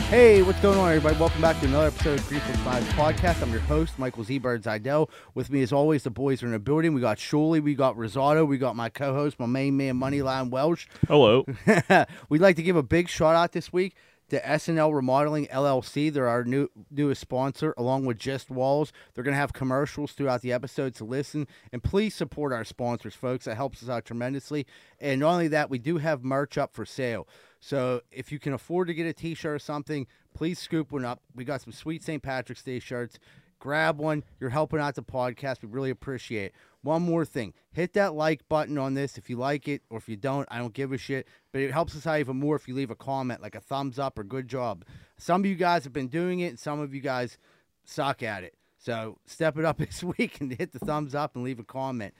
Hey, what's going on, everybody? Welcome back to another episode of Three Foot Five Podcast. I'm your host, Michael Z. Bird Zidell. With me, as always, the boys are in the building. We got Shuley, we got Rosado, we got my co-host, my main man, Moneyline Welsh. Hello. We'd like to give a big shout out this week to SNL Remodeling LLC. They're our new newest sponsor, along with Just Walls. They're going to have commercials throughout the episode to listen. And please support our sponsors, folks. That helps us out tremendously. And not only that, we do have merch up for sale. So if you can afford to get a t shirt or something, please scoop one up. We got some sweet St. Patrick's Day shirts. Grab one. You're helping out the podcast. We really appreciate it. One more thing hit that like button on this if you like it, or if you don't, I don't give a shit. But it helps us out even more if you leave a comment, like a thumbs up or good job. Some of you guys have been doing it, and some of you guys suck at it. So step it up this week and hit the thumbs up and leave a comment.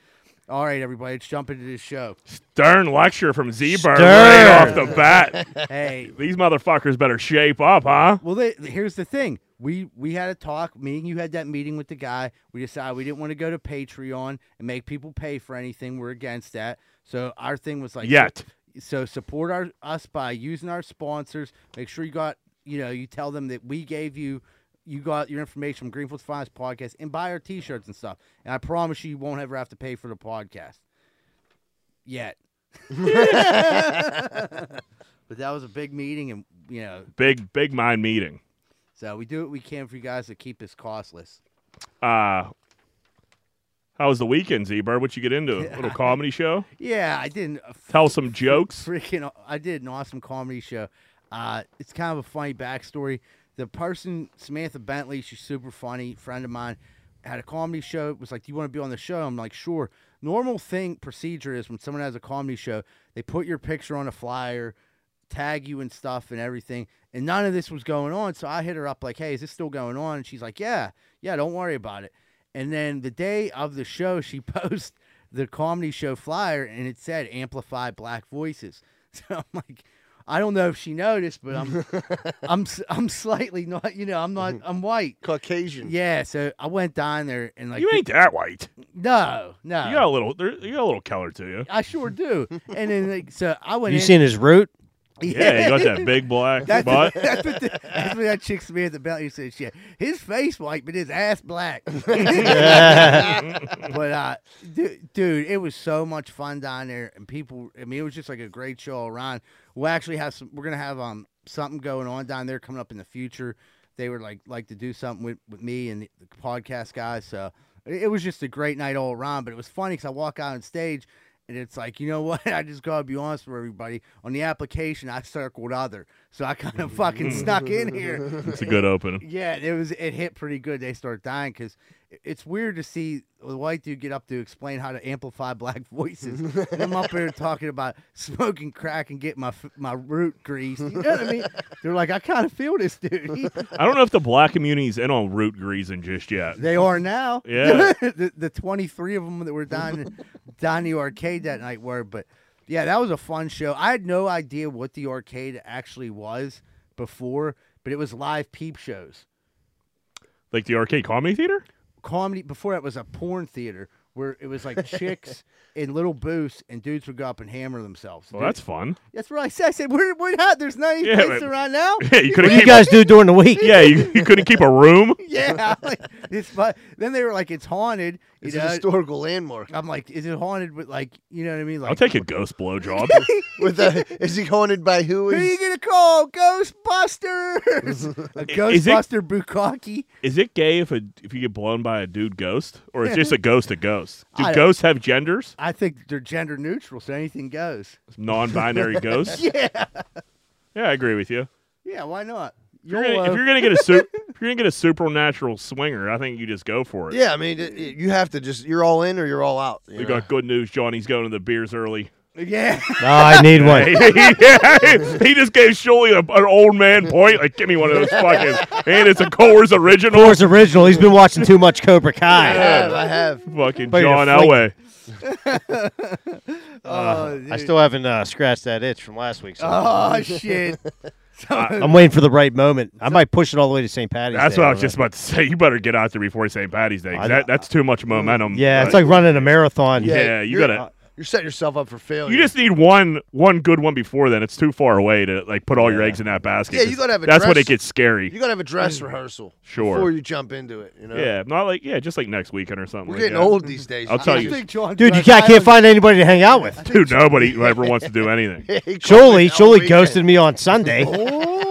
All right, everybody, let's jump into this show. Stern lecture from Z Bird right Stern. off the bat. Hey, These motherfuckers better shape up, huh? Well, they, here's the thing. We we had a talk. Me and you had that meeting with the guy. We decided we didn't want to go to Patreon and make people pay for anything. We're against that. So our thing was like Yet. So support our us by using our sponsors. Make sure you got you know you tell them that we gave you you got your information from Greenfield's Finest Podcast and buy our T-shirts and stuff. And I promise you, you won't ever have to pay for the podcast yet. but that was a big meeting, and you know Big, big mind meeting. so we do what we can for you guys to keep this costless. Uh, how was the weekend, Z Bird? What you get into? A little comedy show? Yeah, I did a Tell some jokes? freaking. uh, I did an awesome comedy show. Uh, it's kind of a funny backstory. The person Samantha Bentley, she's super funny, friend of mine, had a comedy show. It was like, "Do you want to be on the show?" I'm like, "Sure." Normal thing procedure is when someone has a comedy show, they put your picture on a flyer, tag you and stuff and everything. And none of this was going on. So I hit her up like, hey, is this still going on? And she's like, yeah, yeah, don't worry about it. And then the day of the show, she posts the comedy show flyer and it said amplify black voices. So I'm like, I don't know if she noticed, but I'm, I'm, s- I'm slightly not, you know, I'm not, I'm white. Caucasian. Yeah. So I went down there and like, You ain't that white. no, no, You got a Oh. little, there, you got a little color to you. I sure do. and then like, so I went You in. seen his root? Yeah, you got that big black That's, butt. that's, what the, that's what that chick smeared the belly said. Shit, his face white, but his ass black. but uh, du- dude, it was so much fun down there, and people. I mean, it was just like a great show all around. We'll actually have some. We're gonna have um something going on down there coming up in the future. They would like like to do something with, with me and the, the podcast guys. So it, it was just a great night all around. But it was funny because I walk out on stage. And it's like, you know what? I just gotta be honest with everybody. On the application, I circled other, so I kind of fucking snuck in here. It's a good opening. Yeah, it was. It hit pretty good. They start dying because it's weird to see the white dude get up to explain how to amplify black voices. and I'm up there talking about smoking crack and getting my f- my root greased. You know what I mean? They're like, I kind of feel this dude. He- I don't know if the black community's in on root greasing just yet. they are now. Yeah. the, the 23 of them that were down down the arcade that night were, but yeah, that was a fun show. I had no idea what the arcade actually was before, but it was live peep shows. Like the arcade comedy theater? comedy before that was a porn theater where it was like chicks in little booths and dudes would go up and hammer themselves. Well, that's fun. that's what I said. I said we're we're not. There's not any Yeah, place but- around now. Yeah, you couldn't What do you keep, guys do during the week? yeah, you, you couldn't keep a room? yeah, like, it's but then they were like it's haunted. You It's know? a historical landmark. I'm like, is it haunted? But like, you know what I mean? Like, I'll take a ghost blow job. With a, is he haunted by who? who are you Is, gonna call? Ghostbusters. a is it- Ghostbuster Bukaki. Is it gay if a if you get blown by a dude ghost, or it's just a ghost to ghost? Do I don't- ghosts have genders? I think they're gender neutral, so anything goes. Non-binary ghosts? Yeah, yeah, I agree with you. If Yeah, why not? you're gonna, if YOLO. you're gonna get a su- if you're gonna get a supernatural swinger, I think you just go for it. yeah, I mean, it, it- you have to just you're all in or you're all out. you We know? got good news. Johnny's going to the beers early. yeah. Uh, Oh, I need one. yeah, he just gave Shuley a, an old man point. Like, give me one of those fucking. And it's a Coors original. Course original. He's been watching too much Cobra I Kai. have, I have. Fucking But you're John freak- Elway. oh, I dude. still haven't uh, scratched that itch from last week. So Oh shit. I'm waiting for the right moment. I might push it all the way to St. Patty's. That's Day, what I don't was know. just about to say. You better get out there before St. Patty's Day. 'cause I- That, that's too much momentum. Yeah, it's Uh, like running a marathon. Yeah, you you're- uh, gotta. You're setting yourself up for failure. You just need one one good one before then. It's too far away to like put all your eggs in that basket. Yeah, you 'cause gotta have a That's when dress- it gets scary. you gotta have a dress rehearsal Mm. Sure. before you jump into it. You know. yeah, not like yeah, just like next weekend or something. We're like getting that. old these days. I'll tell I you. think- John Dude, you can't, I can't find anybody to hang out with. Dude, nobody ever wants to do anything. He called Surely, me that surely weekend. ghosted me on Sunday.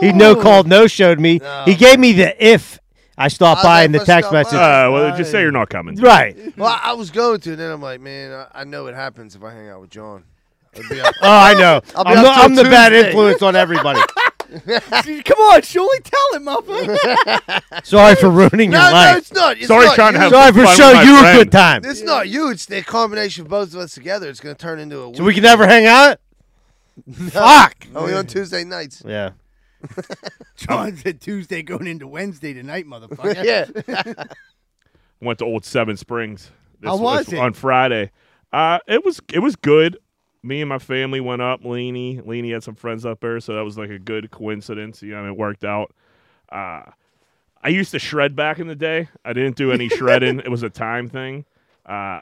He no called, no showed me. No. He gave me the if I stop I by in the never text stop message. by. Uh, well, just say you're not coming. Right. Well, I I was going to, and then I'm like, man, I, I know it happens if I hang out with John. I'd be up- Oh, I know. I'll be up I'm, the, till I'm the bad Tuesday. influence on everybody. Come on, surely tell him, motherfucker. Sorry for ruining your no, no, life. it's not. It's Sorry, not trying to you. have Sorry for fun with showing my you a friend. good time. It's not you. It's the combination of both of us together. It's going to turn into a. So we can never hang out? Fuck. Only on Tuesday nights. Yeah. John said Tuesday going into Wednesday tonight, motherfucker. Yeah. Went to Old Seven Springs. This, How was this- it? on Friday? Uh, it was it was good. Me and my family went up. Leany, Leany had some friends up there, so that was like a good coincidence. You know, it worked out. Uh, I used to shred back in the day. I didn't do any shredding. It was a time thing. Uh,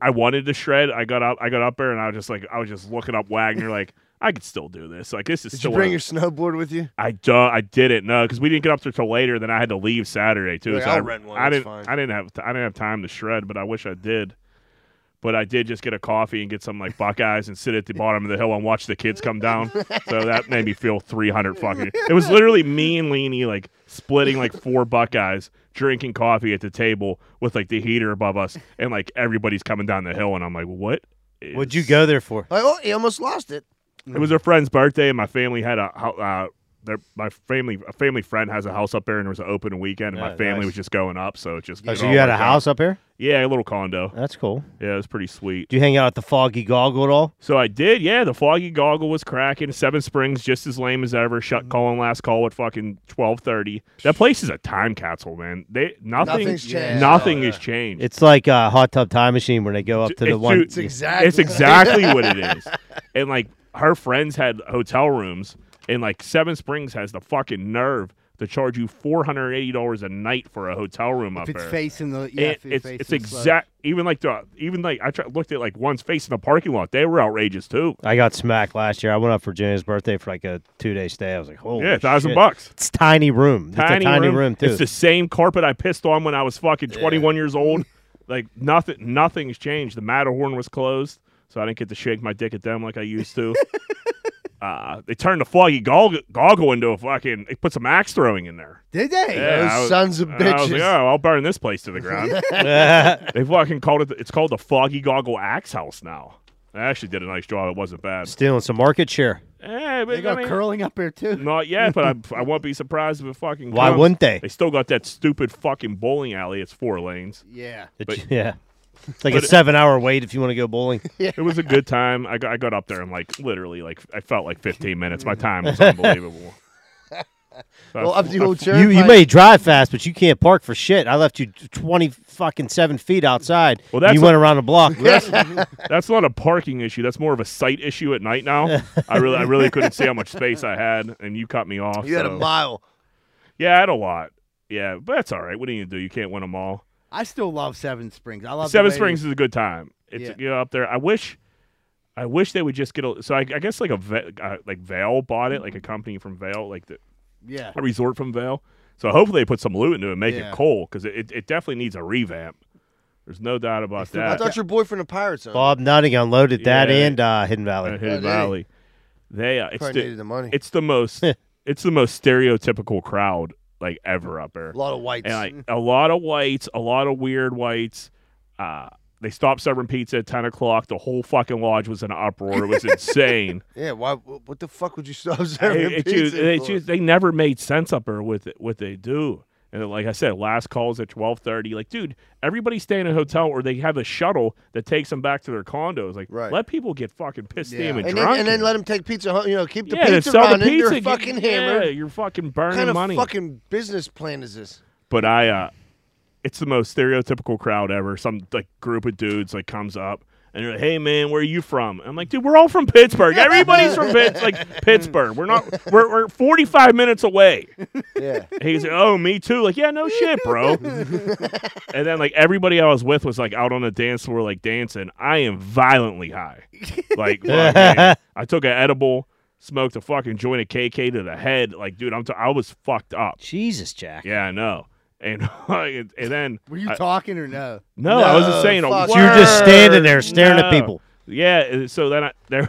I wanted to shred. I got up. I got up there, and I was just like, I was just looking up Wagner. Like, I could still do this. Like, this is Did still. you what bring I- your snowboard with you? I do I didn't know because we didn't get up there till later. Then I had to leave Saturday too. Like, I, I'll rent one, I it's didn't. fine. I didn't have. I didn't have time to shred, but I wish I did. But I did just get a coffee and get some like Buckeyes and sit at the bottom of the hill and watch the kids come down. So that made me feel three hundred fucking. It was literally me and Leany like splitting like four Buckeyes, drinking coffee at the table with like the heater above us, and like everybody's coming down the hill, and I'm like, what? Is What'd you go there for? Like, oh, he almost lost it. it was her friend's birthday, and my family had a hou- uh, their my family a family friend has a house up there, and there was an open weekend, and my Oh, family nice. was just going up, so it just Oh, it so all you had a worked out. house up here? Yeah, a little condo. That's cool. Yeah, it was pretty sweet. Do you hang out at the Foggy Goggle at all? So I did. Yeah, the foggy goggle was cracking. Seven Springs just as lame as ever. Mm-hmm. Shut call and last call at fucking twelve thirty. That place is a time capsule, man. They nothing Nothing's changed. Nothing Yeah. has changed. It's like a hot tub time machine when they go up to the It's- one. it's Exactly. It's exactly what it is. And like her friends had hotel rooms, and like Seven Springs has the fucking nerve to charge you four hundred eighty dollars a night for a hotel room up If it's there. facing the yeah, It- if it's facing it's the slope. exact. Even like the even like I tried, looked at like one's face in the parking lot. They were outrageous too. I got smacked last year. I went up for Junior's birthday for like a two day stay. I was like, holy yeah, thousand shit. bucks. It's tiny room. it's a tiny room, too. It's the same carpet I pissed on when I was fucking 21 years old. Like nothing, nothing's changed. The Matterhorn was closed, so I didn't get to shake my dick at them like I used to. uh, they turned the foggy goggle, goggle into a fucking. They put some axe throwing in there. Did they? Yeah, I Those was- sons of and I was like, bitches. oh, I'll burn this place to the ground. they fucking called it. the- It's called the Foggy Goggle Axe House now. They actually did a nice job. It wasn't bad. Stealing some market share. Eh, but They got I mean, curling up there too. Not yet, but I, I won't be surprised if it fucking. Why comes. wouldn't they? They still got that stupid fucking bowling alley. It's four lanes. Yeah. It- But- yeah. It's like But a it- seven hour wait if you want to go bowling. It was a good time. I got, I got up there and like literally like I felt like 15 minutes. My time was unbelievable. Well, up the old you, you turnpike. may drive fast, but you can't park for shit. I left you t- 20 fucking seven feet outside. Well, and that's you a- went around the block. That's not a parking issue. That's more of a sight issue at night now. I really I really couldn't see how much space I had, and you cut me off. You had a so- mile. Yeah, I had a lot. Yeah, but that's all right. What do you do? You can't win them all. I still love Seven Springs. I love the Seven way- Springs is a good time. It's Yeah. you know, up there. I wish, I wish they would just get a. So I, I guess like a ve- uh, like Vale bought it, Mm-hmm. like a company from Vale, like the Yeah. a resort from Vale. So hopefully they put some loot into it, and make Yeah. it cool because it, it definitely needs a revamp. There's no doubt about It's the- I that. thought your boyfriend a pirate. Huh? Bob Nutting unloaded that Yeah. and uh, Hidden Valley. Uh, Hidden Oh, they- Valley. They uh, it's Probably the, needed the money. it's the most it's the most stereotypical crowd like ever up there. a lot of whites. Mm. and like a lot of whites, a lot of weird whites. Uh, they stopped serving pizza at ten o'clock. The whole fucking lodge was in an uproar. It was insane. yeah. Why? wh- What the fuck would you stop it, serving it pizza just, it for? just- they never made sense up there with it, what they do. And like I said, last calls at twelve thirty. Like, dude, everybody's staying in a hotel or they have a shuttle that takes them back to their condos. Like, Right. let people get fucking pissed, Yeah. steam, and, and then, drunk. and then here. let them take pizza home. You know, keep the yeah, they pizza sell the running. pizza. You're get- fucking yeah, hammered. You're fucking What burning kind of money. fucking business plan is this? but I uh it's the most stereotypical crowd ever. Some like group of dudes like comes up and you're like, "Hey man, where are you from?" I'm like, "Dude, we're all from Pittsburgh. Everybody's from Pitts, like Pittsburgh. We're not. We're, we're 45 minutes away." Yeah. And he's like, "Oh, me too." Like, "Yeah, no shit, bro." and then like everybody I was with was like out on the dance floor, like dancing. I am violently high. Like, fuck, man. I took an edible, smoked a fucking joint of KK to the head. Like, dude, I'm t- I was fucked up. Jesus, Jack. Yeah, I know. And and then Were you I- talking or no? no, I was just No, saying a fuck. word. You're just standing there staring at No. people. Yeah, and so then I, there,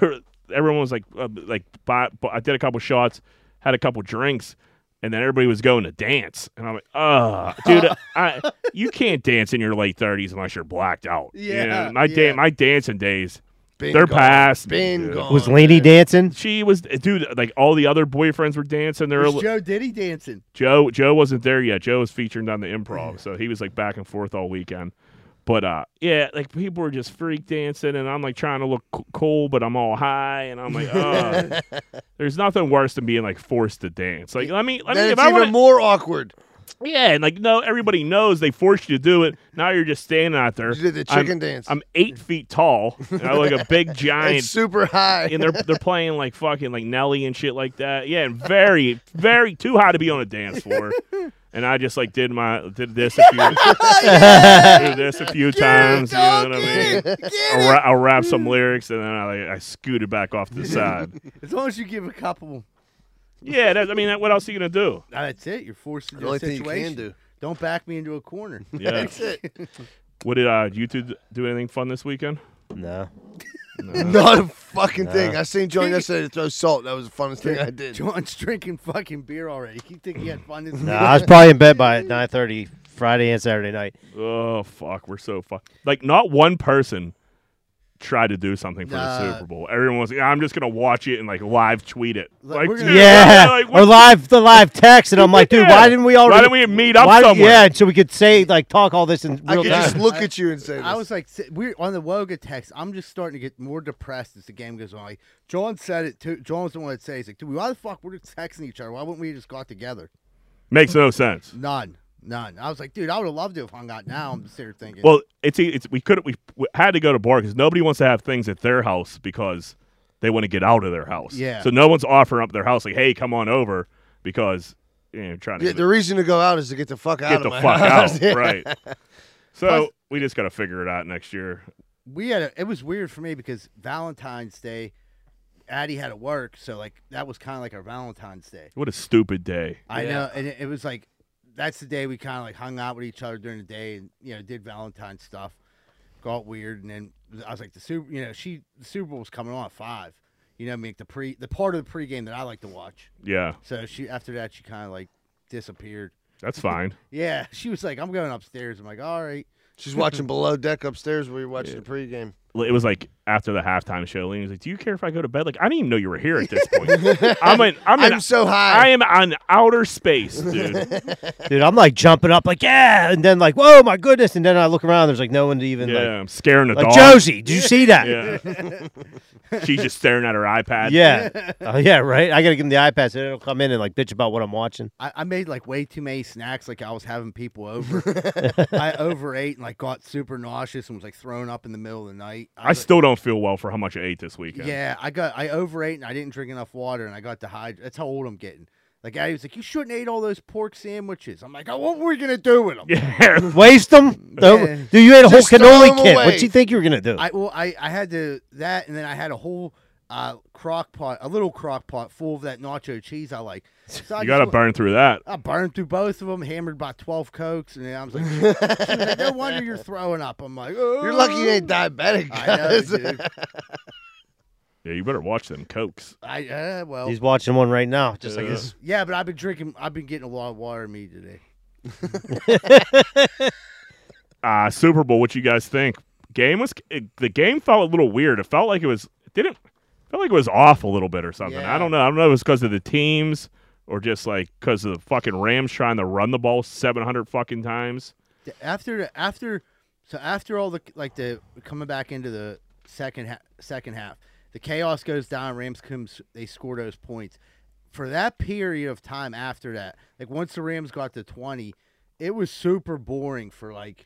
everyone was like, uh, like, buy, bu- I did a couple shots, had a couple drinks, and then everybody was going to dance, and I'm like, ah, dude, I, you can't dance in your late 30s unless you're blacked out. You know, Yeah, my yeah. da- my dancing days, Been they're gone. past. Been Yeah. gone. Was Laney dancing? She was, dude, like all the other boyfriends were dancing. There, Was Joe Diddy dancing? Joe Joe wasn't there yet. Joe was featured on the improv, so he was like back and forth all weekend. But uh, yeah, like people were just freak dancing, and I'm like trying to look c- cool, but I'm all high, and I'm like, uh, there's nothing worse than being like forced to dance. Like, let me, let me, Then if it's I even want, more awkward. yeah, and like, no, everybody knows they forced you to do it. Now you're just standing out there. You did the I'm- chicken dance. I'm eight feet tall, and I look like a big giant it's super high. and they're they're playing like fucking like Nelly and shit like that. Yeah, and very very too high to be on a dance floor. And I just like did my did this a few did this a few times. You know what I mean? I'll, ra- I'll rap some lyrics and then I like, I scooted back off to the side. As long as you give a couple, Yeah, that, I mean, that, what else are you gonna do? Now that's it. You're forced into The only a thing you situation. can do. Don't back me into a corner. Yeah. What did uh, you two d- do? Anything fun this weekend? No. Not a fucking Nah. thing. I seen John yesterday to throw salt. That was the funnest thing I did. John's drinking fucking beer already. You think he had fun this No, week? I was probably in bed by 9.30 Friday and Saturday night. Oh fuck, we're so fuck. Like not one person tried to do something for Nah. the Super Bowl. Everyone was like, I'm just gonna watch it and like live tweet it. Like, Like, we're gonna- dude, Yeah. like, what- or live the live text. And I'm like, dude, Yeah. why didn't we all? Why didn't we meet up why- somewhere? Yeah, so we could say, like, talk all this in I real could just time. look I- at you and say, I this. was like, si- we're on the Woga text. I'm just starting to get more depressed as the game goes on. Like John said it too. John's the one that says, like, dude, why the fuck we're texting each other? Why wouldn't we just got together? Makes no sense. None, none. I was like, dude, I would have loved to have hung out. Now I'm just there thinking, Well, it's e, it's we could we, we had to go to bar because nobody wants to have things at their house because they want to get out of their house. Yeah. So no one's offering up their house like, hey, come on over because you know trying to Yeah, get, the reason to go out is to get the fuck out get of the my fuck house. out, Yeah. right? So Plus- we just gotta figure it out next year. we had a, it was weird for me because Valentine's Day, Addie had to work, so like that was kind of like our Valentine's Day. What a stupid day. I Yeah. know, and it, it was like that's the day we kind of like hung out with each other during the day, and you know, did Valentine stuff, got weird, and then I was like the super, you know, she the Super Bowl was coming on at five, you know, what I mean the pre the part of the pregame that I like to watch. Yeah, So she after that she kind of like disappeared. that's fine. Yeah, she was like, I'm going upstairs. I'm like, all right, She's watching below deck upstairs where you're watching the pregame. it was like after the halftime show. Lena's like, "Do you care if I go to bed?" Like, I didn't even know you were here at this point. I'm in, I'm, in, I'm so high. I am on outer space, dude. Dude, I'm, like, jumping up, like, yeah. And then, like, whoa, my goodness. And then I look around. There's, like, no one to even, yeah, I'm scaring the like, like, dog. Josie, did you see that? Yeah, she's just staring at her iPad. Yeah. Oh, yeah, right? I got to give him the iPad so they don't come in and, like, bitch about what I'm watching. I, I made like way too many snacks. Like I was having people over. I overate and like got super nauseous and was like thrown up in the middle of the night. I was like- still don't feel well for how much I ate this weekend. Yeah, I got I overate and I didn't drink enough water and I got dehydrated. That's how old I'm getting. Like I was like, you shouldn't eat all those pork sandwiches. I'm like, oh, what were we gonna do with them? Yeah. Waste them? Yeah. Dude, you had a whole Just throw cannoli them kit. away. What'd you think you were going to do? I well, I I had to that, and then I had a whole uh crock pot, a little crock pot full of that nacho cheese I like. So I just You gotta went- burn through that. I burned through both of them, hammered by twelve cokes, and then I was like, she was like, no wonder you're throwing up. I'm like, oh. You're lucky you ain't diabetic. I know, guys. dude. Yeah, you better watch them cokes. I uh, well, He's watching one right now, just like Yeah. his yeah, but I've been drinking. I've been getting a lot of water in me today. Uh, Super Bowl. What you guys think? Game was it, the game felt a little weird. It felt like it was it didn't felt like it was off a little bit or something. I Yeah. don't know. I don't know if it's because of the teams or just like because of the fucking Rams trying to run the ball seven hundred fucking times. the- after the- after so after all the like the coming back into the second ha- second half, the chaos goes down. Rams comes they score those points. For that period of time after that, like once the Rams got to twenty, it was super boring for like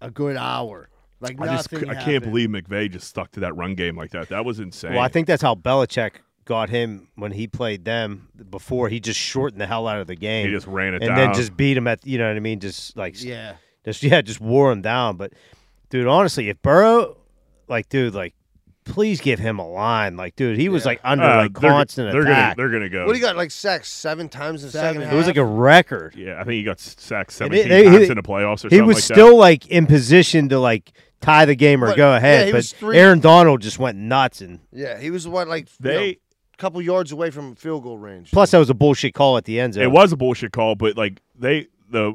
a good hour. Like I just nothing I can't happened. believe McVay just stuck to that run game like that. That was insane. Well, I think that's how Belichick got him when he played them before. He just shortened the hell out of the game. he just ran it and down. then just beat him at you know what I mean. Just like yeah. Yeah. just yeah, just wore him down. But dude, honestly, if Burrow, like dude, like please give him a line. Like dude, he was Yeah. like under Uh, like they're, constant they're gonna attack. they're gonna go. What do you got? Like sacks seven times in the Seven. second half. it was like a record. Yeah, I think he got sacked And they- seventeen they- times he- in the playoffs or He something was like that. still like in position to like tie the game or But- go yeah, ahead, he but was three- Aaron Donald just went nuts and. yeah, he was what like They a couple yards away from field goal range. Plus, that was a bullshit call at the end zone. It was a bullshit call, but like they the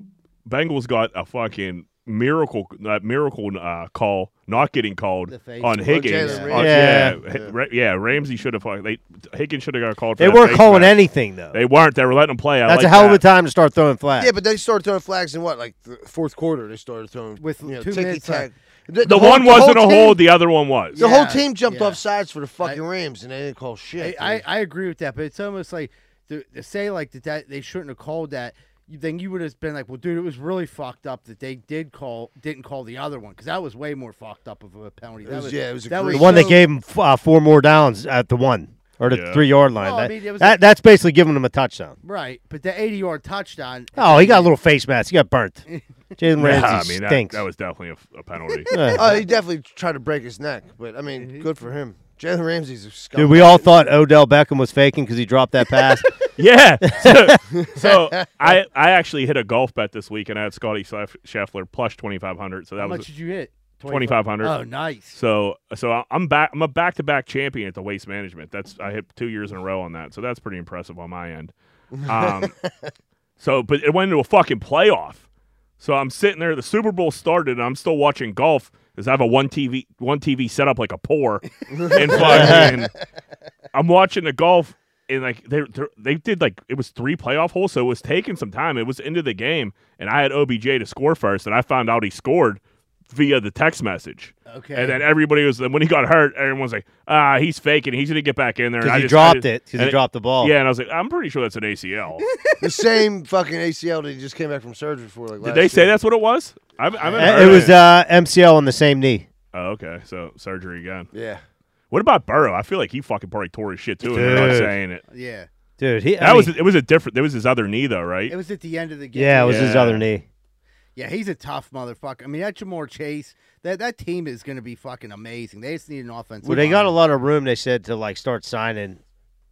Bengals got a fucking miracle that miracle uh, call not getting called The face- on Or Higgins. Jalen On- Ramsey. yeah, Yeah. Hi- Ra- yeah, Ramsey should have fucking they Higgins should have got called. For They that weren't face calling mask. anything though. They weren't. They were letting them play. I That's like a hell of a that. time to start throwing flags. yeah, but they started throwing flags in what like the fourth quarter. They started throwing With you know, two ticky minutes tack. left. The, The, whole- one wasn't whole a team- hold. The other one was. The Yeah. whole team jumped yeah. off sides for the fucking Rams, and they didn't call shit. I, I, dude. I agree with that, but it's almost like to, to say like that, that they shouldn't have called that. you- Then you would have been like, well, dude, it was really fucked up that they did call, didn't call the other one because that was way more fucked up of a penalty. That was- yeah, it was that egregious. the one so- that gave him f- uh, four more downs at the one or the Yeah. three yard line. Well, I that, mean, it was that- like- that's basically giving him a touchdown. right, but the eighty-yard touchdown. Oh, he got a little face mask. He got burnt. Jalen Yeah, Ramsey I mean that, stinks. that was definitely a f- a, penalty. Yeah. Oh, he definitely tried to break his neck, but I mean, Mm-hmm. good for him. Jalen Ramsey's a scumbag. Dude, we all thought Odell Beckham was faking because he dropped that pass. yeah. So, so I I actually hit a golf bet this week and I had Scotty Schef- Scheffler plus twenty five hundred. So that How was much did you hit? 2500. Oh, nice. So so I- I'm back. I'm a back to back champion at the waste management. That's I hit two years in a row on that. So that's pretty impressive on my end. Um, so but it went into a fucking playoff. So I'm sitting there. The Super Bowl started, and I'm still watching golf because I have a one TV one TV set up like a pour, and fucking I'm watching the golf. And like they they did like it was three playoff holes, so it was taking some time. It was into the game, and I had OBJ to score first, and I found out he scored via the text message. Okay. And then everybody was when he got hurt, everyone's like, ah, he's faking. He's gonna get back in there. And I Because he just- I dropped just- it. Because and he dropped the ball. Yeah, and I was like, I'm pretty sure that's an ACL. the same fucking ACL that he just came back from surgery for. Like, Did they say that's what it was? I'm, I'm Uh, It was uh, MCL on the same knee. Oh, okay. So surgery again. Yeah. What about Burrow? I feel like he fucking probably tore his shit too. And they're not Dude. saying it. yeah, Dude, he, I That was mean, it. Was a different. That was his other knee though, right? it was at the end of the game. yeah, it was his Yeah. other knee. Yeah, he's a tough motherfucker. I mean, that Jamar Chase, that that team is going to be fucking amazing. They just need an offense. Well, they got a lot of room. They said to like start signing.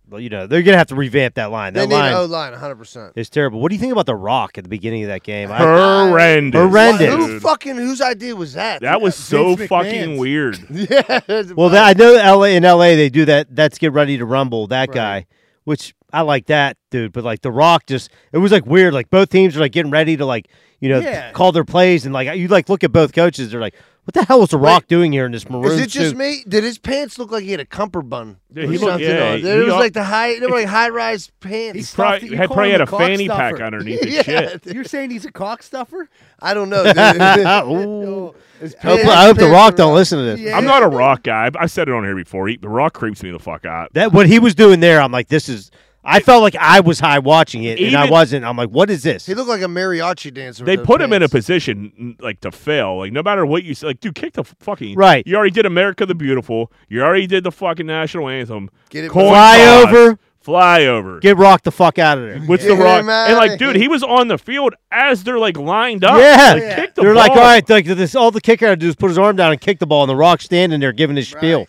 Well, you know, they're gonna have to revamp that line. They That need an line O line 100%. is terrible. What do you think about the Rock at the beginning of that game? I- horrendous. Horrendous. Who Dude. fucking, whose idea was that? That was so Vince fucking McMahon's. weird. yeah. Well, that, I know LA in LA they do that. That's get ready to rumble. That Right. guy, which I like that dude, but like The Rock, just it was like weird. Like both teams are like getting ready to like you know Yeah. call their plays, and like you like look at both coaches. They're like, what the hell was The Rock doing here in this maroon Is it just suit? me? Did his pants look like he had a cumper bun? Yeah, or he looked- something yeah, on? There he was al- like the high, they were like high rise pants. He's- Probably, you had, call probably him had a a fanny cock pack stuffer. underneath his Yeah. shit. You're saying he's a cock stuffer? I don't know. dude. Ooh. His I hope, pants- I hope The pants Rock were- don't listen to this. Yeah. I'm not a rock guy. I've- I've said it on here before. He, the rock creeps me the fuck out. That what he was doing there. I'm like, this is. I felt like I was high watching it, and I Even- wasn't. I'm like, what is this? He looked like a mariachi dancer. with They those put him in a pants. position n- like to fail. Like no matter what you say, like dude, kick the f- fucking Right. You already did America the Beautiful. You already did the fucking national anthem. Get it, Coin Fly toss. over. fly over. Get Rock the fuck out of there. What's Get the rock? him outta And like, dude, here. he was on the field as they're like lined up. Yeah. Like, Yeah. kick the They're like, all ball. right, like this. All the kicker had to do is put his arm down and kick the ball, and the Rock standing there giving his spiel.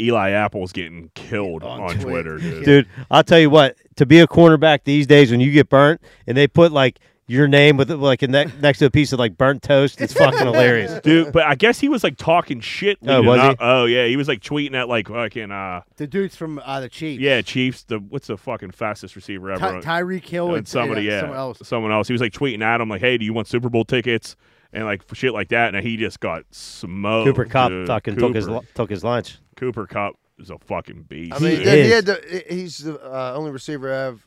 Eli Apple's getting killed On on, Twitter. Twitter, dude. Dude, I'll tell you what. To be a cornerback these days, when you get burnt and they put like your name with like a ne- next to a piece of like burnt toast, it's fucking hilarious. Dude, but I guess he was like talking shit. Oh, leading was he? up. oh yeah, he was like tweeting at like fucking uh The dude's from uh, the Chiefs. yeah Chiefs. The what's the fucking fastest receiver ever? Ty- Tyreek Hill and and and, somebody, uh, yeah, someone else. someone else. He was like tweeting at him like, "Hey, do you want Super Bowl tickets?" and like shit like that. And he just got smoked. Cooper Cup Oh, dude. fucking Cooper, took his lu- took his lunch. Cooper Cup is a fucking beast. I mean, He dude. he, did- he is. had the, he- he's the uh, only receiver to have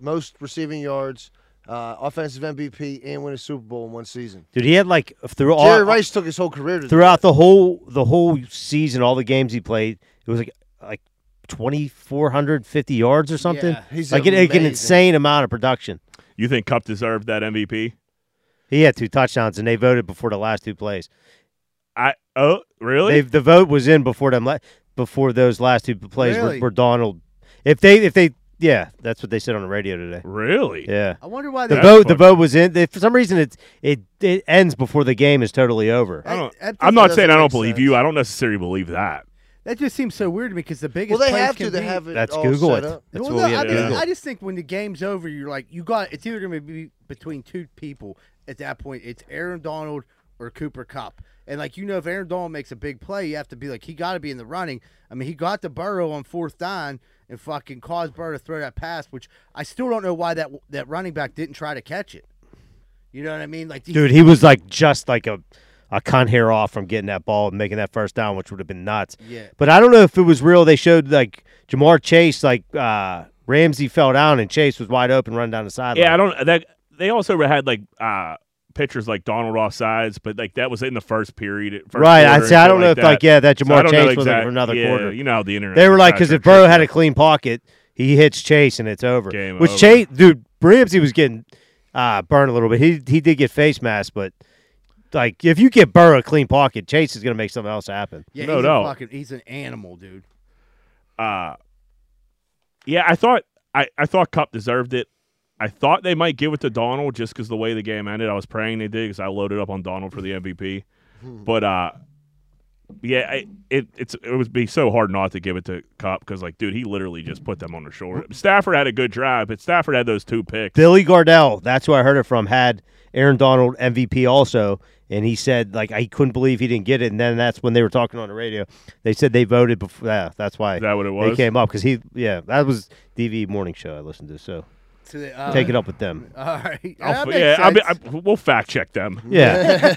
most receiving yards, uh, offensive MVP, and win a Super Bowl in one season. Dude, he had like through all Jerry Rice took his whole career to do throughout that. the whole the whole season, all the games he played, it was like like twenty four hundred fifty yards or something. Yeah, he's like an, like an amazing. insane amount of production. you think Cup deserved that MVP? He had two touchdowns, and they voted before the last two plays. I oh really? They've, the vote was in before them la- before those last two plays Really? were, were Donald. If they if they yeah, that's what they said on the radio today. really? Yeah. I wonder why The they. That's vote the fucked. vote was in they, for some reason it it it ends before the game is totally over. I don't, I- I think I'm it not doesn't saying I make don't believe you. sense. I don't necessarily believe that. That just seems so weird to me because the biggest. Well, they plays have can to. They be- have it. That's all Google set it. up. That's well, what we no, had I, to mean, do. I just think when the game's over, you're like, you got it's either going to be between two people at that point. It's Aaron Donald or Cooper Cup. And like you know, if Aaron Donald makes a big play, you have to be like, he got to be in the running. I mean, he got the Burrow on fourth down and fucking caused Burrow to throw that pass, which I still don't know why that that running back didn't try to catch it. You know what I mean? Like, he- Dude, he was like just like a a con hair off from getting that ball and making that first down, which would have been nuts. Yeah. But I don't know if it was real. They showed like Jamar Chase, like uh, Ramsey fell down and Chase was wide open, running down the sideline. Yeah, I don't. That they also had like uh pictures like Donald off sides, but like that was in the first period. First right. quarter I and say I shit don't know if like like that. yeah, that So I Jamar don't know Chase was like exact- for another yeah, quarter. You know how the internet. They were is like, because if actually Burrow tricky. had a clean pocket, he hits Chase and it's over. Game Which over. Chase, dude, Ramsey was getting uh, burned a little bit. He he did get face mask, but like if you get Burrow a clean pocket, Chase is gonna make something else happen. yeah, no he's doubt. A fucking, he's an animal, dude. uh yeah i thought i i thought cup deserved it i thought they might give it to donald just because the way the game ended i was praying they did because i loaded up on donald for the mvp but uh yeah, I, it it's it would be so hard not to give it to Cup because like, dude, he literally just put them on the shore. Stafford had a good drive, but Stafford had those two picks. Billy Gardell, that's who I heard it from, had Aaron Donald MVP also, and he said like I couldn't believe he didn't get it. And then that's when they were talking on the radio. They said they voted before. Yeah, that's why Is that what it they was? came up because he. Yeah, that was DV morning show I listened to. So So they, uh, take it up with them. All right. I'll That f- makes Oh, yeah, I mean, sense. I, we'll fact check them. Yeah,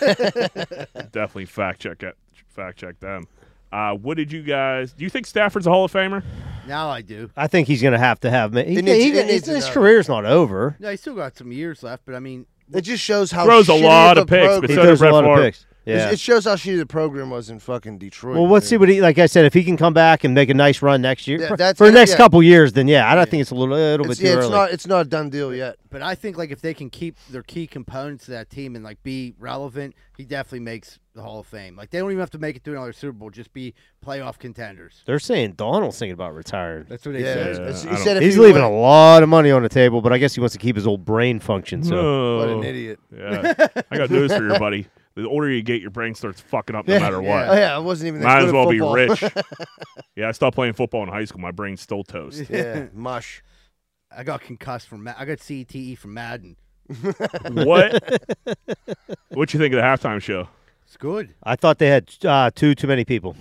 Definitely fact check it. Fact check them. Uh, what did you guys? Do you think Stafford's a Hall of Famer? now I do. I think he's gonna have to have. He, he, needs- it he- needs his another. career's not over. No, he's still got some years left, but I mean, It just shows how Throws a shitty lot the of picks, program- but He so did throws a Brett lot Favre. of picks. Yeah. It shows how shitty the program was in fucking Detroit. well, let's see dude. what he like. I said, if he can come back and make a nice run next year Yeah, for, that's for the it, next yeah. couple years, then yeah, I don't think it's a little, a little It's, bit too yeah, early. it's not. It's not a done deal yet. but I think like if they can keep their key components of that team and like be relevant, he definitely makes the Hall of Fame. Like they don't even have to make it through another Super Bowl; just be playoff contenders. They're saying Donald's thinking about retiring. That's what they Yeah, said. it's- I he don't- said if He's he leaving went- a lot of money on the table, but I guess he wants to keep his old brain function. So No. What an idiot! Yeah. I got news for your buddy. The older you get, your brain starts fucking up no matter Oh, what. yeah, I wasn't even. that Might good as at well football. be rich. yeah, I stopped playing football in high school. My brain's still toast. yeah, mush. I got concussed from Ma- I got E CTE from Madden. what? What you think of the halftime show? It's good. I thought they had uh, two too many people.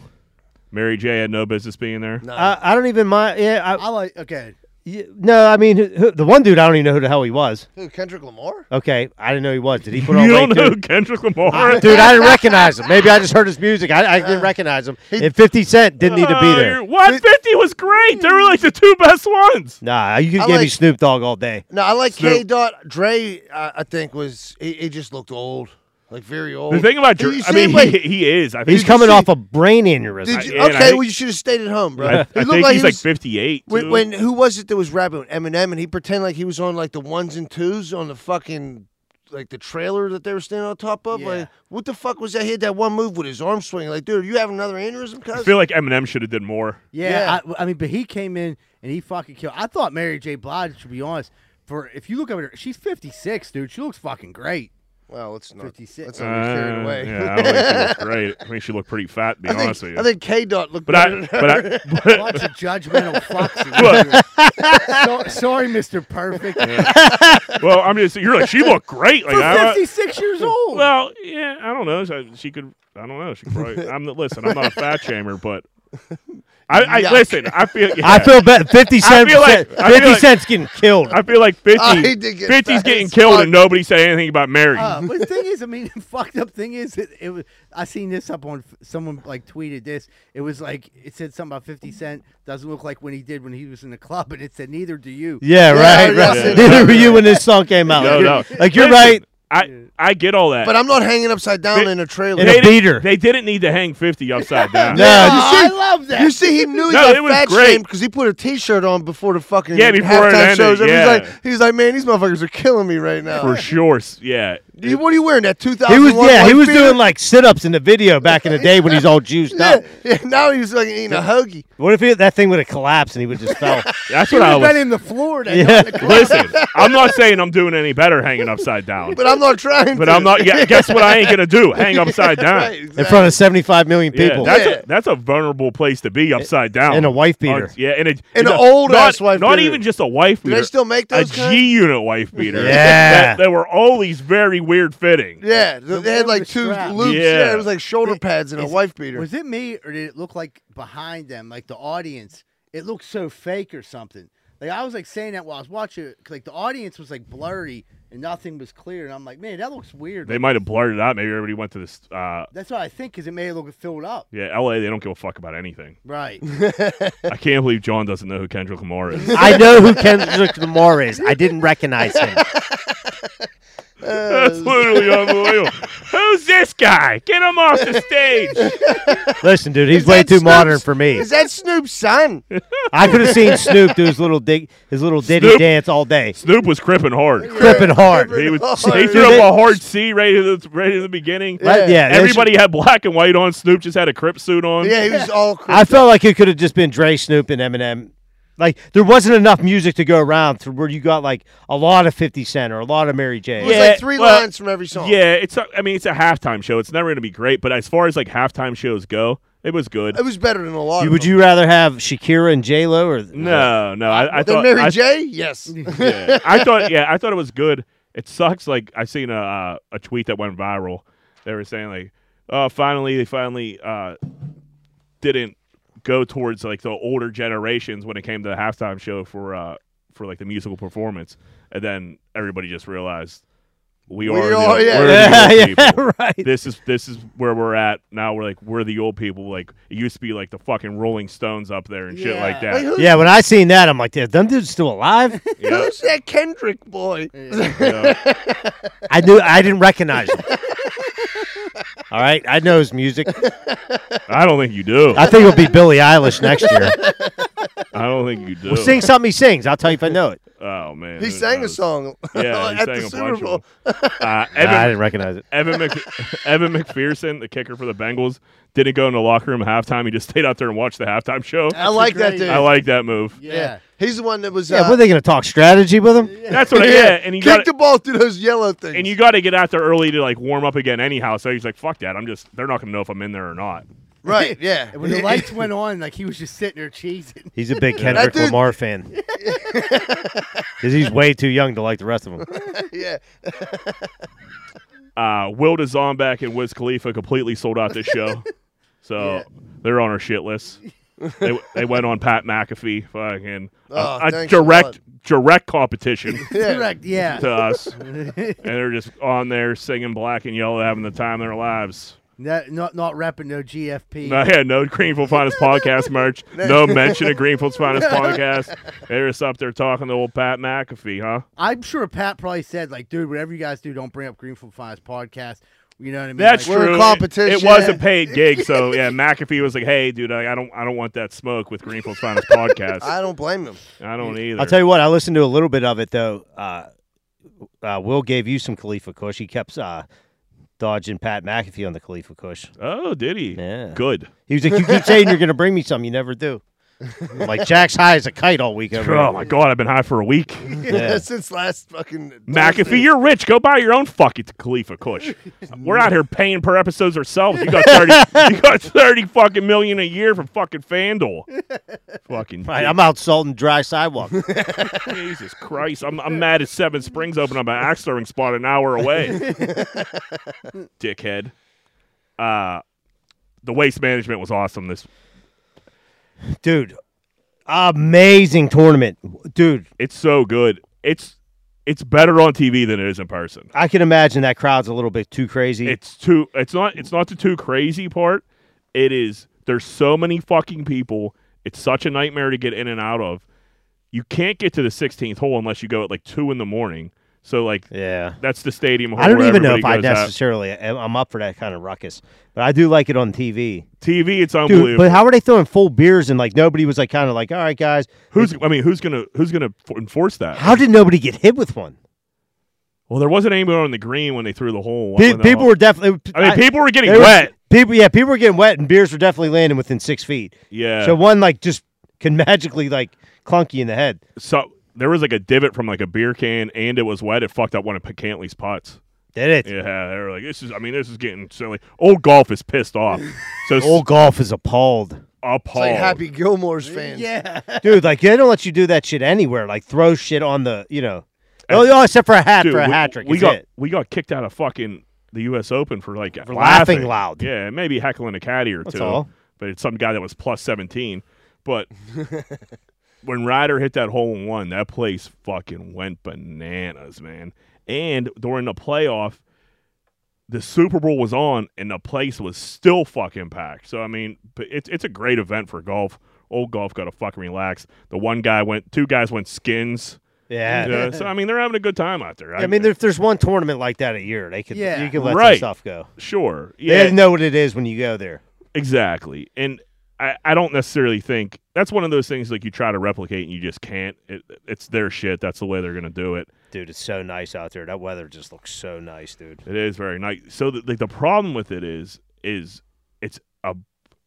Mary J had no business being there. No. I, I don't even mind. Yeah, I, I like. Okay, y- no, I mean who, who, the one dude I don't even know who the hell he was. Who, Kendrick Lamar? Okay, I didn't know he was. Did he put on You weight? don't know too? who Kendrick Lamar? Ah, is? dude, I didn't recognize him. Maybe I just heard his music. I, I didn't recognize him. and 50 Cent didn't need to be Oh, Uh, there. you're- 150 was great. They were like the two best ones. Nah, you I could give me like- Snoop Dogg all day. No, I like Snoop. K. Dot Dre. I, I think was he, he just looked old, like very old. The thing about Did Dr- you I see mean, him, like- he, he is. I think He's you coming see- off a brain aneurysm. Did you, I- and I okay, think- well you should have stayed at home, bro. I, I He looked think like he's he like was, 58. when, too. when who was it that was rapping with Eminem and he pretended like he was on like the ones and twos on the fucking like the trailer that they were standing on top of? Yeah. Like what the fuck was that? He had that one move with his arm swinging. Like, dude, are you having another aneurysm, I cuz? feel like Eminem should have did more. yeah. I, I mean, but he came in and he fucking killed. I thought Mary J. Blige, to be honest, for if you look at her, she's 56, dude. She looks fucking great. well, let's not. 56. Let's not get carried Uh, away. Yeah, I don't think she looked great. I think she looked pretty fat, to be I honest with think, you. I think K Dot looked but better I, than but her. I, but, Bunch of judgmental fucks. So- sorry, Mister Perfect. well, I'm just you're like she looked great. Like For I, 56 years old. well, yeah, I don't know. She, she could, I don't know. She could probably. I'm not- listen. I'm not a fat shamer, but I, I Yuck. listen. I feel. Yeah, I feel bad. 50 Cent, feel like- I feel 50 like- Cent's getting killed. I feel like 50, I did get 50's fat getting as killed, fuck. Oh, and nobody said anything about Mary. Uh, but the thing is, I mean, the fucked up thing is, it, it was. I seen this up on someone like tweeted this. It was like it said something about Fifty Cent doesn't look like when he did when he was in the club, and it said neither do you. Yeah, yeah, right, yeah, right. yeah. Neither were you when this song came out. no, Like, no. you're- Like, you're Listen, right. I I get all that. But I'm not hanging upside down They- in a trailer. In a they, didn't- beater. they didn't need to hang 50 upside down. No. Oh, you I love that. You see, he knew he No, it got was fat great. shamed because he put a T-shirt on before the fucking Yeah, before it halftime ended, shows. yeah. He's like, he's like, man, these motherfuckers are killing me right now. for sure. s- Yeah, You- What are you wearing? That 2000? He was yeah, he was doing like sit ups in the video back in the day when he's all juiced Yeah, up. yeah, now he's like eating a hoagie. What if he, that thing would have collapsed and he would just fell? That's what I You've been was. in the floor. That yeah, Listen, I'm not saying I'm doing any better hanging upside down, But I'm not trying. but to. I'm not. Yeah, guess what? I ain't gonna do hang upside down. Right, in exactly. front of seventy five million Yeah, people. that's, Yeah. A, that's a vulnerable place to be upside down. And a wife beater. Uh, yeah, and, a, and, an a- old not, ass wife Not beater. even just a wife Do beater. they still make a those? kinds? G unit wife beater. Yeah. That, that were always very weird fitting. Yeah, th- they had one like with two straps. loops. Yeah. Yeah. it was like shoulder It- pads and a is- wife beater. Was it me or did it look like behind them, like the audience? It looked so fake or something. Like I was like saying that while I was watching it, 'cause, like the audience was like blurry and nothing was clear, and I'm like, man, that looks weird. They might have blurred it out. Maybe everybody went to this. Uh, That's what I think, because it made it look filled up. yeah, LA. They don't give a fuck about anything. Right. I can't believe John doesn't know who Kendrick Lamar is. I know who Kendrick Lamar is. I didn't recognize him. That's literally unbelievable. Who's this guy? Get him off the stage. Listen, dude, he's Is way that too Snoop's- modern for me. Is that Snoop's son? I could have seen Snoop do his little dig, his little ditty Snoop. dance all day, Snoop was cripping hard. cripping hard. Crippin' He was. hard. He threw up a hard C right at the right at the beginning. Right? Yeah, they should- Everybody had black and white on. Snoop just had a crip suit on. Yeah, he was all. Cr- I felt like it could have just been Dre, Snoop, and Eminem. Like there wasn't enough music to go around to where you got like a lot of Fifty Cent or a lot of Mary J. it was Yeah, like three well, lines from every song. Yeah, it's. A, I mean, it's a halftime show. It's never going to be great, but as far as like halftime shows go, it was good. it was better than a lot. You- of Would them. you rather have Shakira and J Lo or No, no. I, I Than thought Mary I, J? Yes. yeah. I thought yeah, I thought it was good. It sucks. Like I seen a uh, a tweet that went viral. They were saying like, oh, finally they finally uh, didn't go towards like the older generations when it came to the halftime show for uh, for like the musical performance, and then everybody just realized we, We are, the- are- yeah. we're Yeah, the old yeah, people. right. This is this is where we're at now. We're like we're the old people. Like it used to be like the fucking Rolling Stones up there and shit like Yeah. that. Like, who's, Yeah, when I seen that, I'm like, "Damn, them dudes still alive? Yeah. who's that Kendrick boy? Yeah. Yeah. I knew I didn't recognize them. All right, I know his music. I don't think you do. I think it'll be Billie Eilish next year. I don't think you do. Well, sing something he sings. I'll tell you if I know it. Oh man, He who sang a knows? song Yeah, he sang at the a Super bunch Bowl. of them. Uh, Nah, I Evan, didn't recognize it. Evan, Mc, Evan McPherson, the kicker for the Bengals, didn't go in the locker room at halftime. He just stayed out there and watched the halftime show. I like that great- dude. I like that move. Yeah. He's the one that was. Yeah, uh, were they going to talk strategy with him? That's what. I, Oh, yeah, and you got kicked the ball through those yellow things. and you got to get out there early to like warm up again. Anyhow, so he's like, "Fuck that! I'm just they're not gonna know if I'm in there or not." right? Yeah. And when the lights went on, like he was just sitting there cheesing. He's a big Kendrick dude- Lamar fan. Because he's way too young to like the rest of them. yeah. Uh, Will Zombak and Wiz Khalifa completely sold out this show, so Yeah. they're on our shit list. they, they went on Pat McAfee, fucking uh, Oh, a- a thanks a direct direct competition. Yeah. Correct. Yeah. to us, and they're just on there singing black and yellow, having the time of their lives. No, not not repping no GFP. No, yeah, no Greenfield Finest podcast merch. No mention of Greenfield's Finest podcast. They're just up there talking to old Pat McAfee, huh? I'm sure Pat probably said like, dude, whatever you guys do, don't bring up Greenfield Finest podcast. You know what I mean? That's like, we're a true. It- It, competition. was a paid gig, so yeah. McAfee was like, "Hey, dude, I, I don't, I don't want that smoke with Greenfield's Finest podcast. I, I don't blame him. don't either." I'll tell you what, I listened to a little bit of it, though. Uh, uh, Will gave you some Khalifa Kush. He kept uh, dodging Pat McAfee on the Khalifa Kush. oh, did he? Yeah. Good. He was like, You keep saying you're going to bring me some. You never do. I'm like, Jack's high as a kite all week. Over Oh here. my God, I've been high for a week. Yeah. Since last fucking Thursday. McAfee, you're rich. Go buy your own fucking Khalifa Kush. We're out here paying per episodes ourselves. You got thirty. you got thirty fucking million a year from fucking Fanduel. Fucking Right, I'm out salting dry sidewalk. Jesus Christ! I'm, I'm mad at Seven Springs opening up an axe throwing spot an hour away. Dickhead. Uh, the waste management was awesome. This Dude, amazing tournament. Dude, it's so good. It's it's better on TV than it is in person. I can imagine that crowd's a little bit too crazy. It's too. It's not. It's not the too crazy part. It is. There's so many fucking people. It's such a nightmare to get in and out of. You can't get to the 16th hole unless you go at like two in the morning. So like yeah. that's the stadium. Hole I don't where even know if I everybody goes out. necessarily am- I'm up for that kind of ruckus, but I do like it on TV. TV. It's Dude, unbelievable. but how are they throwing full beers and like nobody was like kind of like, all right, guys, who's? I mean, who's gonna who's gonna f- enforce that? how did nobody get hit with one? Well, there wasn't anyone on the green when they threw the hole. Pe- when they- people were definitely. I mean, people were getting they were- wet. people, yeah, people were getting wet, and beers were definitely landing within six feet. Yeah. So one like just can magically like clunky in the head. so there was like a divot from like a beer can, and it was wet. It fucked up one of Picantley's putts. Did it? Yeah, they were like, "This is." I mean, this is getting silly. Old golf is pissed off. So s- Old golf is appalled, It's appalled. like Happy Gilmore's fans. Yeah. dude. Like they don't let you do that shit anywhere. Like throw shit on the you know. Oh, oh, except for a hat Dude, for a we, hat trick. we is got it. we got kicked out of fucking the U.S. Open for like For laughing loud. Yeah, maybe heckling a caddy or That's two. all. But it's some guy that was plus seventeen. But when Ryder hit that hole in one, that place fucking went bananas, man. And during the playoff, the Super Bowl was on, and the place was still fucking packed. So I mean, but it's it's a great event for golf. Old golf got to fucking relax. The one guy went, two guys went skins. Yeah. Yeah, so I mean, they're having a good time out there. I mean, if there's one tournament like that a year, they could Yeah. you could let Right. some stuff go. sure. They Yeah, know what it is when you go there. exactly. And I, I don't necessarily think that's one of those things like you try to replicate and you just can't. It, it's their shit. That's the way they're gonna do it. Dude, it's so nice out there. That weather just looks so nice, dude. It is very nice. So the, the, the problem with it is is it's a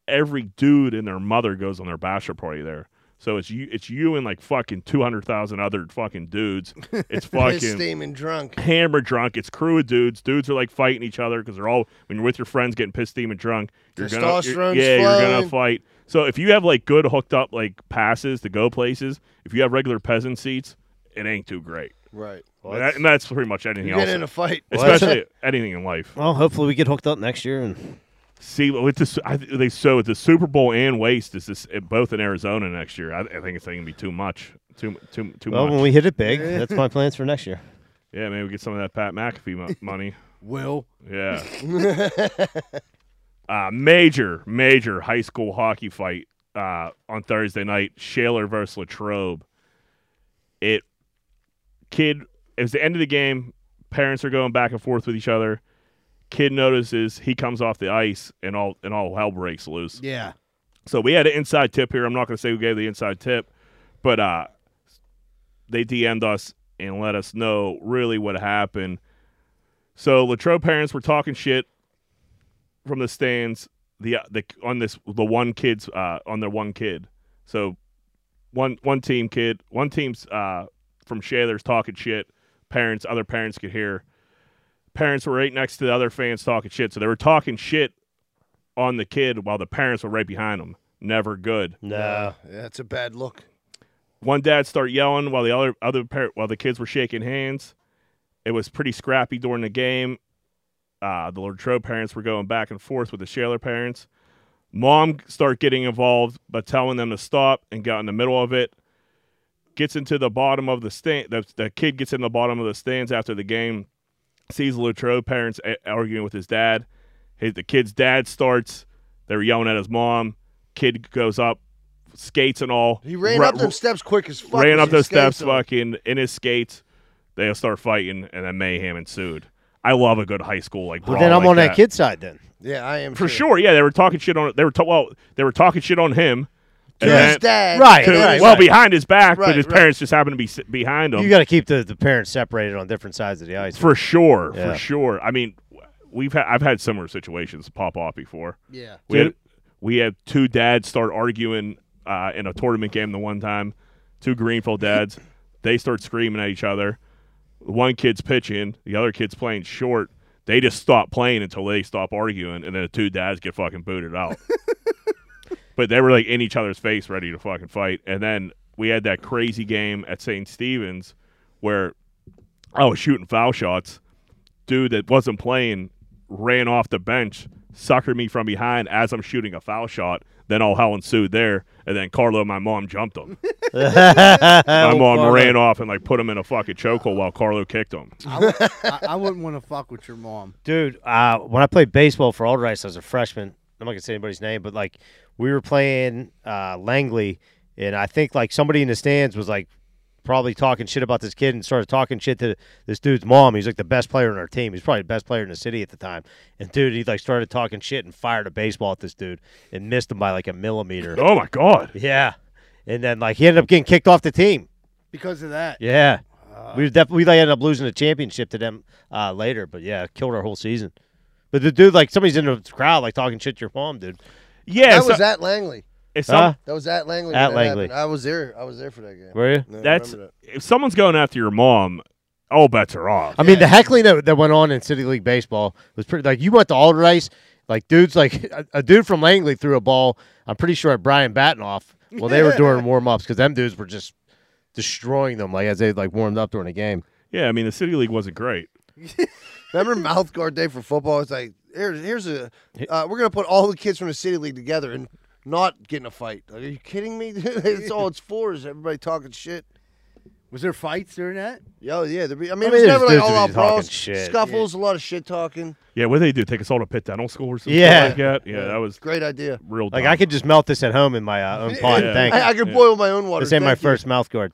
every dude and their mother goes on their bachelor party there. So it's you it's you and like fucking two hundred thousand other fucking dudes. It's Pissed, fucking steaming drunk. hammer drunk. It's crew of dudes. Dudes are like fighting each other because they're all when you're with your friends getting pissed, steaming drunk. You're gonna you're- Testosterone's yeah, you're gonna flowing. fight. So if you have like good hooked up like passes to go places, if you have regular peasant seats, it ain't too great. Right. and, that- and that's pretty much anything You else, get in a fight. that's- especially anything in life. Well, hopefully we get hooked up next year. And See, with this, I, th- they so with the Super Bowl and waste is this it- both in Arizona next year. I, I think it's going to be too much, too too too well, when much. we hit it big, that's my plans for next year. yeah, maybe we get some of that Pat McAfee mo- money. Will. Yeah. uh, major, major high school hockey fight uh, on Thursday night. Shaler versus Latrobe. It kid. It was the end of the game. Parents are going back and forth with each other. Kid notices he comes off the ice and all and all hell breaks loose. Yeah. So we had an inside tip here. I'm not going to say who gave the inside tip, but uh, they DM'd us and let us know really what happened. So Latrobe parents were talking shit from the stands. The uh, the on this the one kid's uh, on their one kid. So one one team kid, one team's uh, from Shaler's talking shit. Parents, other parents could hear. Parents were right next to the other fans talking shit. So they were talking shit on the kid while the parents were right behind him. Never good. No. Yeah, that's a bad look. One dad started yelling while the other other parent while the kids were shaking hands. It was pretty scrappy during the game. Uh, the Latrobe parents were going back and forth with the Shaler parents. Mom start getting involved, but telling them to stop and got in the middle of it. Gets into the bottom of the stand. The, the kid gets in the bottom of the stands after the game. Sees the Latrobe parents a- arguing with his dad. His, the kid's dad starts. They're yelling at his mom. Kid goes up, skates and all. He ran Ru- up them steps quick as fuck. ran as up he those escaped steps, them. fucking in his skates. They'll start fighting, and then mayhem ensued. I love a good high school like. But brawl then I'm like on that kid's side then. Yeah, I am for too. sure. Yeah, they were talking shit on. They were ta- well, they were talking shit on him. and To his then- dad. Right, and to- then right, his- well, behind his back, but Right, his right. parents just happened to be sit behind him. You got to keep the, the parents separated on different sides of the ice. for sure, Yeah. for sure. I mean, we've had I've had similar situations pop off before. Yeah. We Dude. had, we had two dads start arguing uh, in a tournament game the one time. Two Greenfield dads. they start screaming at each other. One kid's pitching, the other kid's playing short. They just stop playing until they stop arguing, and then the two dads get fucking booted out. but they were like in each other's face, ready to fucking fight. And then we had that crazy game at St. Stephen's where I was shooting foul shots. Dude that wasn't playing ran off the bench, suckered me from behind as I'm shooting a foul shot. Then all hell ensued there, and then Carlo, my mom, jumped him. my mom ran off and like put him in a fucking chokehold while Carlo kicked him. I, would, I, I wouldn't want to fuck with your mom. Dude, uh, when I played baseball for Old Rice as a freshman, I'm not gonna say anybody's name, but like we were playing uh, Langley, and I think like somebody in the stands was like probably talking shit about this kid and started talking shit to this dude's mom. He's like the best player on our team. He's probably the best player in the city at the time. And dude, he like started talking shit and fired a baseball at this dude and missed him by like a millimeter. Oh my god! yeah, and then like he ended up getting kicked off the team. Because of that. Yeah. we were def- we like ended up losing the championship to them uh, later, but yeah, it killed our whole season. But the dude, like somebody's in the crowd, like talking shit to your mom, dude. Yeah, that so, was at Langley. if, some, Huh? That was at Langley. At when that Langley. happened. I was there. I was there for that game. Were you? No, I That's- remember if someone's going after your mom, all bets are off. I mean, the heckling that, that went on in City League baseball was pretty. Like you went to Alderice, like dudes, like a, a dude from Langley threw a ball. I'm pretty sure at Brian Batenoff. Well, they were doing warm ups because them dudes were just destroying them, like as they like warmed up during the game. Yeah, I mean the city league wasn't great. that. Remember mouth guard day for football? It's like here, here's a uh, we're gonna put all the kids from the city league together and not get in a fight. Like, are you kidding me? it's all it's for is everybody talking shit. Was there fights during that? Yo, yeah. there'd Be, I mean, mean, it was there's never like dudes all who out be talking brawls, shit. scuffles, a lot of shit talking. Yeah, what they do? Take us all to pit dental school or something Yeah. like that. Yeah, that was Great idea. real. Like dumb. I could just melt this at home in my uh, own pond. Yeah. Thank you. I, I could boil my own water. This ain't my Thank you. first mouth guard.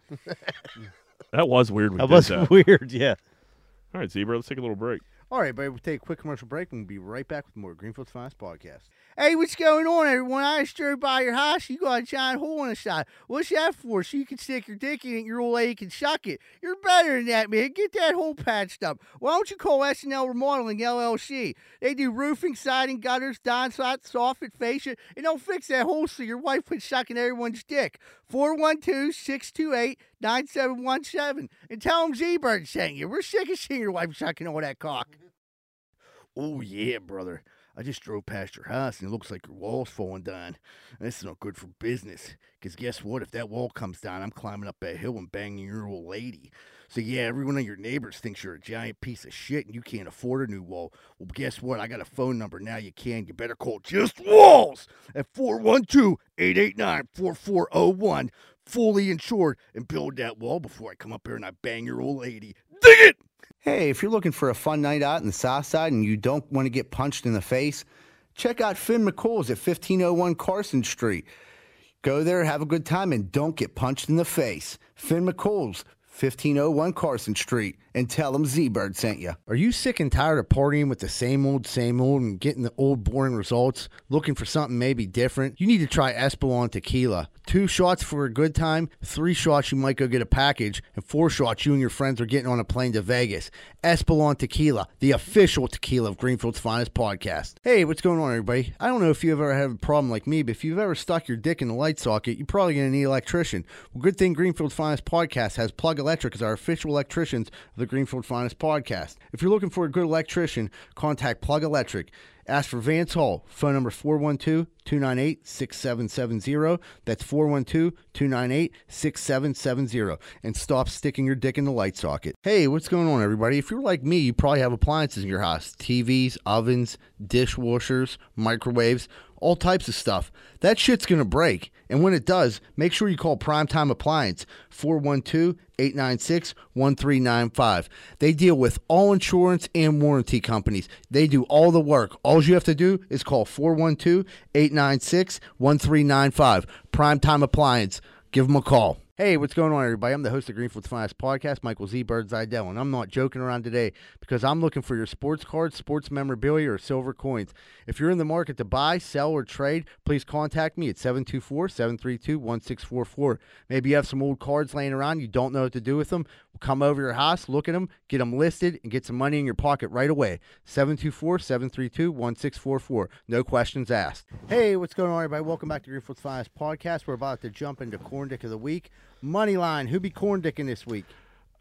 That was weird. We That did was that. weird. Yeah. All right, Zebra, let's take a little break. All right, but we'll take a quick commercial break and we'll be right back with more Greenfield's Finest Podcast. Hey, what's going on, everyone? I just drove by your house. You got a giant hole in the side. What's that for? So you can stick your dick in it, your old lady can suck it. You're better than that, man. Get that hole patched up. Why don't you call SNL Remodeling LLC? They do roofing, siding, gutters, downspout, soffit, fascia, and they'll fix that hole so your wife quit sucking everyone's dick. 412 628 9717. And tell them Z Bird sent you. We're sick of seeing your wife sucking all that cock. Oh yeah, brother. I just drove past your house and it looks like your wall's falling down. This is not good for business. Cause guess what? If that wall comes down, I'm climbing up that hill and banging your old lady. So yeah, every one of your neighbors thinks you're a giant piece of shit and you can't afford a new wall. Well, guess what? I got a phone number now you can. You better call Just Walls at 412-889-4401. Fully insured and build that wall before I come up here and I bang your old lady. Dig it! Hey, if you're looking for a fun night out in the South Side and you don't want to get punched in the face, check out Finn McCool's at 1501 Carson Street. Go there, have a good time, and don't get punched in the face. Finn McCool's, 1501 Carson Street, and tell them Z Bird sent you. Are you sick and tired of partying with the same old, same old, and getting the old, boring results? Looking for something maybe different? You need to try Espolon Tequila. Two shots for a good time, three shots you might go get a package, and four shots you and your friends are getting on a plane to Vegas. Espolon Tequila, the official tequila of Greenfield's Finest Podcast. Hey, what's going on, everybody? I don't know if you've ever had a problem like me, but if you've ever stuck your dick in the light socket, you're probably going to need an electrician. Well, good thing Greenfield's Finest Podcast has Plug Electric as our official electricians of the Greenfield Finest Podcast. If you're looking for a good electrician, contact Plug Electric. Ask for Vance Hall, phone number 412 298 6770. That's 412 298 6770. And stop sticking your dick in the light socket. Hey, what's going on, everybody? If you're like me, you probably have appliances in your house TVs, ovens, dishwashers, microwaves, all types of stuff. That shit's going to break. And when it does, make sure you call Primetime Appliance 412 896 1395. They deal with all insurance and warranty companies. They do all the work. All you have to do is call 412 896 1395. Primetime Appliance. Give them a call. Hey, what's going on, everybody? I'm the host of Greenfield's Finest Podcast, Michael Z. Bird Zidell, and I'm not joking around today because I'm looking for your sports cards, sports memorabilia, or silver coins. If you're in the market to buy, sell, or trade, please contact me at 724 732 1644. Maybe you have some old cards laying around, you don't know what to do with them. Come over to your house, look at them, get them listed, and get some money in your pocket right away. 724 732 1644. No questions asked. Hey, what's going on, everybody? Welcome back to Greenfield's Finest Podcast. We're about to jump into Corn Dick of the Week. Money line, who be corn dicking this week?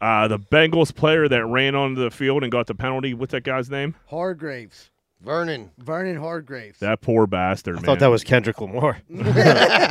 Uh, the Bengals player that ran onto the field and got the penalty. What's that guy's name? Hargraves. Vernon. Vernon Hargraves. That poor bastard. I man. thought that was Kendrick Lamar.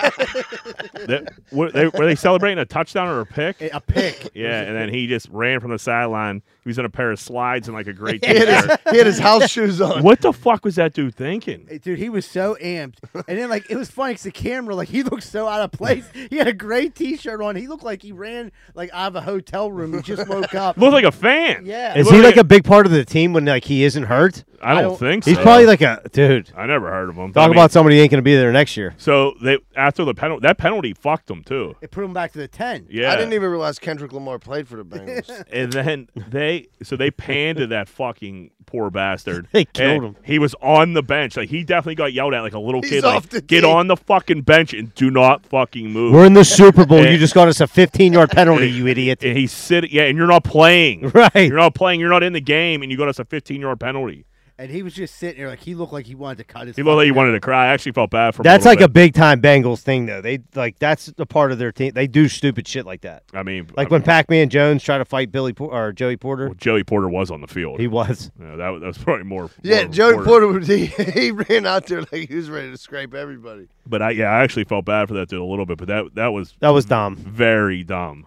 That- were, they, were they celebrating a touchdown or a pick? a pick. yeah, and then he just ran from the sideline. He was in a pair of slides and like a great He had t-shirt. his, he had his house shoes on. What the fuck was that dude thinking? Hey, Dude, he was so amped, and then like it was funny because the camera, like he looked so out of place. He had a gray T-shirt on. He looked like he ran like out of a hotel room. He just woke up. Looked like a fan. Yeah. He Is Is looked he like a big part of the team when like he isn't hurt? I don't think so. He's probably like a dude. I never heard of him. Talk I mean, about somebody who ain't gonna be there next year. so they after the penalty that penalty fucked him too. It put him back to the ten. Yeah, I didn't even realize Kendrick Lamar played for the Bengals. and then they so they panned to that fucking poor bastard. They killed And him. He was on the bench. Like he definitely got yelled at like a little He's kid. Like, off the get team." on the fucking bench and do not fucking move. We're in the Super Bowl. you just got us a 15 yard penalty, you idiot. and he's sitting. Yeah, and you're not playing. Right. You're not playing. You're not in the game, and you got us a 15 yard penalty. And he was just sitting there like he looked like he wanted to cut his. He looked like he fucking- wanted to cry. I actually felt bad for him. That's like a big time Bengals thing, though. They like that's the part of their team. They do stupid shit like that. a. I mean, Like I when mean, Pac Man Jones tried to fight Billy Por- or Joey Porter, Joey Porter was on the field. he was. Yeah, that, was- that was probably more. yeah, more Joey Porter, was- he, he ran out there like he was ready to scrape everybody. But I yeah, I actually felt bad for that dude a little bit. But that that was That was dumb. very dumb.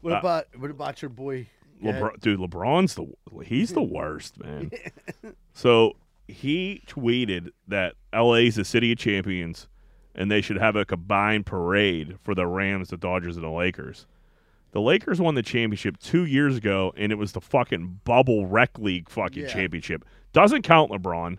What about what about your boy? Yeah. LeBron, dude, LeBron's the he's the worst, man. so he tweeted that LA's the city of champions, and they should have a combined parade for the Rams, the Dodgers, and the Lakers. The Lakers won the championship two years ago, and it was the fucking bubble rec league fucking Yeah. championship. Doesn't count LeBron.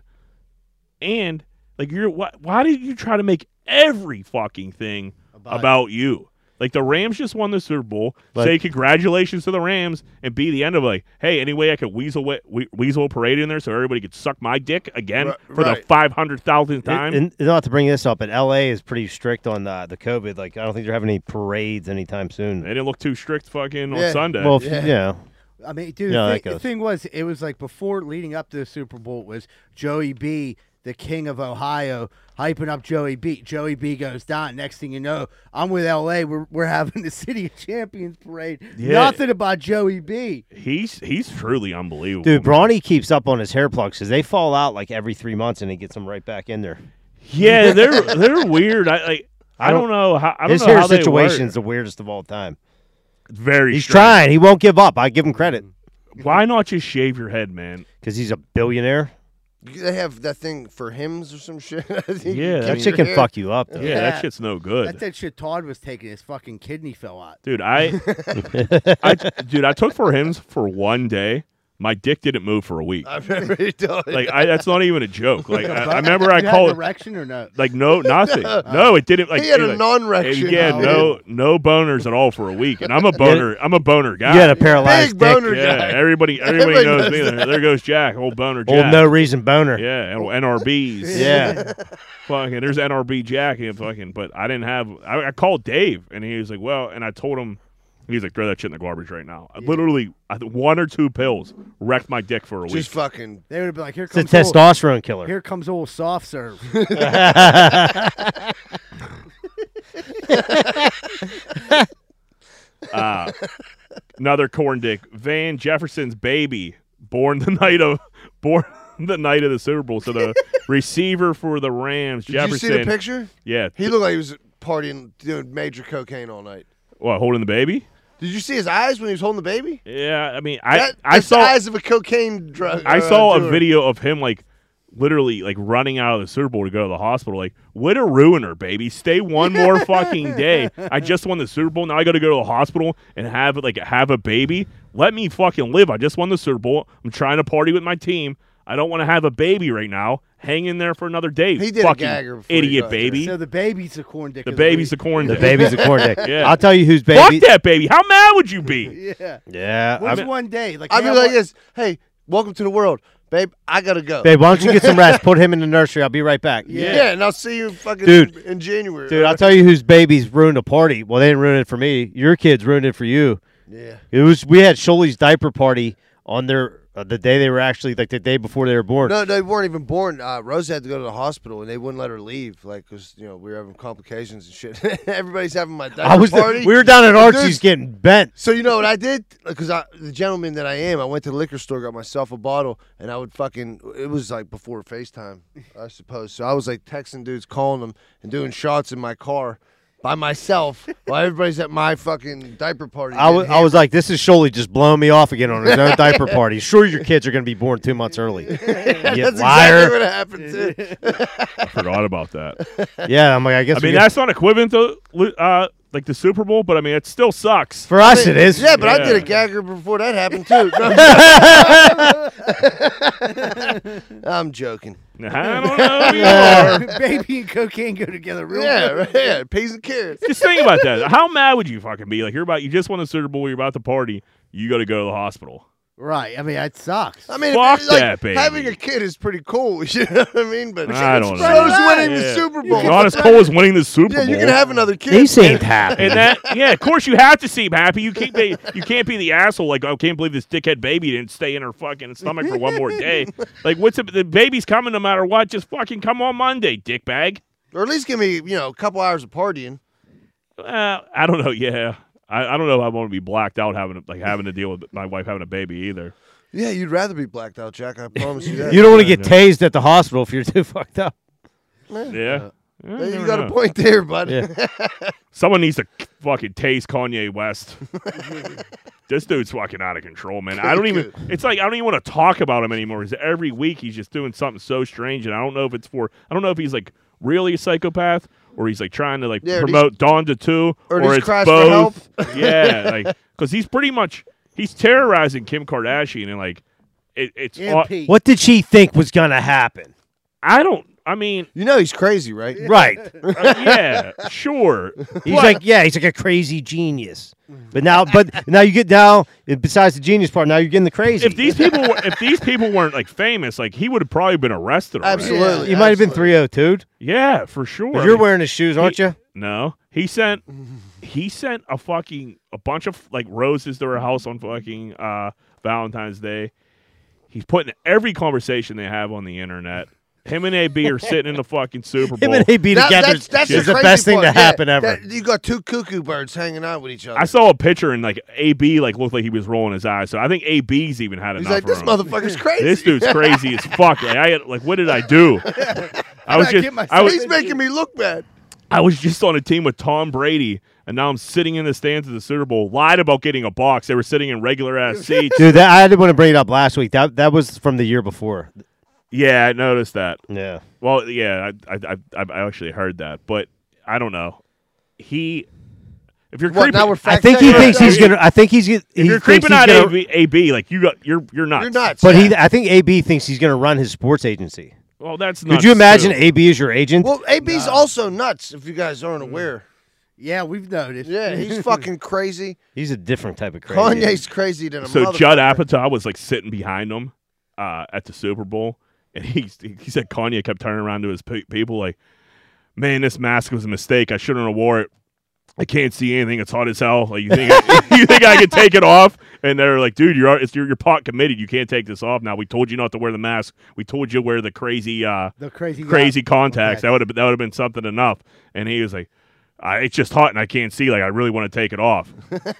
And like you're why, why did you try to make every fucking thing About- about, you? Like the Rams just won the Super Bowl. But- say congratulations to the Rams and be the end of it, like, hey, any way I could weasel we- we- weasel a parade in there so everybody could suck my dick again Ri- for the right. five hundred thousandth time. And, and not to bring this up, but LA is pretty strict on uh, the, the COVID. Like I don't think they're having any parades anytime they soon. didn't look too strict fucking Yeah. on Sunday. Well, if, Yeah. yeah. I mean, dude, Yeah, the, that thi- the goes. thing was, it was like before leading up to the Super Bowl it was Joey B, the king of Ohio, hyping up Joey B. Joey B goes down. Next thing you know, I'm with LA. We're, we're having the City of Champions parade. Yeah. Nothing about Joey B. he's he's truly unbelievable. Dude, man. Brawny keeps up on his hair plugs because they fall out like every three months and he gets them right back in there. Yeah, they're they're weird. I like I, I don't- don't, know how I don't His know hair how they situation's work. the weirdest of all time. very He's strange. trying. He won't give up. I give him credit Why not just shave your head, man? because he's a billionaire. They have that thing for hymns or some shit. I think you Yeah, keep that That mean, shit your can hair- fuck you up. Though. Yeah, Yeah. that shit's no good. That's that shit Todd was taking. His fucking kidney fell out. Dude, I, I dude, I took for him for one day. My dick didn't move for a week. I remember he doing it. Like I, that's not even a joke. Like I, I remember I You had an called erection or no? like no nothing. No, it didn't. Like he had dude, a like, non-rection. Yeah, Oh. no no boners at all for a week. And I'm a boner. I'm a boner guy. You got a Big paralyzed dick. boner yeah, guy. everybody everybody, Everybody knows knows me. There- There goes Jack, old boner Old Jack. no reason boner. Yeah, Yeah. and- NRBs. Yeah. fucking there's NRB Jack and fucking but I didn't have I, I called Dave and he was like well and I told him he's like throw that shit in the garbage right now I literally I, th- one or two pills wrecked my dick for a Just week fucking. They would have been like, here It's a comes old, testosterone killer. here comes old soft serve. uh, another corn dick Van Jefferson's baby born the night of born the night of the Super Bowl so the receiver for the Rams Did Jefferson you see the picture? yeah He looked like he was partying, doing major cocaine all night. what holding the baby Did you see his eyes when he was holding the baby? yeah I mean I That- I that's saw the eyes of a cocaine drug. I uh, saw a doer. video of him like literally like running out of the Super Bowl to go to the hospital. Like, what a ruiner, baby! Stay one more fucking day. I just won the Super Bowl. Now I got to go to the hospital and have like have a baby. Let me fucking live. I just won the Super Bowl. I'm trying to party with my team. I don't want to have a baby right now. Hang in there for another day. He did a fucking gagger before he idiot got there. baby. so the baby's the corn dick. The of baby's the week. corn. The dick. baby's a corn dick. Yeah. I'll tell you who's Fuck baby. that baby. How mad would you be? Yeah. Yeah. What's I- one day? Like I'd man, be like what- this. Hey, welcome to the world, babe. I gotta go. babe, why don't you get some rest? Put him in the nursery. I'll be right back. Yeah. and I'll see you fucking Dude. in January. Dude, I'll tell you whose baby's ruined a party. Well, they didn't ruin it for me. Your kids ruined it for you. yeah. It was we had Sholey's diaper party on their uh, the day they were actually like the day before they were born. No, they weren't even born. Uh, Rose had to go to the hospital, and they wouldn't let her leave, like, cause you know we were having complications and shit. Everybody's having my diaper I was party. we were down at Dude, Archie's getting bent. So you know what I did? Because I, the gentleman that I am, I went to the liquor store, got myself a bottle, and I would fucking. It was like before FaceTime, I suppose. So I was like texting dudes, calling them, and doing shots in my car by myself while everybody's at my fucking diaper party. I was, I was like, this is Sholey just blowing me off again on his own diaper party. Sure, your kids are going to be born two months early. getting hammered. you That's liar. exactly what happened too. I forgot about that. yeah, I'm like, I guess I we mean, could- that's not equivalent to uh, like the Super Bowl, but I mean, it still sucks. for us it is. Yeah, but I did a Yeah. gagger before that happened too. No, I'm joking. I don't know anymore. Baby and cocaine go together real Yeah, good. right, yeah, peas and carrots. just think about that. How mad would you fucking be? Like you're about, you just won a Super Bowl. You're about to party. You got to go to the hospital. Right. I mean, that sucks. I mean, Fuck it's like, that, baby. having a kid is pretty cool. You know what I mean? But I don't so know. is winning the Yeah. Super You Bowl. can- Honest Cole is winning the Super yeah, Bowl. you can have another kid. They seemed happy. and that, yeah, of course you have to seem happy. You can't be, you can't be the asshole like, I can't believe this dickhead baby didn't stay in her fucking stomach for one more day. Like, what's it, the baby's coming no matter what? Just fucking come on Monday, dickbag. or at least give me, you know, a couple hours of partying. Uh, I don't know. Yeah, I, I don't know. If I want to be blacked out having like having to deal with my wife having a baby either. Yeah, you'd rather be blacked out, Jack. I promise you that. You don't want to get tased at the hospital if you're too fucked up. Yeah. Yeah, Hey, never you got know. a point there, buddy. Someone needs to k- fucking taste Kanye West. this dude's fucking out of control, man. I don't even. It's like I don't even want to talk about him anymore. Because every week he's just doing something so strange, and I don't know if it's for. I don't know if he's like really a psychopath or he's like trying to like Yeah, or he's- promote Dawn to Two or or, he's it's crashed for both. yeah, like because he's pretty much he's terrorizing Kim Kardashian and like it, it's. And all- Pete. What did she think was gonna happen? I don't. I mean, You know he's crazy, right? Right. uh, yeah, sure. He's like, yeah, he's like a crazy genius. But now, but now you get now. Besides the genius part, now you're getting the crazy. if these people were, if these people weren't like famous, like he would have probably been arrested. Already. Absolutely. you might have been absolutely. 302'd. Yeah, for sure. I You're mean, wearing his shoes, aren't you? no, he sent he sent a fucking a bunch of like roses to her house on fucking uh, Valentine's Day. He's putting every conversation they have on the internet. Him and AB are sitting in the fucking Super Him Bowl. and AB That- together that's, that's is the crazy best thing part. to Yeah, happen ever. that- you got two cuckoo birds hanging out with each other. I saw a picture and like AB like looked like he was rolling his eyes. So I think AB's even had he's enough. like, for this him. motherfucker's crazy. This dude's crazy as fuck. Like, I like, what did I do? I was I just, get myself I was, he's making me look bad. I was just on a team with Tom Brady, and now I'm sitting in the stands at the Super Bowl. Lied about getting a box. They were sitting in regular ass seats. Dude, that, I didn't want to bring it up last week. That that was from the year before. yeah, I noticed that. Yeah. Well, yeah, I, I, I, I actually heard that, but I don't know. He, if you're What, creeping, now we're I fact think he checking thinks ourselves? he's gonna. I think he's. He if you're thinks creeping he's out gonna- AB, AB, like you got, you're, you're not. You're nuts. But he, yeah. I think AB thinks he's gonna run his sports agency. Well, that's not. Could you imagine AB as your agent? Well, AB's also nuts. If you guys aren't Mm. aware, Yeah, we've noticed. yeah, he's fucking crazy. he's a different type of crazy. Kanye's crazy than a So mother- Judd Apatow was like sitting behind him uh, at the Super Bowl, and he he said Kanye kept turning around to his pe- people like, "Man, this mask was a mistake. I shouldn't have wore it. I can't see anything. It's hot as hell. Like you think I, you think I can take it off?" And they're like, "Dude, you're it's your your pot committed. You can't take this off now. We told you not to wear the mask. We told you to wear the crazy uh, The crazy guy. crazy contacts. contacts. That would have that would have been something enough." And he was like. I, it's just hot and I can't see. Like I really want to take it off.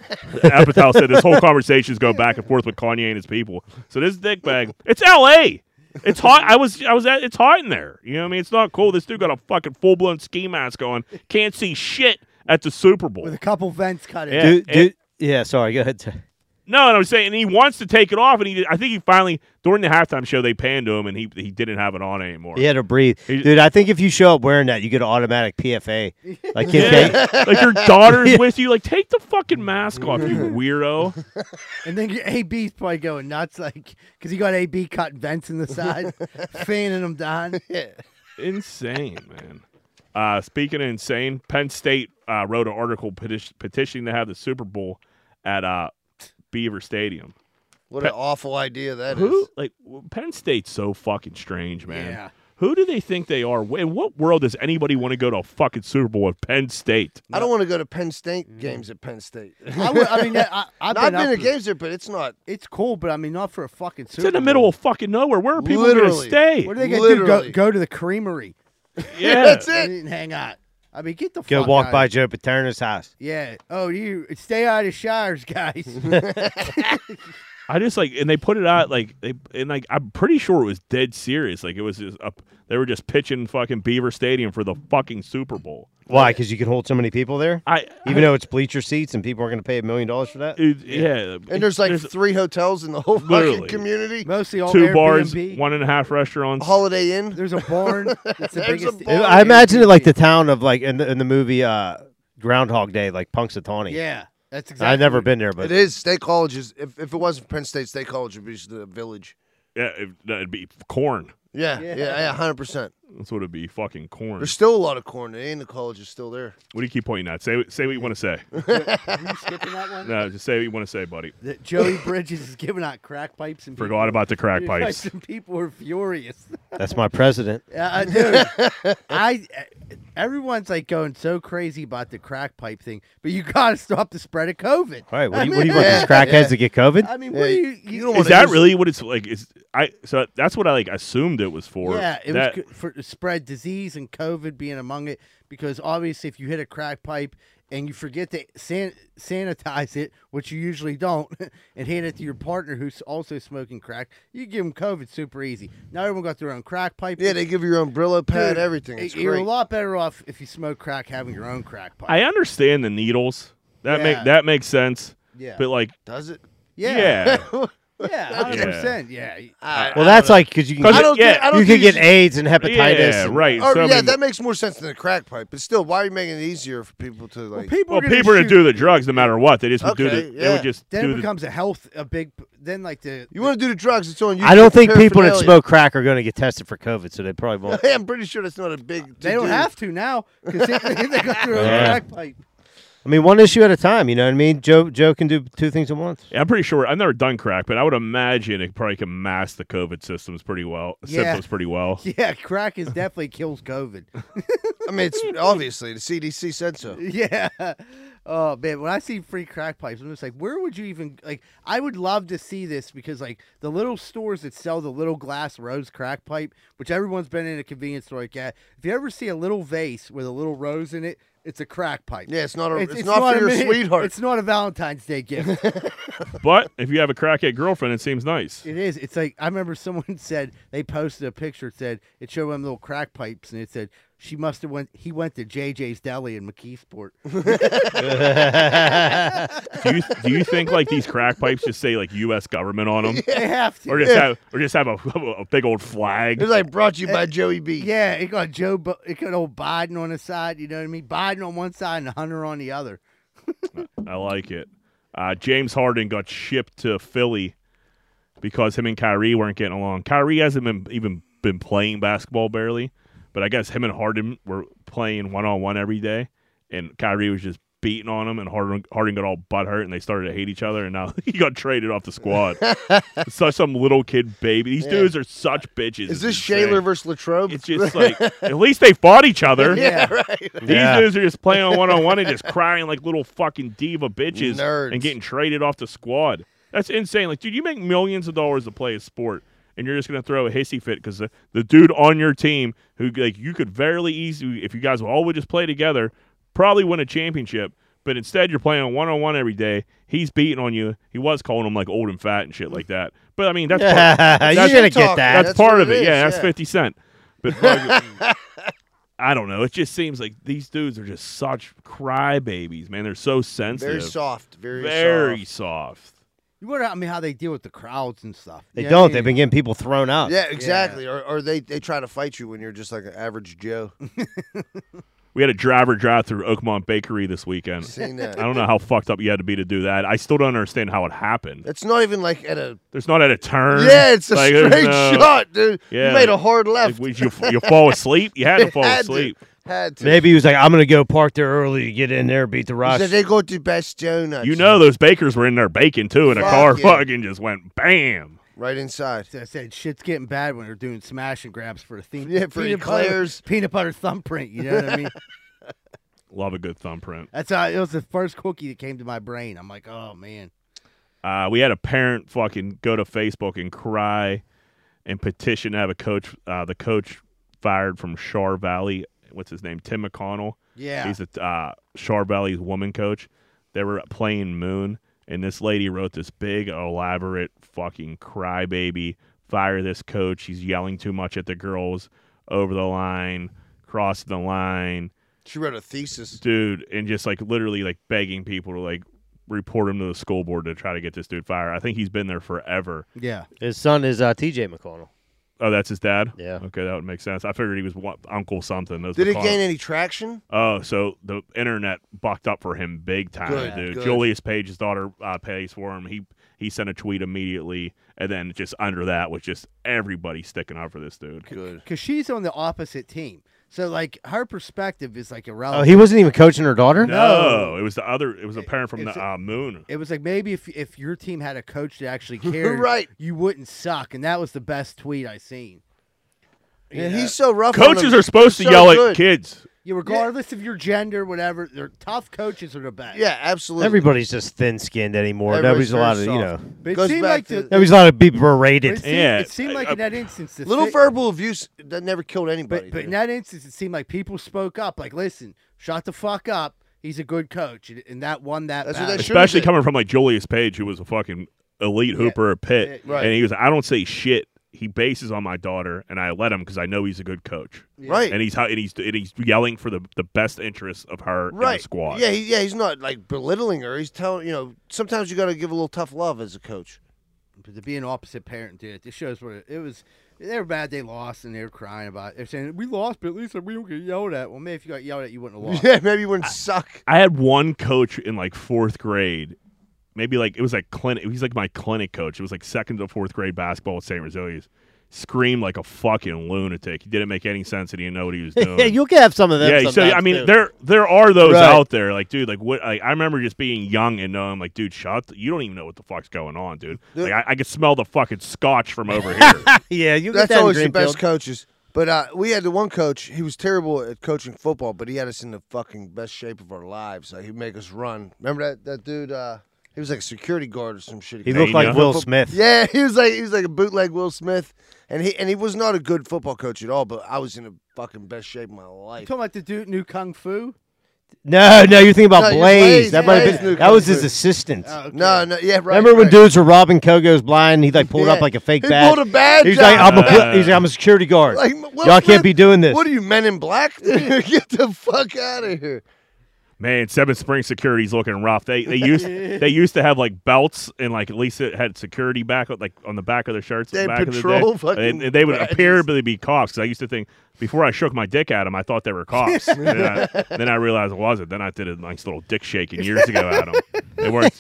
Apatow said this whole conversation is going back and forth with Kanye and his people. So this dickbag, it's L.A. It's hot. I was, I was at. It's hot in there. You know what I mean? It's not cool. This dude got a fucking full blown ski mask on. Can't see shit at the Super Bowl. With a couple vents cut in. Yeah. Dude, it- dude, yeah, sorry. Go ahead. No, and I'm saying, and he wants to take it off, and he. I think he finally during the halftime show they panned to him, and he he didn't have it on anymore. He had to breathe, He- dude. I think if you show up wearing that, you get an automatic PFA. Like, Kim K- Yeah. like your daughter's with you. Like, take the fucking mask off, you weirdo. And then your AB's probably going nuts, like, because he got AB cut vents in the side, fanning them down. insane, man. Uh, speaking of insane, Penn State uh, wrote an article peti- petitioning to have the Super Bowl at uh, Beaver Stadium. What an awful idea that is. Who like w- Penn State's so fucking strange, man. Yeah. Who do they think they are? Wh- In what world does anybody want to go to a fucking Super Bowl at Penn State? Uh, I don't want to go to Penn State games at Penn State. I, would, I mean, yeah, I, I've I've up been to to- games there, but it's not. It's cool, but I mean, not for a fucking It's in the Super middle Bowl. of fucking nowhere. Where are people going to Literally. stay? What are they going to do? Go, Literally. go to the creamery. yeah, That's I it. mean, hang out. I mean, get the go fuck walk out. by Joe Paterno's house. Yeah. Oh, you stay out of showers, guys. I just like, and they put it out like they, and like I'm pretty sure it was dead serious. Like it was just up. They were just pitching fucking Beaver Stadium for the fucking Super Bowl. Why? Because you can hold so many people there, I even though it's bleacher seats and people are going to pay a million dollars for that. It- yeah. And there's like three hotels in the whole fucking Literally. community. Mostly all two Airbnb. bars, one and a half restaurants. Holiday Inn. There's a barn. It's the There's a biggest. barn. I imagine it like the town of like in the, in the movie uh, Groundhog Day, like Punxsutawney. Yeah, that's exactly. I've never what- been there, but It is. State College is. If, if it wasn't Penn State, State College would be just the village. yeah, it, that'd be corn. Yeah, yeah, Yeah. yeah, hundred percent. That's what it'd be. Fucking corn. There's still a lot of corn. It ain't the college is still there. What do you keep pointing at? Say say what you want to say. Are you skipping that one? no, just say what you want to say, buddy. That Joey Bridges is giving out crack pipes and Forgot about the crack people, pipes. and people are furious. That's my president. Yeah, I dude, I everyone's like going so crazy about the crack pipe thing, but you gotta stop the spread of COVID. All right, what I do you, mean, what do you want these crackheads yeah. to get COVID? I mean, what do Yeah, you? you don't Is wanna- that It's- really what it's like? Is I so that's what I like assumed it was for. Yeah, it That- was was for to spread disease and COVID being among it because obviously if you hit a crack pipe and you forget to san- sanitize it, which you usually don't, and hand it to your partner who's also smoking crack, you give them COVID super easy. Now everyone got their own crack pipe. Yeah, they give you your umbrella pad, Dude, everything. It's you're great. a lot better off if you smoke crack having your own crack pipe. I understand the needles. That Yeah. make that makes sense. yeah. But like, Does it? yeah, well, yeah, hundred percent. Yeah, well, that's like because you can Because I get, don't. yeah, think, I don't you can think get should- AIDS and hepatitis. yeah, and- right. Oh, Or, So, I Oh, yeah, mean, that makes more sense than the crack pipe. But still, why are you making it easier for people to like? people. well, are gonna people are shoot- gonna do the drugs no matter what. They just would do Okay, the. They yeah. would just Then do it the. becomes a health, a big. Then like the you want to do the drugs? It's on you. I don't think people that Paraphernalia. smoke crack are going to get tested for COVID, so they probably won't. Hey, I'm pretty sure that's not a big. They don't to-do. have to now because they, they got their own Yeah. crack pipe. I mean, one issue at a time. You know what I mean? Joe Joe can do two things at once. Yeah, I'm pretty sure I've never done crack, but I would imagine it probably can mask the COVID systems pretty well. Yeah. Symptoms pretty well. Yeah, crack is definitely kills COVID. I mean, it's obviously the CDC said so. yeah. Oh man, when I see free crack pipes, I'm just like, where would you even like? I would love to see this because like the little stores that sell the little glass rose crack pipe, which everyone's been in a convenience store like that. If you ever see a little vase with a little rose in it, it's a crack pipe. Yeah, it's not a. It's, not, for your a mini- sweetheart. It's not a Valentine's Day gift. But if you have a crackhead girlfriend, it seems nice. It is. It's like I remember someone said they posted a picture. It said it showed them little crack pipes, and it said she must have went. He went to JJ's Deli in McKeesport. Do you do you think like these crack pipes just say like U.S. government on them, they have to. or just Yeah. have or just have a, a big old flag? It's like brought to you by Joey B. yeah, it got Joe. Bu- it got old Biden on the side. You know what I mean? Biden on one side and Hunter on the other. I like it. Uh, James Harden got shipped to Philly because him and Kyrie weren't getting along. Kyrie hasn't been even been playing basketball barely, but I guess him and Harden were playing one on one every day, and Kyrie was just beating on him, and Harden Harden got all butthurt, and they started to hate each other, and now he got traded off the squad. such some little kid baby. These dudes are such bitches. Is this It's insane. Shaler versus Latrobe? It's just like at least they fought each other. Yeah. yeah, right. These Yeah. dudes are just playing on one on one and just crying like little fucking diva bitches Nerds. and getting traded off the squad. That's insane. Like, dude, you make millions of dollars to play a sport, and you're just gonna throw a hissy fit because the, the dude on your team who like you could very easily, if you guys all would just play together, probably win a championship. But instead, you're playing one on one every day. He's beating on you. He was calling him like old and fat and shit like that. But I mean, that's part, You're that's- going to get talk, that. that's, That's part what of it it. yeah, is, that's yeah. fifty cent. But fuck, I don't know. It just seems like these dudes are just such crybabies, man. They're so sensitive, Very soft. Very, Very soft. soft. You wonder, I mean, how they deal with the crowds and stuff. They You know what I don't. mean? They've been getting people thrown out. Yeah, exactly. Or, or they, they try to fight you when you're just like an average Joe. We had a driver drive through Oakmont Bakery this weekend. Seen I that? don't know how fucked up you had to be to do that. I still don't understand how it happened. It's not even like at a. There's not at a turn. Yeah, it's a Like, there's straight no- shot, dude. Yeah. You made a hard left. Like, would you you fall asleep? You had to fall had asleep. To, had to. Maybe he was like, I'm going to go park there early to get in there, beat the He rush. said they go to best donuts. You know those bakers were in there baking too, and a Fuck car yeah. fucking just went bam. right inside. I said shit's getting bad when they're doing smash and grabs for a theme. Yeah, for peanut butter, eclairs. peanut butter thumbprint. You know what I mean? Love a good thumbprint. That's how it was the first cookie that came to my brain. I'm like, oh man. Uh, we had a parent fucking go to Facebook and cry and petition to have a coach, uh, the coach fired from Shar Valley. What's his name? Tim McConnell. Yeah. He's a uh, Shar Valley's woman coach. They were playing Moon, and this lady wrote this big, elaborate fucking crybaby. Fire this coach. He's yelling too much at the girls over the line, crossing the line She wrote a thesis. dude and just like literally like begging people to like report him to the school board to try to get this dude fired. I think he's been there forever. yeah. His son is uh, TJ McConnell. Oh, that's his dad. Yeah. Okay, that would make sense. I figured he was one, uncle something. Those Did it McConnell- gain any traction? Oh, so the internet bucked up for him big time, Good, dude. good. Julius Page's daughter uh, pays for him. He He sent a tweet immediately, and then just under that was just everybody sticking up for this dude. Good. because she's on the opposite team. So like her perspective is like Oh, irrelevant. he wasn't even coaching her daughter. No, it was the other. It was a parent from it's the uh, moon. it was like maybe if if your team had a coach that actually cared, Right. you wouldn't suck. And that was the best tweet I seen. Yeah, he's so rough. on Coaches them. are supposed to So yell good. at kids. Yeah, regardless of your gender, whatever, they're tough coaches are the best. Yeah, absolutely. Everybody's just thin-skinned anymore. Everybody's Nobody's allowed to, very you know, soft. but it Goes seemed back like to- the, nobody's allowed to be but it berated. seemed, Yeah, it seemed I- like I- in that instance, the Little fi- verbal abuse that never killed anybody. But but in dude. that instance, it seemed like people spoke up. Like, listen, shut the fuck up. He's a good coach, and, and that won that. That's what battle. they should- Sure Especially did. coming from like Julius Page, who was a fucking elite hooper at Pitt, yeah, yeah. and he was. I don't say shit. He bases on my daughter, and I let him because I know he's a good coach. right. And he's how and he's and he's yelling for the, the best interests of her and the right. squad. Yeah, he, yeah, he's not like belittling her. He's telling you know sometimes you got to give a little tough love as a coach. But to be an opposite parent, dude, this shows what it, it was. They were bad. They lost, and they were crying about. it. They're saying we lost, but at least we don't get yelled at. Well, maybe if you got yelled at, you wouldn't have lost. Yeah, maybe you wouldn't suck. I had one coach in like fourth grade, maybe like it was like clinic. He's like my clinic coach. It was like second to fourth grade basketball at St. Rosalia's. Screamed like a fucking lunatic. He didn't make any sense, and he didn't know what he was doing. yeah, you'll have some of them. Yeah, so I sometimes, mean, too. there there are those Right. out there, like dude, like what? Like, I remember just being young and knowing, like, dude, shut, the- you don't even know what the fuck's going on, dude. Like, I, I could smell the fucking scotch from over here. yeah, you That's get that in always the best Greenfield. coaches. But uh, we had the one coach. He was terrible at coaching football, but he had us in the fucking best shape of our lives. Like he'd make us run. Remember that that dude? Uh, he was like a security guard or some shit. He Hey, looked you like know. Will Smith. Yeah, he was like he was like a bootleg Will Smith, and he and he was not a good football coach at all. But I was in the fucking best shape of my You life. talking about the dude knew kung fu? No, no, you're thinking No, about you're Blaze. Blaze. That might Blaze have knew been that was Kung his Fu. assistant. Oh, okay. No, no, yeah, right. Remember when right. dudes were robbing Kogos blind? He like pulled Yeah. up like a fake He badge. pulled a badge He was like, out. I'm a, Yeah. he's like, I'm a security guard. Like, Will Y'all Smith, can't be doing this. What are you, Men in Black? Dude, Get the fuck out of here! Man, Seven Spring Security's looking rough. They they used they used to have like belts and like at least it had security back like on the back of their shirts. They back patrol of the day. fucking And, and they would badges. appear to be cops because I used to think before I shook my dick at them, I thought they were cops. and then, I, then I realized it wasn't. Then I did a nice little dick shaking years ago at them. They weren't.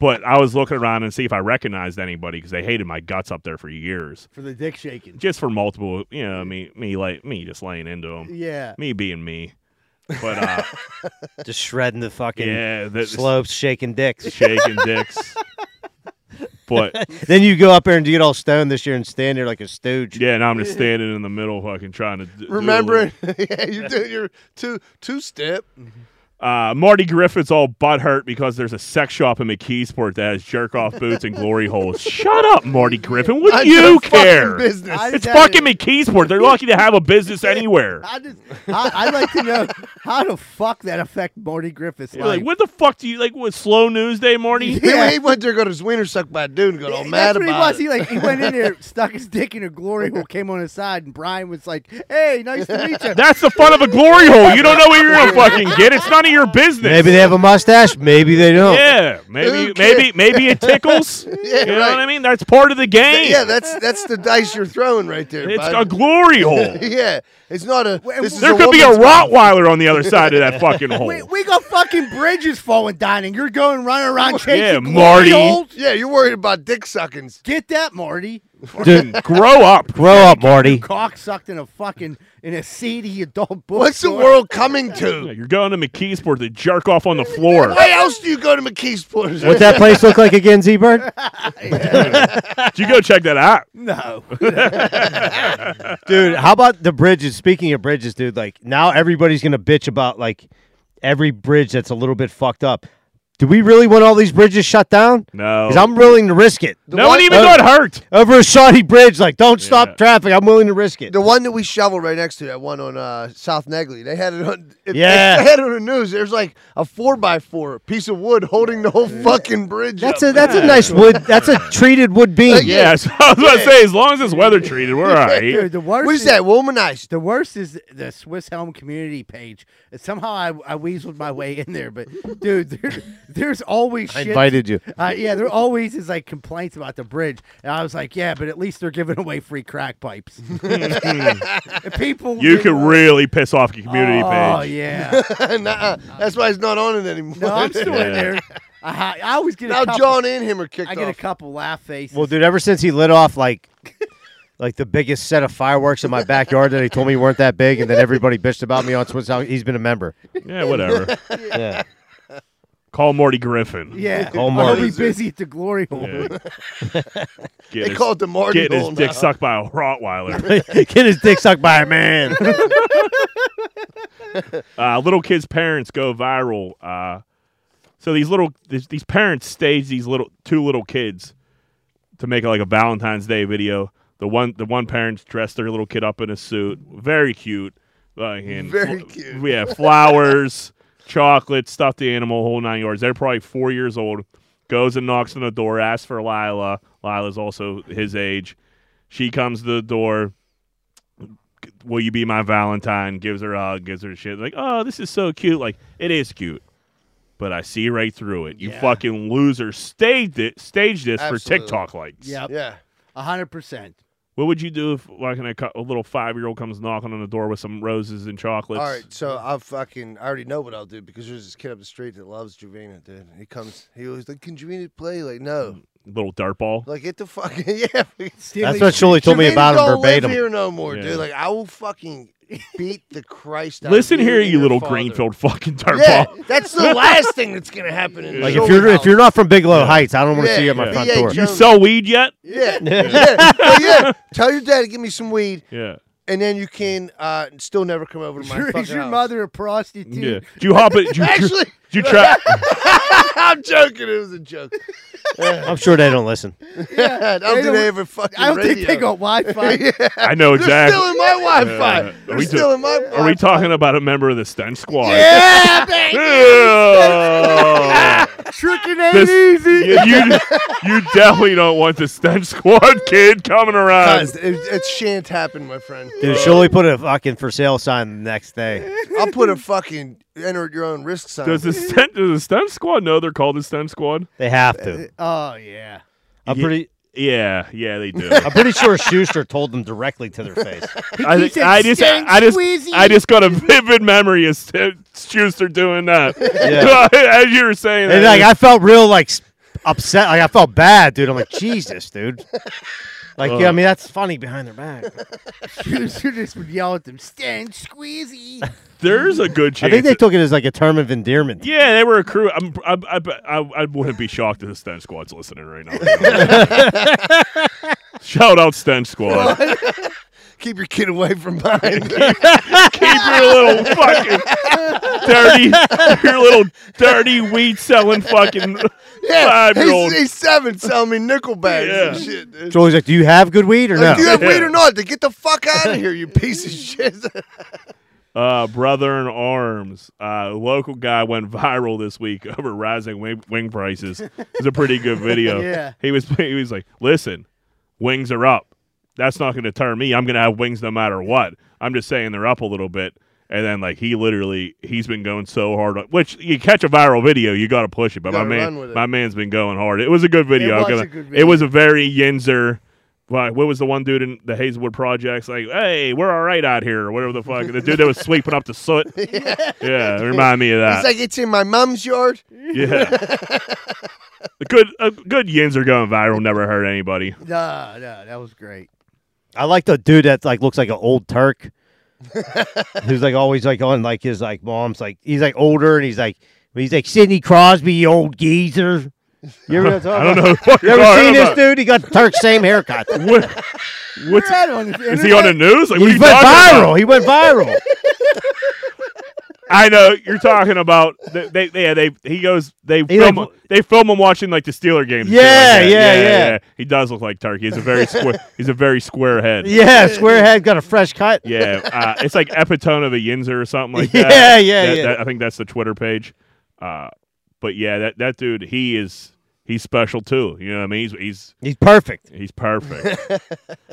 But I was looking around and see if I recognized anybody because they hated my guts up there for years, For the dick shaking. just for multiple. You know, me me like me just laying into them, Yeah. me being me. But uh, Just shredding the fucking yeah, that, slopes, shaking dicks. shaking dicks. But then you go up there and you get all stoned this year and stand there like a stooge. yeah, and I'm just standing in the middle, fucking trying to d- do a little- Remembering, yeah, you're doing your two two step. Uh, Marty Griffith's all butthurt because there's a sex shop in McKeesport that has jerk off boots and glory holes. Shut up, Marty Griffin. What do you care? Business. I- It's Yeah. fucking McKeesport. They're lucky to have a business anywhere. I just, I, I'd like to know how the fuck that affect Marty Griffith's You're like, life. what the fuck do you like? What slow news day, Marty? He- he went there, got his wiener sucked by a dude, and got all Yeah, mad that's what he about was. it. He like he went in there, stuck his dick in a glory hole, came on his side, and Brian was like, "Hey, nice to meet you." That's the fun of a glory hole. You don't know what you're gonna fucking get. It's none of your business. Maybe they have a mustache. Maybe they don't. Yeah, Who maybe, cares? maybe, maybe it tickles. Yeah, you know right. what I mean? That's part of the game. Yeah, that's that's the dice you're throwing right there. it's a bud. glory hole. yeah, it's not a. Wait, This is there a could be a woman's- Rottweiler on the other side of that fucking hole. We, we got fucking bridges falling down, and you're going running around chasing Yeah, glory Marty. holes? Yeah, you're worried about dick suckings. Get that, Marty. Dude, grow up. Grow up, Marty. Cock sucked in a fucking in a seedy adult book. What's the world coming to? You're going to McKeesport to jerk off on the floor. Why else do you go to McKeesport? What's that place look like again, Z Bird? Did you go check that out? No. dude. How about the bridges? Speaking of bridges, dude, like now everybody's gonna bitch about like every bridge that's a little bit fucked up. Do we really want all these bridges shut down? No. because I'm willing to risk it no one one- even Oh. got hurt. over a shoddy bridge. Like, don't Yeah. stop traffic. I'm willing to risk it. The one that we shoveled right next to that one on uh, South Negley, they had it on. It, Yeah. they had it on the news. There's like a four by four piece of wood holding the whole fucking bridge. That's up. a that's a nice wood. That's a treated wood beam. Yeah. Yeah, so I was about to say, as long as it's weather treated, we're all right. Dude, the worst What is is- that? Womanized. The worst is the Swiss Helm community page. Somehow I, I weaseled my way in there, but dude, there, there's always shit. you. Uh, yeah, there always is like complaints about the bridge, and I was like, yeah, but at least they're giving away free crack pipes. And people, You could really piss off your community Oh page. yeah, Nuh-uh. That's why it's not on it anymore. no, I'm still in Yeah. there. I, ha- I always get a Now couple, John and him are kicked I get a off. couple laugh faces. Well, dude, ever since he lit off like like the biggest set of fireworks in my backyard that he told me weren't that big, and then everybody bitched about me on Twitter, he's been a member. Yeah, whatever. Yeah. Call Morty Griffin. yeah, Call I'll be Marty. busy at the glory hole. Yeah. Get They his- call it the Marty getting his Bowl dick now. sucked by a Rottweiler. Get his dick sucked by a man. uh, little kids' parents go viral. Uh, so these little these, these parents stage these little two little kids to make like a Valentine's Day video. The one the one parents dressed their little kid up in a suit, very cute, like and Very cute. We have flowers, chocolate, stuffed animal, whole nine yards. They're probably four years old. Goes and knocks on the door, asks for Lila. Lila's also his age. She comes to the door will you be my Valentine? Gives her a hug, gives her shit. Like, oh, this is so cute. Like, it is cute. But I see right through it. You Yeah. fucking loser staged it staged this Absolutely. for TikTok likes. Yep, Yeah. a hundred percent. What would you do if like an, a little five year old comes knocking on the door with some roses and chocolates? All right, so I fucking I already know what I'll do because there's this kid up the street that loves Javina, dude. He comes, he was like, "Can Javina play?" Like, no, Little dart ball. like get the fucking yeah. That's what Shirley told me Javina about don't him verbatim. Live here no more, Yeah. dude. Like, I will fucking beat the Christ. out Listen of you here, and you your little father. Greenfield fucking dart Yeah, ball. that's the last thing that's gonna happen. In Like the if you're Shirley if you're house. not from Bigelow Heights, I don't want to Yeah, see you at my yeah. front Yeah, door. Joe- You sell weed yet? yeah, yeah, Well, yeah. Tell your dad to give me some weed, Yeah. and then you can uh, still never come over to Is my your, fucking is your house. mother a prostitute? Yeah. Did you hop it? Did you, Actually, did you trap? I'm joking. It was a joke. I'm sure they don't listen. I don't They think don't- they ever fucking I don't radio. think they got Wi-Fi. I know They're exactly. still in my Wi-Fi. Yeah. Are They're we still ta- in my. Wi-Fi. Are we talking about a member of the Stench Squad? yeah, baby. Yeah. tricking This- ain't easy. you, you, you definitely don't want the stench squad kid coming around. Guys, it, it shan't happen, my friend. Dude, Shirley put a fucking for sale sign the next day. I'll put a fucking enter at your own risk sign. Does the sten, does the stench squad know they're called the stench squad? They have Uh, to. Oh yeah. I'm Yeah. pretty Yeah, yeah, they do. I'm pretty sure Schuster told them directly to their face. I, think- said I just, stench I just, squeezy. I just got a vivid memory of St- Schuster doing that. Yeah. As you were saying, And that, like I felt real like s- upset. Like I felt bad, dude. I'm like, Jesus, dude. Like, yeah, I mean that's funny behind their back. Schuster just would yell at them, stand squeezy. there's a good I chance. think they that- took it as like a term of endearment. yeah, they were a crew. I'm, I, I, I, I wouldn't be shocked if the stench squad's listening right now. Shout out stench squad. Keep your kid away from mine. keep your little fucking dirty, your little dirty weed selling fucking yeah, five year he's, old. he's seven selling me nickel bags and Yeah. shit, dude. Joey's like, Do you have good weed or no? Like, do you have weed Yeah. or not? Then get the fuck out of here, you piece of shit. Uh, brother in arms. Uh, local guy went viral this week over rising wing, wing prices. It's a pretty good video. Yeah. He was he was like, listen, wings are up. That's not going to turn me. I'm going to have wings no matter what. I'm just saying they're up a little bit. And then like he literally he's been going so hard on which you catch a viral video you got to push it but my gotta man run with it. my man's been going hard it was a good video It was I'm a gonna- good it was a very Yinzer like what was the one dude in the Hazelwood projects like hey we're all right out here or whatever the fuck the dude that was sweeping up the soot yeah remind me of that He's like, it's in my mom's yard. yeah a good a good Yinzer going viral never hurt anybody No, no, that was great. I like the dude that like looks like an old Turk, who's like always like on like his like mom's like he's like older and he's like he's like Sidney Crosby, you old geezer. You ever, I don't know who you ever are talking seen this about. dude? He got the Turk same haircut. What, what's You're out on the is he on the internet? news? Like, what are he you went talking viral. about? He went viral. I know you're talking about. They, they, yeah, they. He goes. They film. like- they film him watching like the Steeler games. and shit Yeah, like that. yeah, yeah. He does look like Turkey. He's a very square. he's a very square head. Yeah, yeah, square head got a fresh cut. uh, it's like epitome of a Yinzer or something like that. Yeah, yeah, That- yeah. that- I think that's the Twitter page. Uh, but yeah, that that dude, he is. He's special too. You know what I mean? He's he's He's perfect. he's perfect.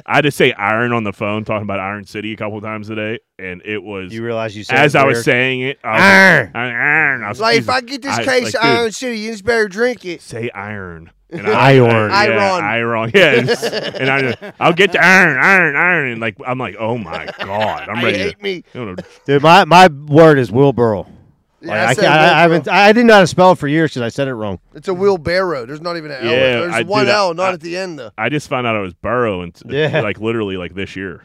I just say iron on the phone, talking about Iron City a couple times a day, and it was You realize you said as it I was weird? saying it. I was like, Arr. I- iron. I was Like, if Jesus. I get this I- like, case of dude, Iron City, you just better drink it. say iron. And Iron. I, yeah, Iron. iron. Yeah, it's- and I, just- I'll get to iron, iron, iron, and like I'm like, oh my god, I'm I ready. hate to- me. you know, Dude, my my word is Will Burrow. Like, I I, said can't, I, I haven't. I didn't know how to spell it for years because I said it wrong. It's a wheelbarrow. There's not even an L. Yeah, There's I do one that. L, not I- at the end though. I just found out it was Burrow, and Yeah. like literally like this year.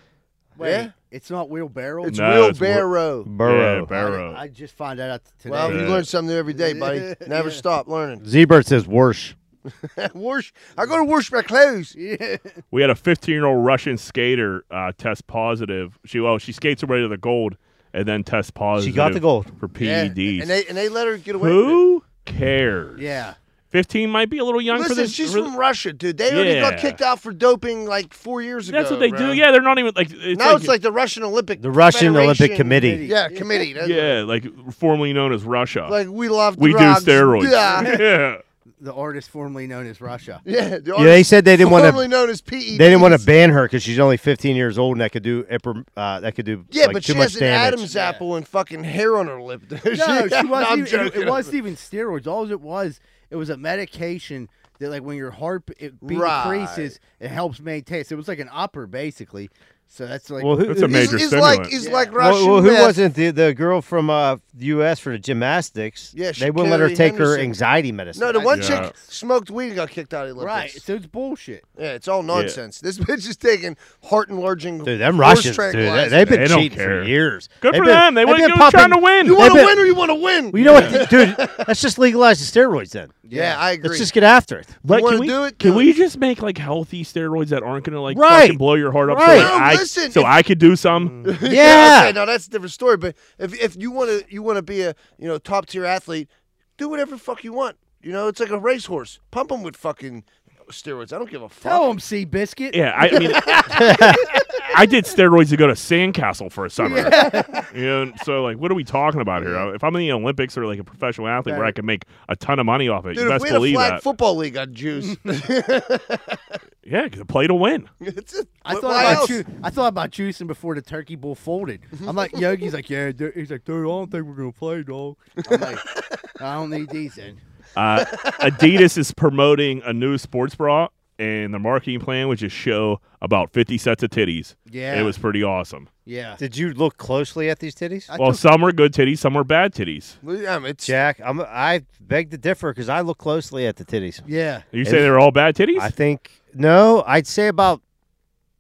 Wait, Yeah. it's not wheelbarrow. It's Oh, No, it's wheel- wheelbarrow. Yeah, Burrow. Burrow. I, I just found that out today. well, you Yeah. learn something new every day, buddy. Never Yeah. stop learning. Z-Bird says Worsh. wash. I go to wash my clothes. yeah. We had a 15 year old Russian skater uh, test positive. She well, she skates her way to the gold and then tests positive. She got the gold. for Yeah, PEDs. And they and they let her get away. With it. Who cares? Yeah. 15 might be a little young Listen, for this. she's for- from Russia, dude. They already got Yeah. kicked out for doping like four years ago. that's what they bro. do. Yeah, they're not even like. It's now like, it's like the Russian Olympic. The Russian Olympic Federation- Committee. Committee. Yeah, committee. That's- yeah, like formerly known as Russia. Like we love. we drugs. do steroids. Yeah. yeah. The artist formerly known as Russia. Yeah, the Yeah, they said they didn't want to. formerly known as PE. They didn't want to ban her because she's only 15 years old and that could do upper- uh, that could do Yeah, like, but too she much has an damage. Adam's apple and fucking hair on her lip. dude. No, Yeah, she wasn't. I'm even, it- joking. it wasn't even steroids. All it was, it was a medication that, like, when your heart b- it beat Right. increases, it helps maintain. So it was like an upper, basically. So that's like, Well, who, That's a who- major He's, he's stimulant. like he's Yeah. like well, Russian. well, who meth. wasn't the, the girl from uh, the U.S. for the gymnastics? Yeah, they wouldn't let her Shakari take her Henderson. anxiety medicine. No, the one Yeah. chick smoked weed and got kicked out of the right. Olympics. So it's bullshit. Yeah, it's all nonsense. This bitch is taking heart enlarging. Dude, them horse Russians, dude, they, tranquilizers. they've been They don't cheating for care. years. Good They've for been- them. They they've went been you were trying popping- to win. you want they've to been- win or you want to win? Well, you know what, dude? Let's just legalize the steroids then. yeah, I agree. Let's just get after it. Like, wanna can we, do it, can do we just make like healthy steroids that aren't gonna like Right. fucking blow your heart up? Right. So, like, No, I, listen, so if- I could do some. Yeah. okay, now that's a different story. But if if you want to you want to be a you know top tier athlete, do whatever the fuck you want. You know, it's like a racehorse. Pump them with fucking steroids. I don't give a fuck. Tell him, Sea Biscuit. Yeah, I, I mean, I did steroids to go to Sandcastle for a summer. You know, so like, what are we talking about here? If I'm in the Olympics or like a professional athlete where I can make a ton of money off it, you Dude, if best we had a believe flag that. football league, I'd juice. yeah, 'cause play to win. It's just- I wh- thought why about else? ju- I thought about juicing before the turkey bowl folded. Mm-hmm. I'm like Yogi's like yeah. dude." He's like dude, I don't think we're gonna play, dog. I'm like, I don't need these then. Uh, Adidas is promoting a new sports bra, and the marketing plan was just show about 50 sets of titties. Yeah. it was pretty awesome. Yeah. Did you look closely at these titties? I well, took- some were good titties, some were bad titties. Well, yeah, I mean, it's- Jack, I'm, I beg to differ because I look closely at the titties. yeah. You say they were all bad titties? I think no, I'd say about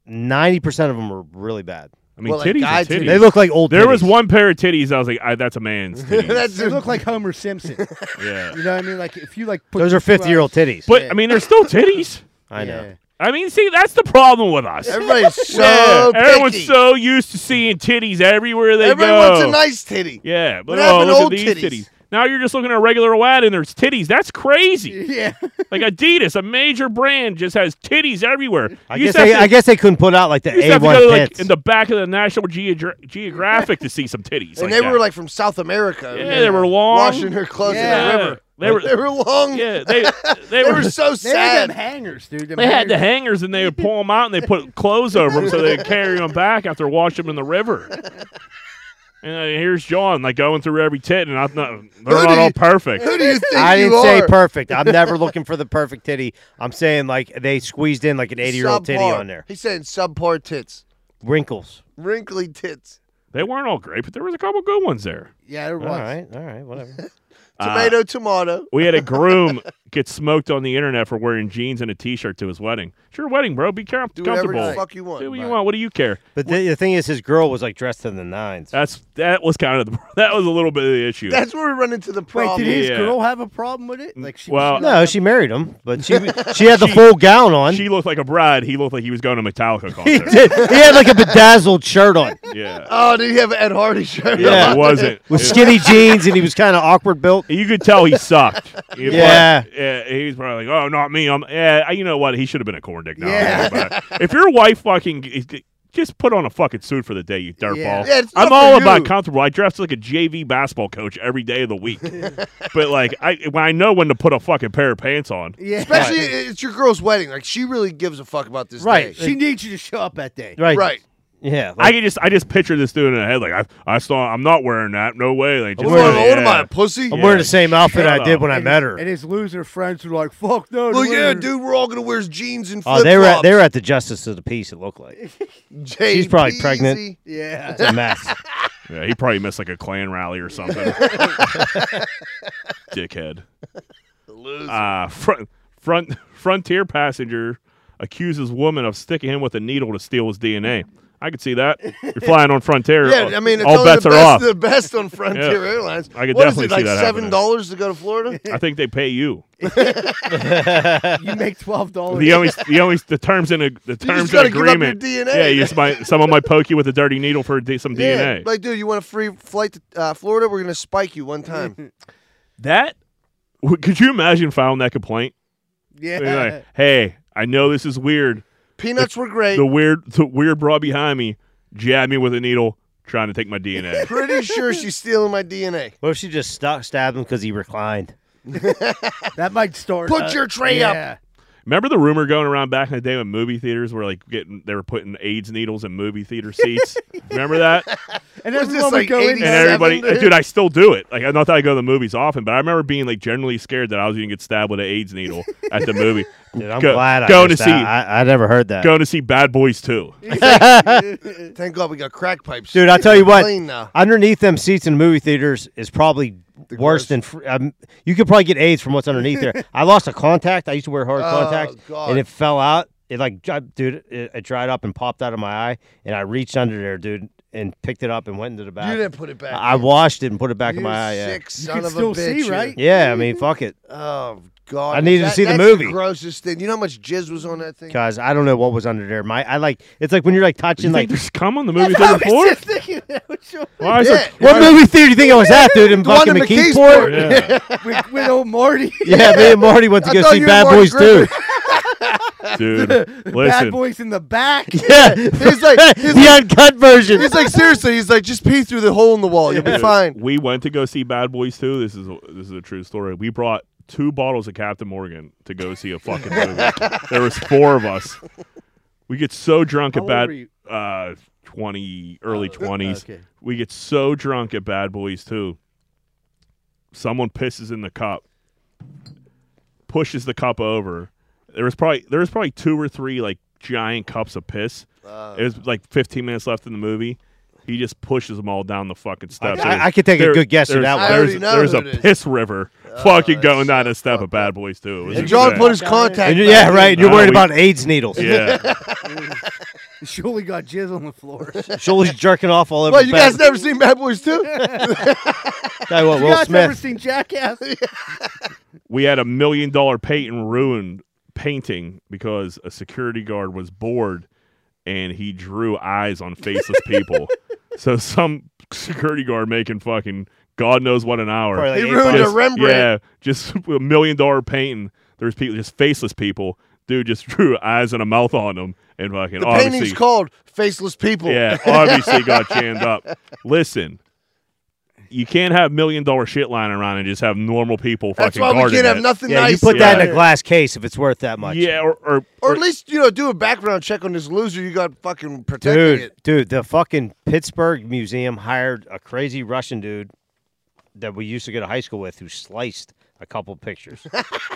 ninety percent of them are really bad. I mean, Well, like titties. guy are titties. titties. They look like old. there was titties. one pair of titties. I was like, I, that's a man's. titties. that's They look like Homer Simpson. yeah. You know what I mean? Like if you like put Those are two fifty-year-old titties. But Yeah. I mean, they're still titties. hours- I know. Yeah. I mean, see, that's the problem with us. everybody's so Yeah, picky. everyone's so used to seeing titties everywhere they Everyone go. wants a nice titty. yeah, but What happened oh, to look old at these titties? titties. Now you're just looking at a regular lad and there's titties. That's crazy. Yeah. like Adidas, a major brand, just has titties everywhere. I You guess used to they, have I to- guess they couldn't put out like the you used to A have to one go like pits. in the back of the National Geogra- Geographic to see some titties. And they that. were like from South America. Yeah, they were long. Washing her clothes Yeah. in the river. They were- they were long. yeah, they they They were were so They had them sad. hangers, dude. Them They had the hangers. hangers and they would pull them out and they put clothes over them so they could carry them back after wash them in the river. And uh, here's John like going through every tit and I'm not, they're Who not do all you- perfect. Who do you think I you didn't say are? perfect. I'm never looking for the perfect titty. I'm saying like they squeezed in like an 80 year old titty Subpar. on there. He's saying subpar tits, Wrinkles. wrinkly tits, They weren't all great, but there was a couple good ones there. Yeah, there All was. right, all right, whatever. Uh, tomato, tomato. We had a groom get smoked on the internet for wearing jeans and a t-shirt to his wedding. It's your wedding, bro. Be careful, Do whatever comfortable. the fuck you want. Do what you bud. want. What do you care? But the, the thing is, his girl was like dressed in the nines. That's that was kind of the, that was a little bit of the issue. That's where we run into the Wait, problem. did his Yeah. girl have a problem with it? Like she Well- uh, she no, like- she married him, but she she had the full gown on. she looked like a bride. He looked like he was going to Metallica he concert. did. He had like a bedazzled shirt on yeah. oh, did he have an Ed Hardy shirt? Yeah, Yeah. it wasn't. with It- skinny jeans, and he was kind of awkward built. You could tell he sucked. He was Yeah. probably- yeah. He was probably like, "Oh, not me. I'm." Yeah, you know what? He should have been a corn dick. Now Yeah. But if your wife fucking just put on a fucking suit for the day, you dirtball. Yeah. Yeah, it's I'm not all for about you. comfortable. I dress like a JV basketball coach every day of the week, but like I, when I know when to put a fucking pair of pants on. Yeah. Especially, it's your girl's wedding. Like she really gives a fuck about this. Right. day. she needs you to show up that day. Right. Right. Yeah. I like- can just, I just picture this dude in the head like I, I saw. I'm not wearing that. No way. Like, just, What, am I- what yeah. am I, a pussy? I'm Yeah. wearing the same outfit shut I did up. when I And met his- her. And his loser friends were like, "Fuck no." Well, dude, yeah, we're- dude, we're all gonna wear jeans and flip Oh, they were at, they were at the Justice of the Peace. It looked like They, she's probably pregnant. Yeah. it's a mess. Yeah, he probably missed like a Klan rally or something. Dickhead. Loser. Uh, front, front, frontier passenger accuses woman of sticking him with a needle to steal his DNA. I could see that. You're flying on Frontier. yeah, I mean, it's all only bets the are best, off. The best on Frontier Airlines. I could What is definitely it, see like that happening. seven dollars to go to Florida? I think they pay you. You make twelve Oh, dollars. The only, the only, the terms in a, the terms in gotta give up your agreement. DNA. Yeah, you just might, someone might poke you with a dirty needle for d- some DNA. Like, dude, you want a free flight to uh, Florida? We're gonna spike you one time. that w- could you imagine filing that complaint? yeah. Be like, hey, I know this is weird. Peanuts were great. The weird, the weird bra behind me jabbed me with a needle, trying to take my DNA. Pretty sure she's stealing my DNA. What if she just sta- stabbed him because he reclined? That might start. Put uh, your tray up. yeah. Remember the rumor going around back in the day when movie theaters were like getting, they were putting AIDS needles in movie theater seats. Remember that? And Was this everyone would like go in and there. Seven, everybody, dude. dude, I still do it. Like, I not that I go to the movies often, but I remember being like generally scared that I was going to get stabbed with an AIDS needle at the movie. Dude, I'm Go- glad I going to missed see, that. I, I never heard that. going to see Bad Boys Two. Thank God we got crack pipes, Dude, I tell you what, Clean now. underneath them seats in movie theaters is probably worse gross. than fr- um, you could probably get AIDS from what's underneath there. I lost a contact. I used to wear hard Oh, contacts, God. and it fell out. It like, dri- dude, it, it dried up and popped out of my eye, and I reached under there, dude, and picked it up and went into the You bathroom. didn't put it back. I I in. washed it and put it back you in my eye. Yeah. sick You son can of still a see, bitch. you. right? yeah, I mean, fuck it, Oh God! I needed to That- see the that's movie. grossest thing. You know how much jizz was on that thing? guys. I don't know what was under there. My, I like, it's like when you're like You touching think like. there's cum on the movie I theater was floor? just thinking that was your- Why is Yeah. there- What movie theater do you think I was at, dude? In The one fucking in McKeesport? McKeesport. Yeah. with, with old Marty. Yeah, me and Marty went to I go thought see you were Bad Marty Boys Griffin. too. Dude, Bad listen. boys in the back. Yeah, He's like- he's the like- uncut version. He's like, seriously. He's like, just pee through the hole in the wall. You'll be Dude, fine. We went to go see Bad Boys 2. This is a, this is a true story. We brought two bottles of Captain Morgan to go see a fucking movie. there was four of us. We get so drunk How at old Bad were you? Oh, uh 20 early 20s. okay. We get so drunk at Bad Boys 2. Someone pisses in the cup. Pushes the cup over. There was probably there was probably two or three like giant cups of piss. Uh. It was like 15 minutes left in the movie. He just pushes them all down the fucking steps. I- There- I could take a there- good guess at there's- that one. I There's, already know there's who a it is. Uh, piss river fucking that's going down so a step fucked at Bad Boys too. It was And John bad. put his Yeah. contact. And you- back yeah, in. right. And you're Nah, worried we- about AIDS needles. yeah. She only got jizz on the floor. Shully's jerking off all over. Well, you Bad- guys never seen Bad Boys Two? Tell you what, you Will guys ever Smith. seen Jackass? we had a million dollar Peyton ruined painting because a security guard was bored and he drew eyes on faceless people. So some security guard making fucking God knows what an hour. Probably like He eight ruined bucks. a Rembrandt. Yeah, just a million dollar painting. There's people just faceless people. Dude just drew eyes and a mouth on them and fucking The obviously painting's called Faceless People. yeah, obviously got jammed up. Listen, you can't have million dollar shit lying around and just have normal people That's fucking why we guarding can't have it. nothing Yeah, nice. uh, you put Yeah. that in a glass case if it's worth that much. Yeah, or, or, or at least you know do a background check on this loser. You got fucking protecting Dude, it. dude, the fucking Pittsburgh Museum hired a crazy Russian dude that we used to go to high school with who sliced a couple pictures.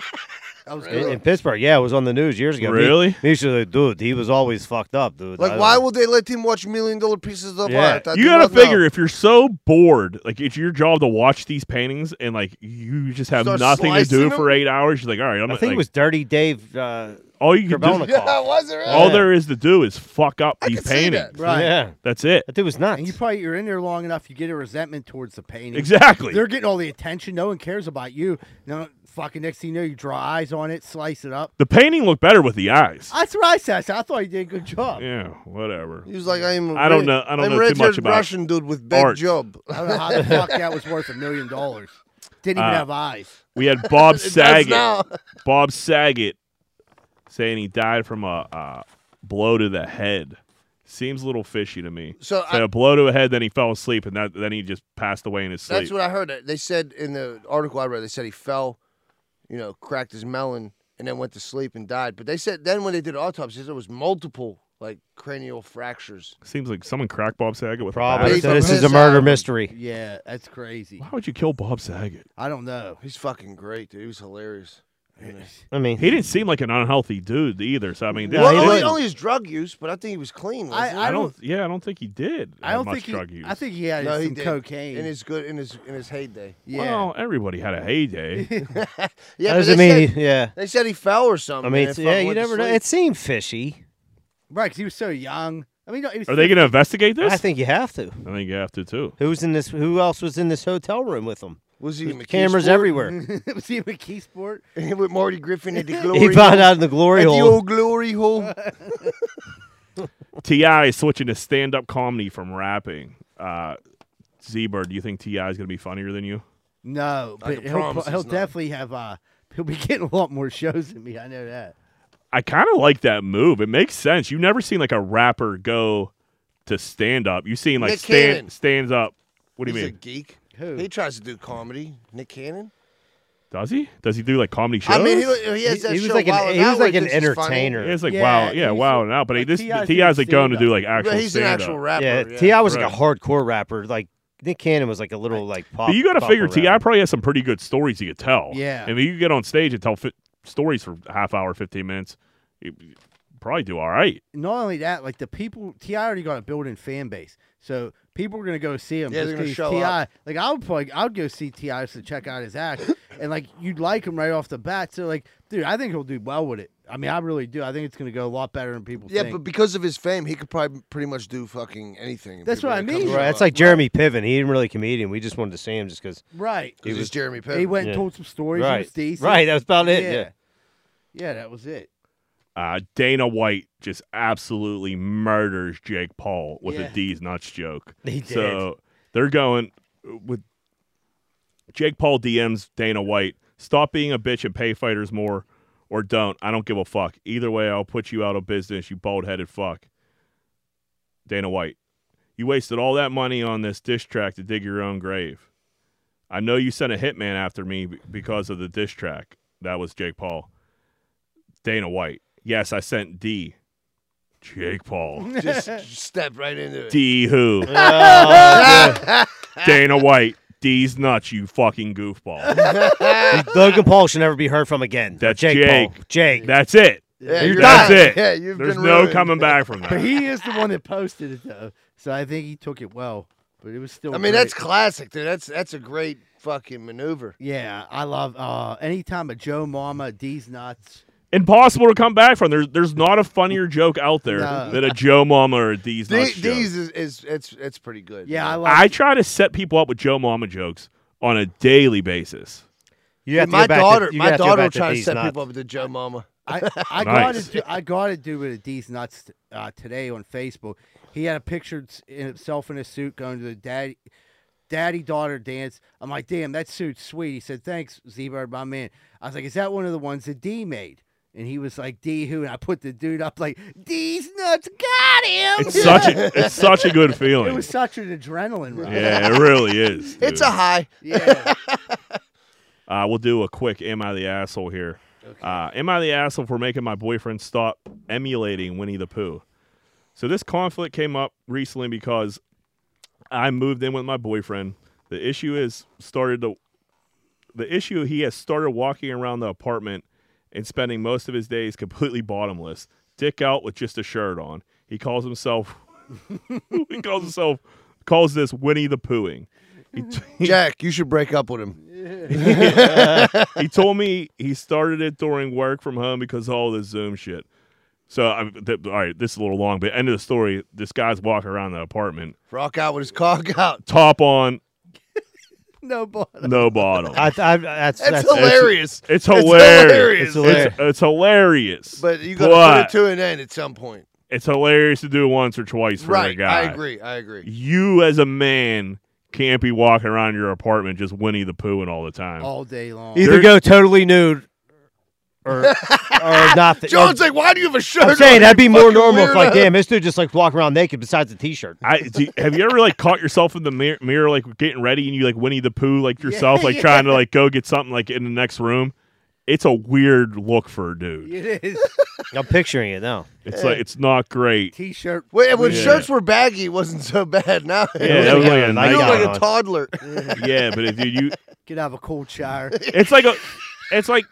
That was in, good. in Pittsburgh. Yeah, it was on the news years ago. Me- Really? Me, used to like, dude, he was always fucked up, dude. I Like, don't why know. would they let him watch Million Dollar Pieces of Yeah. Art? I you do gotta not know. figure if you're so bored, like it's your job to watch these paintings and like you just have Start nothing to do slicing 'em? for eight hours. You're like, all right, I'm I think like, it was Dirty Dave. Uh, all you can do, Kravelnik. Yeah, was it? Really? all Yeah. there is to do is fuck up I these can see that. paintings. Right. Yeah, That's it. that dude was nuts. And you probably you're in there long enough, you get a resentment towards the painting. Exactly. They're getting all the attention. No one cares about you. No fucking next thing you know, you draw eyes on it, slice it up. the painting looked better with the eyes. That's what I said. I, said, I thought you did a good job. yeah, whatever. He was like, I'm. a I don't red- know- I don't I'm know too red-haired much about Russian dude with big art. job. I don't know how the fuck that was worth a million dollars. Didn't even Uh, have eyes. We had Bob It does Saget. now. Bob Saget saying he died from a uh, blow to the head. Seems a little fishy to me. So Said I- a blow to the head, then he fell asleep, and that, then he just passed away in his sleep. That's what I heard. They said in the article I read, they said he fell, you know, cracked his melon, and then went to sleep and died. But they said then when they did autopsies, there was multiple like cranial fractures. Seems like someone cracked Bob Saget with a bat. Probably. Based So on this is his um, a murder album. mystery. Yeah, that's crazy. Why would you kill Bob Saget? I don't know. He's fucking great, dude. He was hilarious. I mean, He didn't seem like an unhealthy dude either. So I mean, No, well, he only, wasn't. only his drug use, but I think he was clean. I, Wasn't I I don't. don't. Yeah, I don't think he did. I have don't much think he. drug use. I think he had No, he some did. he? cocaine. in his good in his in his heyday. yeah. Well, everybody had a heyday. Yeah, that but they doesn't mean, said, yeah. they said he fell or I something. mean, man, it's, fucking yeah, you went to never know. sleep. It seemed fishy. Right, because he was so young. I mean, no, he was Are they going to investigate this? I think you have to. I think you have to too. Who's in this? Who else was in this hotel room with him? was he in the Cameras Keysport? everywhere. gonna was he a key sport? with Marty Griffin at the glory. he found out in the hole. glory at the hole. old glory hole. Ti is switching to stand-up comedy from rapping. Uh, Z-Bird, do you think Ti is going to be funnier than you? No, I but can he'll, promise pro- he'll it's not. definitely have. Uh, he'll be getting a lot more shows than me. I know that. I kind of like that move. It makes sense. You've never seen like a rapper go to stand up. You've seen like Nick Cannon. stand stands up. What do you He's a mean? geek. Who? He tries to do comedy. Nick Cannon. Does he? Does he do like comedy shows? I mean, he, he has that he was show like Wild an, and he was Out like where an he thinks he's funny. entertainer. it's like Yeah, wow, yeah, he's wow. a- Now, but he like, this T.I. 's Ti's like doing going to do stand-up. like But actual he's an stand actual up. rapper. yeah, yeah. Ti was like a Right. hardcore rapper. Like Nick Cannon was like a little like pop. But you got to pop figure rapper. Ti probably has some pretty good stories he could tell. Yeah. I mean, you could get on stage and tell fi- stories for half hour, fifteen minutes. You you probably do all right. Not only that, like the people, Ti already got a built-in fan base, so people are gonna go see him. Yeah, just they're gonna 'cause show Ti, up. like I would probably, I would go see Ti just to check out his act, and like you'd like him right off the bat. So like, dude, I think he'll do well with it. I mean, I really do. I think it's gonna go a lot better than people Yeah, think. but because of his fame, he could probably pretty much do fucking anything. That's People what I would come mean. show Right, it's up. like Jeremy Piven. He didn't really a comedian. We just wanted to see him just because. right, 'Cause he he's was- Jeremy he Piven. went Yeah. and told some stories. He Right, was decent. right. That was about it. Yeah. Yeah. Yeah, that was it. Uh, Dana White just absolutely murders Jake Paul with Yeah. a D's nuts joke. He did. So they're going with Jake Paul DMs Dana White. Stop being a bitch and pay fighters more, or don't. I don't give a fuck. Either way, I'll put you out of business. You bald headed fuck. Dana White, you wasted all that money on this diss track to dig your own grave. I know you sent a hitman after me be- because of the diss track. That was Jake Paul. Dana White. Yes, I sent D. Jake Paul. Just, just step right into it. D who? Oh, Dana White. D's nuts, you fucking goofball. Logan Paul should never be heard from again. That's Jake. Paul. Jake. Jake. That's it. Yeah, You're you're That's done. it. Yeah, you've There's been no ruined. coming back from But that. he is the one that posted it though, so I think he took it well. But it was still. I mean, great. that's classic, dude. That's that's a great fucking maneuver. Yeah, I love uh anytime a Joe Mama D's nuts. Impossible to come back from. There's there's not a funnier joke out there No. than a Joe Mama or a D's The- nuts. These joke. is, is it's it's pretty good. Yeah, I love. I try to set people up with Joe Mama jokes on a daily basis. You have to my go back daughter, To, you my have daughter will to go try back to D's set nuts. people up with the Joe Mama. I, I Nice. gotta do I gotta do with a D's nuts uh, today on Facebook. He had a picture s- in himself in a suit going to the daddy daddy daughter dance. I'm like, damn, that suit's sweet. He said, thanks, Z Bird, my man. I was like, is that one of the ones that D made? And he was like, D who? And I put the dude up like, D's nuts got him. It's such a, it's such a good feeling. it was such an adrenaline rush. yeah, it really is. It's dude. a high. Yeah. Uh, we'll do a quick "Am I the asshole" here. Uh, am I the asshole for making my boyfriend stop emulating Winnie the Pooh? So this conflict came up recently because I moved in with my boyfriend. The issue is started to. The issue he has started walking around the apartment and spending most of his days completely bottomless, dick out with just a shirt on. He calls himself. he calls himself calls this Winnie the Poohing. He, he Jack, you should break up with him. he told me he started it during work from home because of all this Zoom shit. So, I, th- all right, this is a little long, but end of the story. This guy's walking around the apartment, Rock out with his cock out. top on, no bother. no bottom. I, I, That's, that's, that's hilarious. It's It's hilarious. It's It's hilarious. hilarious. It's, hilarious. But you got But to put it to an end at some point. it's hilarious to do once or twice for a Right. guy. I agree. I agree. You as a man can't be walking around your apartment just Winnie the Pooh and all the time. All day long. Either You're- go totally nude, or or nothing. John's like, why do you have a shirt? I'm saying on, that'd be you more fucking normal. If weirdo?" like, damn, this dude just like walk around naked besides a t-shirt. I do, have you ever like caught yourself in the mirror, mirror, like getting ready, and you like Winnie the Pooh, like yourself, like trying to like go get something like in the next room. It's a weird look for a dude. It is. I'm picturing it now. It's like it's not great. T-shirt. Wait, when Yeah. shirts were baggy, it wasn't so bad. Now Yeah, that was like a you look nightgown like on. a toddler. yeah, but if you, you, Get out of a cold shower. it's like a, it's like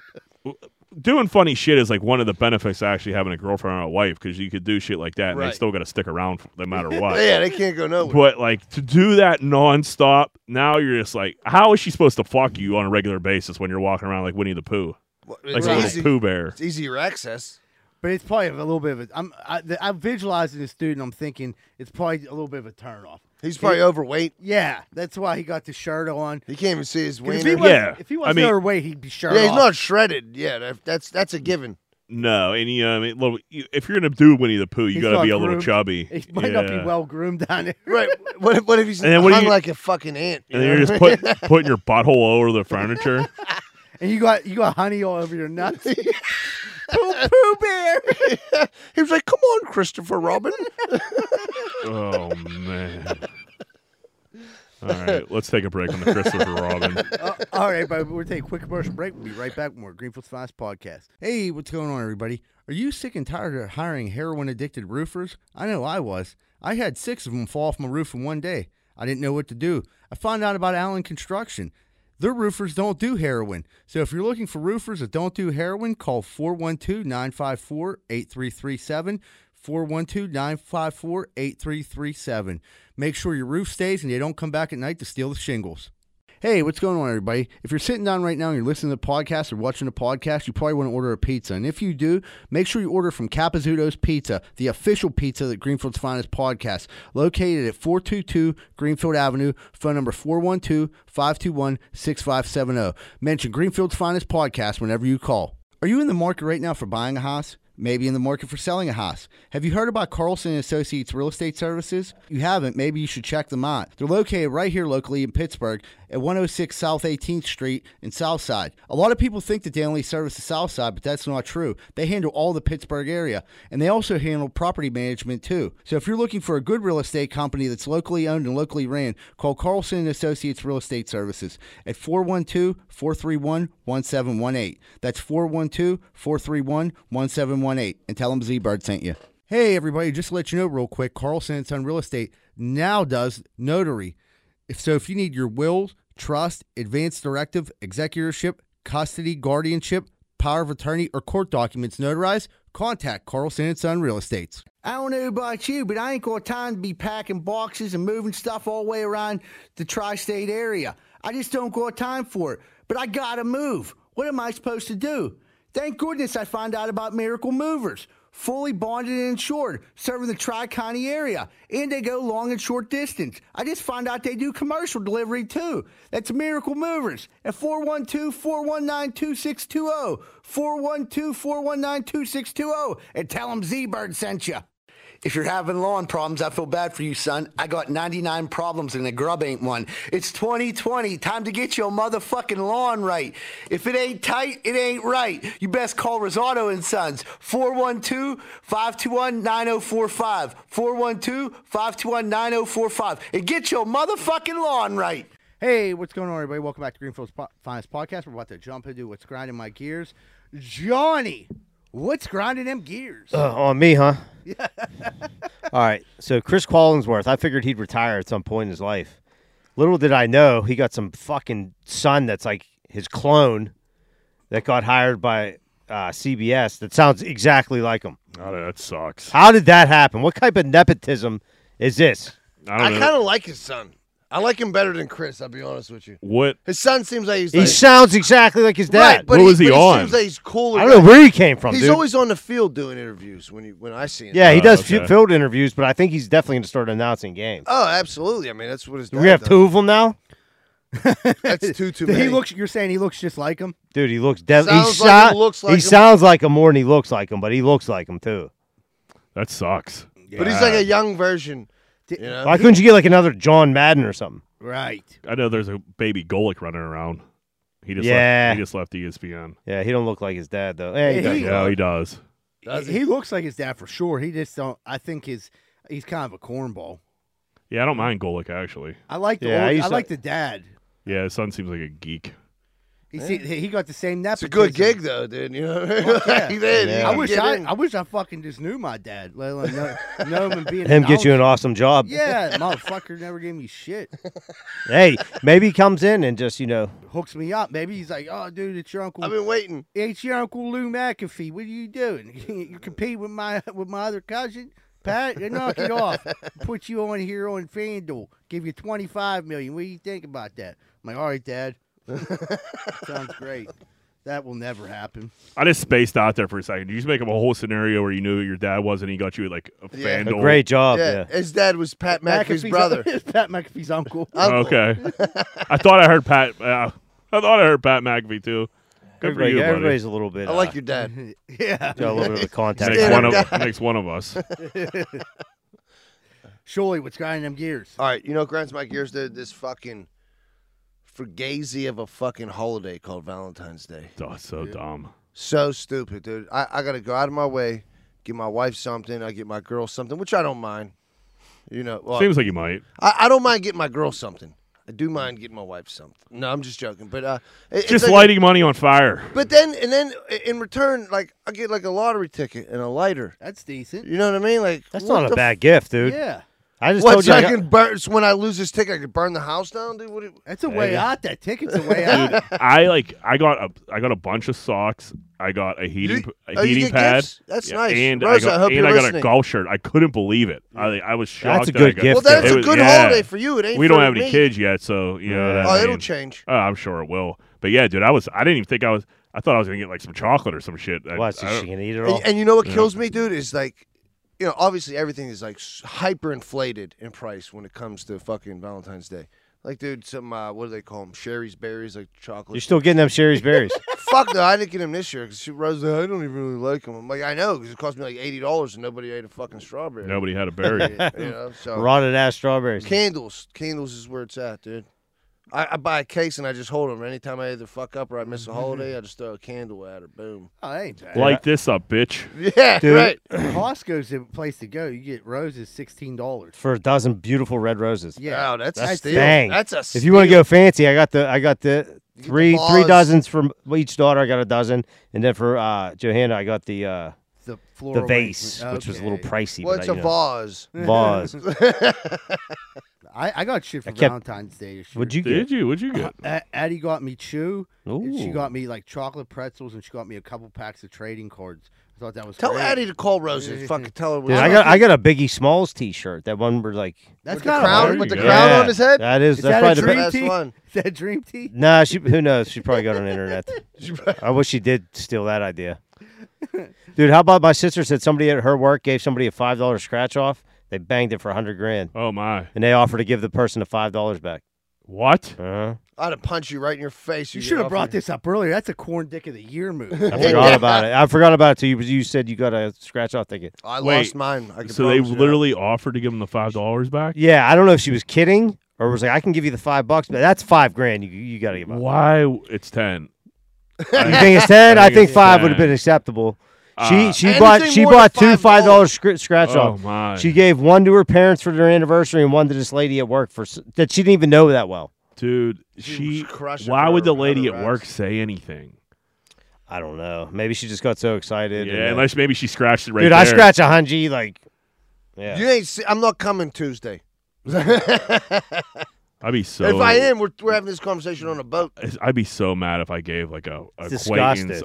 doing funny shit is like one of the benefits of actually having a girlfriend or a wife because you could do shit like that and Right. they still got to stick around f- no matter what. yeah, they can't go nowhere. But like to do that nonstop, now you're just like, how is she supposed to fuck you on a regular basis when you're walking around like Winnie the Pooh, Well, like it's, a easy, little Pooh Bear? it's easier access. But it's probably a little bit of a. I'm I, the, I'm visualizing this dude, and I'm thinking it's probably a little bit of a turn off. He's probably overweight. Yeah, that's why he got the shirt on. He can't even see his 'Cause wiener. If he, Yeah, was, Yeah, if he I wasn't mean- overweight, he'd be shirt he's off. not shredded. Yeah, that, that's that's a given. No, and you know, what I mean, little, you, if you're gonna do Winnie the Pooh, you He's gotta be not a little groomed. chubby. He might not be Yeah. well groomed down there. Right. What if, what if he's And then what do hung you- like a fucking ant? you And then know you're just what I mean? put, putting your butthole all over the furniture. And you got you got honey all over your nuts. poo poo bear. he was like, "Come on, Christopher Robin." oh man. All right, let's take a break on the Christopher Robin. Uh, all right, but we're taking a quick commercial break. We'll be right back with more Greenfield's Fast Podcast. Hey, what's going on, everybody? Are you sick and tired of hiring heroin addicted roofers? I know I was. I had six of them fall off my roof in one day. I didn't know what to do. I found out about Allen Construction. Their roofers don't do heroin. So if you're looking for roofers that don't do heroin, call 412 954 8337. 412 954 8337. Make sure your roof stays and they don't come back at night to steal the shingles. Hey, what's going on, everybody? If you're sitting down right now and you're listening to the podcast or watching the podcast, you probably want to order a pizza. And if you do, make sure you order from Capizzuto's Pizza, the official pizza that Greenfield's Finest podcast, located at 422 Greenfield Avenue, phone number 412 521 6570. oh. Mention Greenfield's Finest podcast whenever you call. Are you in the market right now for buying a house? Maybe in the market for selling a house. Have you heard about Carlson and Associates Real Estate Services? You haven't, maybe you should check them out. They're located right here locally in Pittsburgh at 106 South 18th Street in Southside. A lot of people think that they only service the Southside, but that's not true. They handle all the Pittsburgh area and they also handle property management too. So if you're looking for a good real estate company that's locally owned and locally ran, call Carlson and Associates Real Estate Services at 412-431-1718. That's 412-431-1718 and tell them Z-Bird sent you. Hey everybody, just to let you know real quick, Carlson and Son Real Estate now does notary. If so, if you need your will, trust, advance directive, executorship, custody, guardianship, power of attorney, or court documents notarized, contact Carlson and Son Real Estates. I don't know about you, but I ain't got time to be packing boxes and moving stuff all the way around the tri-state area. I just don't got time for it. But I gotta move. What am I supposed to do? Thank goodness I found out about Miracle Movers. Fully bonded and insured, serving the Tri County area, and they go long and short distance. I just found out they do commercial delivery too. That's Miracle Movers at 412 419 2620. 412 419 2620, oh. and tell them Z Bird sent you. If you're having lawn problems, I feel bad for you, son. I got 99 problems and the grub ain't one. It's 2020. Time to get your motherfucking lawn right. If it ain't tight, it ain't right. You best call Rosato and Sons. 412-521-9045. 412-521-9045. And get your motherfucking lawn right. Hey, what's going on, everybody? Welcome back to Greenfield's po- Finest Podcast. We're about to jump into what's grinding my gears. Johnny, what's grinding them gears? Uh, on me, huh? All right. So Chris Collinsworth, I figured he'd retire at some point in his life. Little did I know he got some fucking son that's like his clone that got hired by uh, CBS that sounds exactly like him. Oh, that sucks. How did that happen? What type of nepotism is this? I I don't know kind of like his son. I like him better than Chris. I'll be honest with you. what His son seems like he's He like, sounds exactly like his dad. right, but What was he but on? Seems like he's cooler. I don't know where he came from, He's dude. always Uh, on the field doing interviews when you when I see him. yeah, he Oh, does okay. f- field interviews, but I think he's definitely going to start announcing games. Oh, absolutely. I mean, that's what his. Do dad we have does. two of them now? That's two too many. He looks. You're saying he looks just like him. Dude, he looks def- Sounds he, like sou- him, looks like he him. sounds like him more than he looks like him, but he looks like him too. that sucks. but he's like a young version. You know? Why couldn't you get like another John Madden or something? Right. I know there's a baby Golik running around. He just Yeah. left, he just left E ESPN. Yeah, he don't look like his dad though. Yeah, he Yeah, does. he- Yeah, he does. Does he? looks like his dad for sure. He just don't. I think his he's kind of a cornball. Yeah, I don't mind Golik actually. I like the Yeah, I old, I, used to- like the dad. Yeah, his son seems like a geek. He see, he got the same It's a good nepotism. gig though, dude. You know, yeah. Like, man, Yeah. you I can wish get I, in. I wish I fucking just knew my dad, let alone know, know him and being Him get you an awesome job. Yeah, motherfucker never gave me shit. Hey, maybe he comes in and just you know Hooks me up. Maybe he's like, "Oh, dude, it's your uncle. I've been waiting. it's your uncle Lou McAfee. What are you doing? you compete with my with my other cousin, Pat? Knock it off. Put you on here on FanDuel. Give you twenty five million. What do you think about that?" I'm like, "All right, Dad. Sounds great. That will never happen." I just spaced out there for a second. Did you just make up a whole scenario where you knew who your dad was and he got you like a Yeah. A a FanDuel? great job. yeah. Yeah. his dad was Pat McAfee's brother. Pat McAfee's uncle. Uh, Uncle. Okay. I thought I heard Pat. Uh, I thought I heard Pat McAfee too. Good Everybody- for you, buddy. everybody's a little bit. uh, I like your dad. yeah. Got a little bit of a contact. Makes Stand one, up of, makes one of us. Surely, what's grinding them gears? uh, All right, you know what grinds my gears? Dude, this fucking fugazi of a fucking holiday called Valentine's Day. Oh, it's so dumb. So stupid, dude. I, I gotta go out of my way, get my wife something. I get my girl something, which I don't mind. You know, well, Seems like you might. I, I don't mind getting my girl something. I do mind getting my wife something. No, I'm just joking. But uh, it- it's Just like a- lighting money on fire. but then and then i- in return, like I get like a lottery ticket and a lighter. That's decent. You know what I mean? Like That's what not the a bad gift, dude. Yeah, I F- just what told you. so I I got- can burn? so When I lose this ticket, I could burn the house down, dude. What? do you- that's a There way you go. out. That ticket's a way out. I like. I got a. I got a bunch of socks. I got a heating. You- a oh, you heating get pad. gifts? That's Yeah, nice. And Rosa, I got, I hope and you're I got listening. a golf shirt. I couldn't believe it. I I was shocked. a that I good got- gift, Well, that's It a was- good yeah. holiday for you. It ain't. We don't for have me. any kids yet, so you know. that Oh, it'll mean- change. Oh, I'm sure it will. But yeah, dude, I was. I didn't even think I was. I thought I was gonna get like some chocolate or some shit. I, What? So I she can eat it all. And, and you know what kills me, dude, is like, you know, obviously everything is like hyper inflated in price when it comes to fucking Valentine's Day. Like, dude, some uh, what do they call them? Sherry's berries, like chocolate. You're still getting them Sherry's berries. Fuck no, I didn't get them this year because she Rose. I don't even really like them. I'm like, I know because it cost me like eighty dollars and nobody ate a fucking strawberry. nobody had a berry. you know, so Rotted ass strawberries. candles, candles is where it's at, dude. I, I buy a case and I just hold them. Anytime I either fuck up or I miss a Mm-hmm. holiday, I just throw a candle at her. Boom. Oh, that ain't bad. Light this up, bitch. Yeah, Dude. right. Costco's the place to go. You get roses sixteen dollars. for a dozen beautiful red roses. Yeah, Wow, that's, a That's steal. bang. That's a. If you want to go fancy, I got the I got get the the three three vase. dozens for m- well, each daughter. I got a dozen, and then for uh, Johanna, I got the uh, the the floral vase, arrangement. which was a Okay. little pricey. Well, but it's I, a you vase. know, vase. I, I got shit for I kept- Valentine's Day. this What'd year. you get? Did you? What'd you get? A- Addie got me chew. and She Ooh. got me like chocolate pretzels, and she got me a couple packs of trading cards. I thought that was Tell great. Addie to call Rosie. and fucking tell her. Dude, What I got I got a Biggie Smalls T-shirt. That one where like That's With the kinda crown- hard. with the Yeah. crown on his head? That is, Is that's that probably a the dream best. best tea? one. Is that dream tea? Nah, she who knows? She probably got it on the internet. I wish she did steal that idea. Dude, how about my sister said somebody at her work gave somebody a five dollar scratch off. They banged it for a hundred grand, Oh my! and they offered to give the person the five dollars back. What? Uh-huh. I'd have punched you right in your face. You get should have off brought your- this up earlier. That's a corn dick of the year move. I Yeah. forgot about it. I forgot about it till you you said you got a scratch off ticket. I Wait, lost mine. I can So they promise you that. literally offered to give him the five dollars back. Yeah, I don't know if she was kidding or was like, I can give you the five bucks, but that's five grand. You you got to give up. Why? It's ten. You think it's ten? I I think think it's five would have 10. been acceptable. Uh, she she Anything bought she more than bought two $5. five dollar scr- scratch Oh off. my! She gave one to her parents for their anniversary and one to this lady at work for s- that she didn't even know that well. Dude, She she. was crushing Why for would the her lady at rats. work say anything? I don't know. Maybe she just got so excited. yeah, and, uh, unless maybe she scratched it right dude, there. I scratch a hunji like. Yeah. You ain't. See, I'm not coming Tuesday. I'd be so. if I am, we're, we're having this conversation on a boat. I'd be so mad if I gave like a disgusting. acquaintance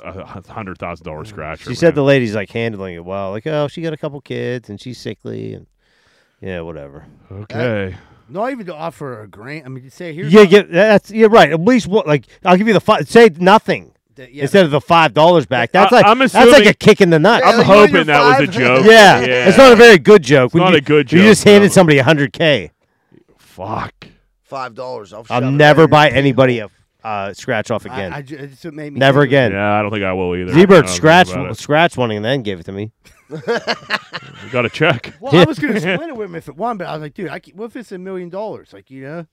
a hundred thousand dollar scratch. She said the lady's like handling it well. Like, oh, she got a couple kids and she's sickly and yeah, whatever. okay. Not even to offer a grant. I mean, to say here's Yeah, what- get that's yeah, right. At least what like I'll give you the five. Say nothing that- yeah, instead of the five dollars back. That's I- like I'm that's like assuming- a kick in the nuts. Yeah, I'm like, you want your hoping that was a five? joke. yeah, it's not a very good joke. When not you, a good when You joke, just handed no. somebody hundred k. Fuck. Five dollars. I'll, shove I'll it never right buy anybody a uh, scratch off I, again. I ju- it's what made me never think of it. again. Yeah, I don't think I will either. I Zebert don't scratched think about scratched one and then gave it to me. it. Got a check. Well, I was gonna split it with him if it won, but I was like, dude, I can't, what if it's a million dollars? Like, you know,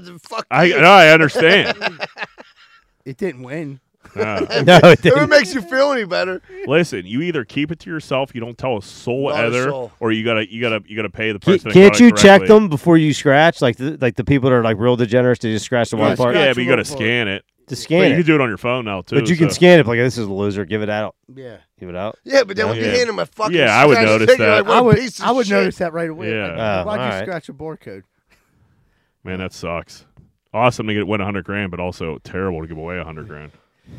in. Fuck. I you. no, I understand. it didn't win. Yeah. No, If it it didn't. makes you feel any better, Listen, you either keep it to yourself, you don't tell a soul Not a other, soul. or you gotta you gotta you gotta pay the Ca- person. that Can't got it you check correctly. them before you scratch? Like the, like the people that are like real degenerate, they just scratch the Yeah, one part. scratch Yeah, but you a little gotta part. scan it. to But scan you it. can do it on your phone now too. but you can so- scan it. Like this is a loser. Give it out. Yeah, Give it out. Yeah, but then when Yeah. you hand him a fucking Yeah, I would scratch notice ticket, that. Like, what I a would. piece of I would shit. Uh, notice that right away. Yeah. Oh, Why'd you alright. scratch a barcode? Man, that sucks. Awesome to get win hundred grand, but also terrible to give away hundred grand.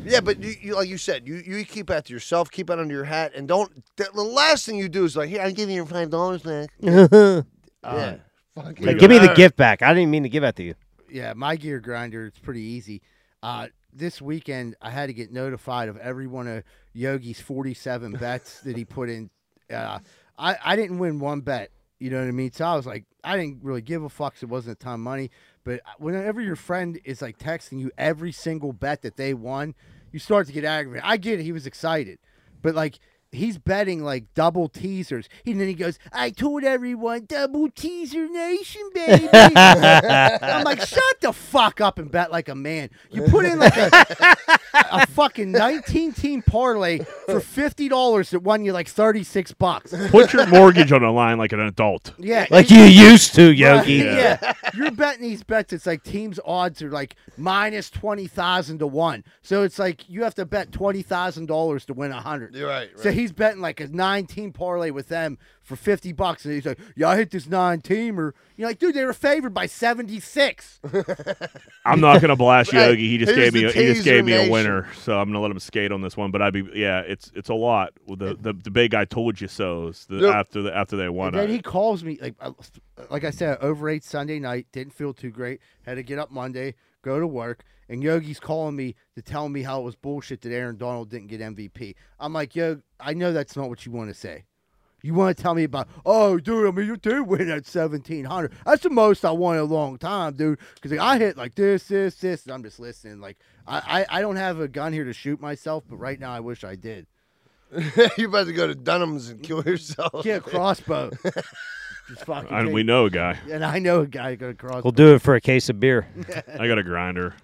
Yeah, but you, you, like you said, you, you keep that to yourself, keep that under your hat, and don't. The, the last thing you do is like, here, I'm giving you your five dollars back. Uh, yeah, fuck Like, you. give me the Alright. gift back. I didn't mean to give that to you. yeah, my gear grinder it's pretty easy. Uh, this weekend I had to get notified of every one of Yogi's forty-seven bets that he put in. Uh, I I didn't win one bet. You know what I mean? So I was like, I didn't really give a fuck. 'cause It wasn't a ton of money. But whenever your friend is like texting you every single bet that they won, you start to get aggravated. I get it. He was excited, but like. He's betting like double teasers. And then he goes, I told everyone, double teaser nation, baby. I'm like, shut the fuck up and bet like a man. You put in like a, a fucking 19 team parlay for $50 that won you like 36 bucks. Put your mortgage on the line like an adult. Yeah. Like you used to, Yogi. Yeah. You're betting these bets. It's like teams' odds are like minus 20,000 to one. So it's like you have to bet $20,000 to win 100. You're right. right. So he's betting like a nine team parlay with them for 50 bucks. And he's like, yeah, I hit this nine teamer. You're like, dude, they were favored by 76. I'm not gonna blast Hey, Yogi. He just here's gave me the a, he just teaser gave me a nation. winner, so I'm gonna let him skate on this one. But I'd be yeah, it's it's a lot. With The the, the big I told you so's the, Yep. after the after they won. And I- then he calls me like I- like I said, I overate Sunday night, didn't feel too great. Had to get up Monday, go to work, and Yogi's calling me to tell me how it was bullshit that Aaron Donald didn't get MVP. I'm like, yo, I know that's not what you want to say. You want to tell me about, oh, dude, I mean, you did win at 1,700. That's the most I won in a long time, dude. Because like, I hit like this, this, this, and I'm just listening. Like, I, I, I don't have a gun here to shoot myself, but right now I wish I did. You're about to go to Dunham's and kill yourself. Get a crossbow. just fucking and take- we know a guy. And I know a guy got across. We'll do it for a case of beer. I got a grinder.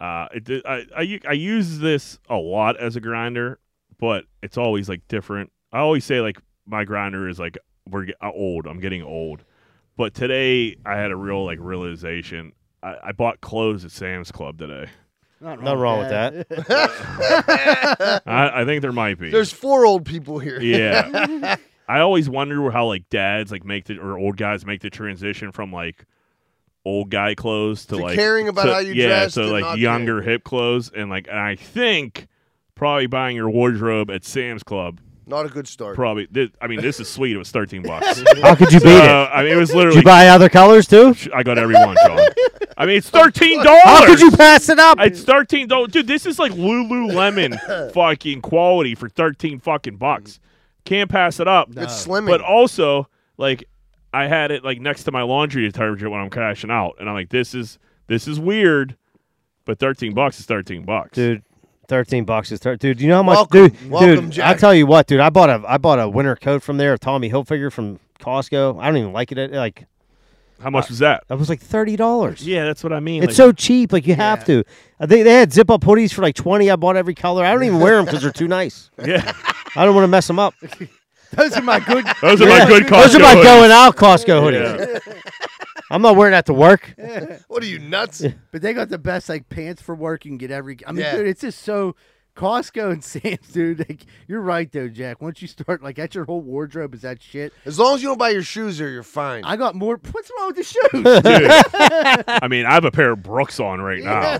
Uh, it, did- I, I u- I use this a lot as a grinder, but it's always like different. I always say like my grinder is like we're get- uh, old. I'm getting old, but today I had a real like realization. I, I bought clothes at Sam's Club today. Not Nothing wrong with that. I, I think there might be. There's four old people here. yeah. I always wonder how like dads like make the or old guys make the transition from like old guy clothes to, To like caring about to- how you yeah, dress to and like not younger hip clothes and like and I think probably buying your wardrobe at Sam's Club Not a good start. probably thi- I mean this is sweet it was 13 bucks. How could you beat So, it? I mean it was Did you literally buy other colors too? I got everyone John. I mean it's $13. How could you pass it up? It's thirteen dollars, dude. This is like Lululemon fucking quality for thirteen fucking bucks. Can't pass it up. It's slimming. But also, like, I had it like next to my laundry detergent when I'm cashing out, and I'm like, this is this is weird, but thirteen bucks is thirteen bucks, dude. Thirteen bucks is thir- dude. You know how much, Welcome. dude? Welcome, dude, I Jack. tell you what, dude. I bought a I bought a winter coat from there, a Tommy Hilfiger from Costco. I don't even like it. Like How much was that? that was like thirty dollars. Yeah, that's what I mean. It's so cheap. Like you have to. I think they had zip up hoodies for like twenty. I bought every color. I don't even wear them because they're too nice. so yeah. I don't want to mess them up. Those are my good. Those are my good Costco. Those are my hoodies. going out Costco hoodies. Yeah. I'm not wearing that to work. What are you nuts? But they got the best like pants for work. You can get every. I mean, Yeah. dude, it's just so Costco and Sam's, dude. Like, you're right though, Jack. Once you start like that's your whole wardrobe is that shit. As long as you don't buy your shoes here, you're fine. I got more. What's wrong with the shoes? I mean, I have a pair of Brooks on right now.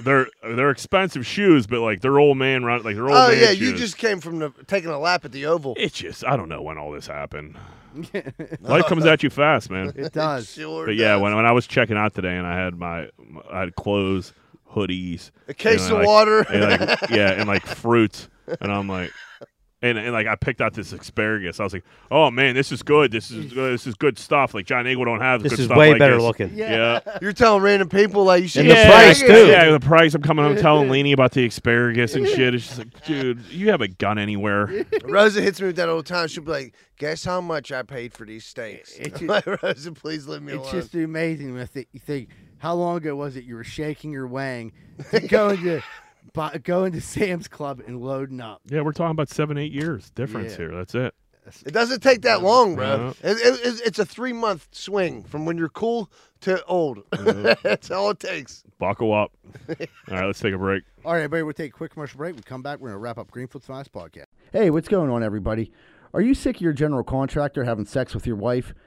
They're they're expensive shoes, but like they're old man run like they're old oh man yeah, you shoes. just came from the, taking a lap at the Oval. It just, I don't know when all this happened. Life comes at you fast, man. it does. Ah, Sure But yeah, does. when, when I was checking out today and I had my, I had clothes, hoodies, a case and of like- water. and like, yeah, and like fruits, and I'm like, and, and like I picked out this asparagus. I was like, oh man, this is good. This is this is good stuff. Like John Eagle don't have This good is stuff way like better this. looking. Yeah. You're telling random people like you should. And the yeah, price, yeah, too. Yeah, the price. I'm coming home telling Lenny about the asparagus and shit. It's just like, dude, you have a gun anywhere. Rosa hits me with that all the time. She'll be like, "Guess how much I paid for these steaks?" It's I'm like, Rosa, please leave me It's alone. just amazing when I thi- you think how long ago was it you were shaking your wang to go into bu- going to Sam's Club and loading up. Yeah, we're talking about seven, eight years difference Yeah. here. That's it. It doesn't take that long, bro. Yeah. It, it, it's- it's a three month swing from when you're cool to old. Mm-hmm. That's all it takes. Buckle up. All right, let's take a break. All right, everybody, we'll take a quick commercial break. We come back. We're going to wrap up Greenfield's Finest Podcast. Hey, what's going on, everybody? Are you sick of your general contractor having sex with your wife?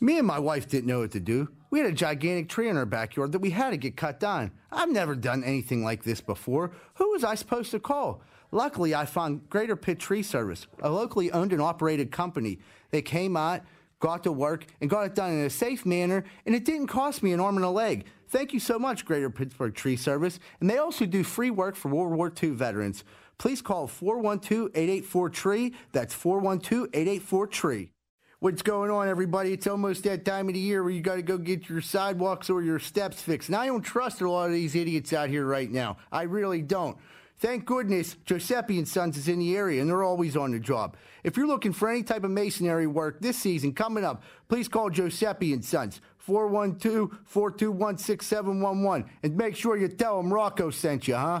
Me and my wife didn't know what to do. We had a gigantic tree in our backyard that we had to get cut down. I've never done anything like this before. Who was I supposed to call? Luckily, I found Greater Pitt Tree Service, a locally owned and operated company. They came out, got to work, and got it done in a safe manner, and it didn't cost me an arm and a leg. Thank you so much, Greater Pittsburgh Tree Service. And they also do free work for World War II veterans. Please call 412 884 TREE. E That's 412 884 TREE. E What's going on, everybody? It's almost that time of the year where you got to go get your sidewalks or your steps fixed. And I don't trust a lot of these idiots out here right now. I really don't. Thank goodness Giuseppe and Sons is in the area and they're always on the job. If you're looking for any type of masonry work this season coming up, please call Giuseppe and Sons 412-421-6711 and make sure you tell them Rocco sent you, huh?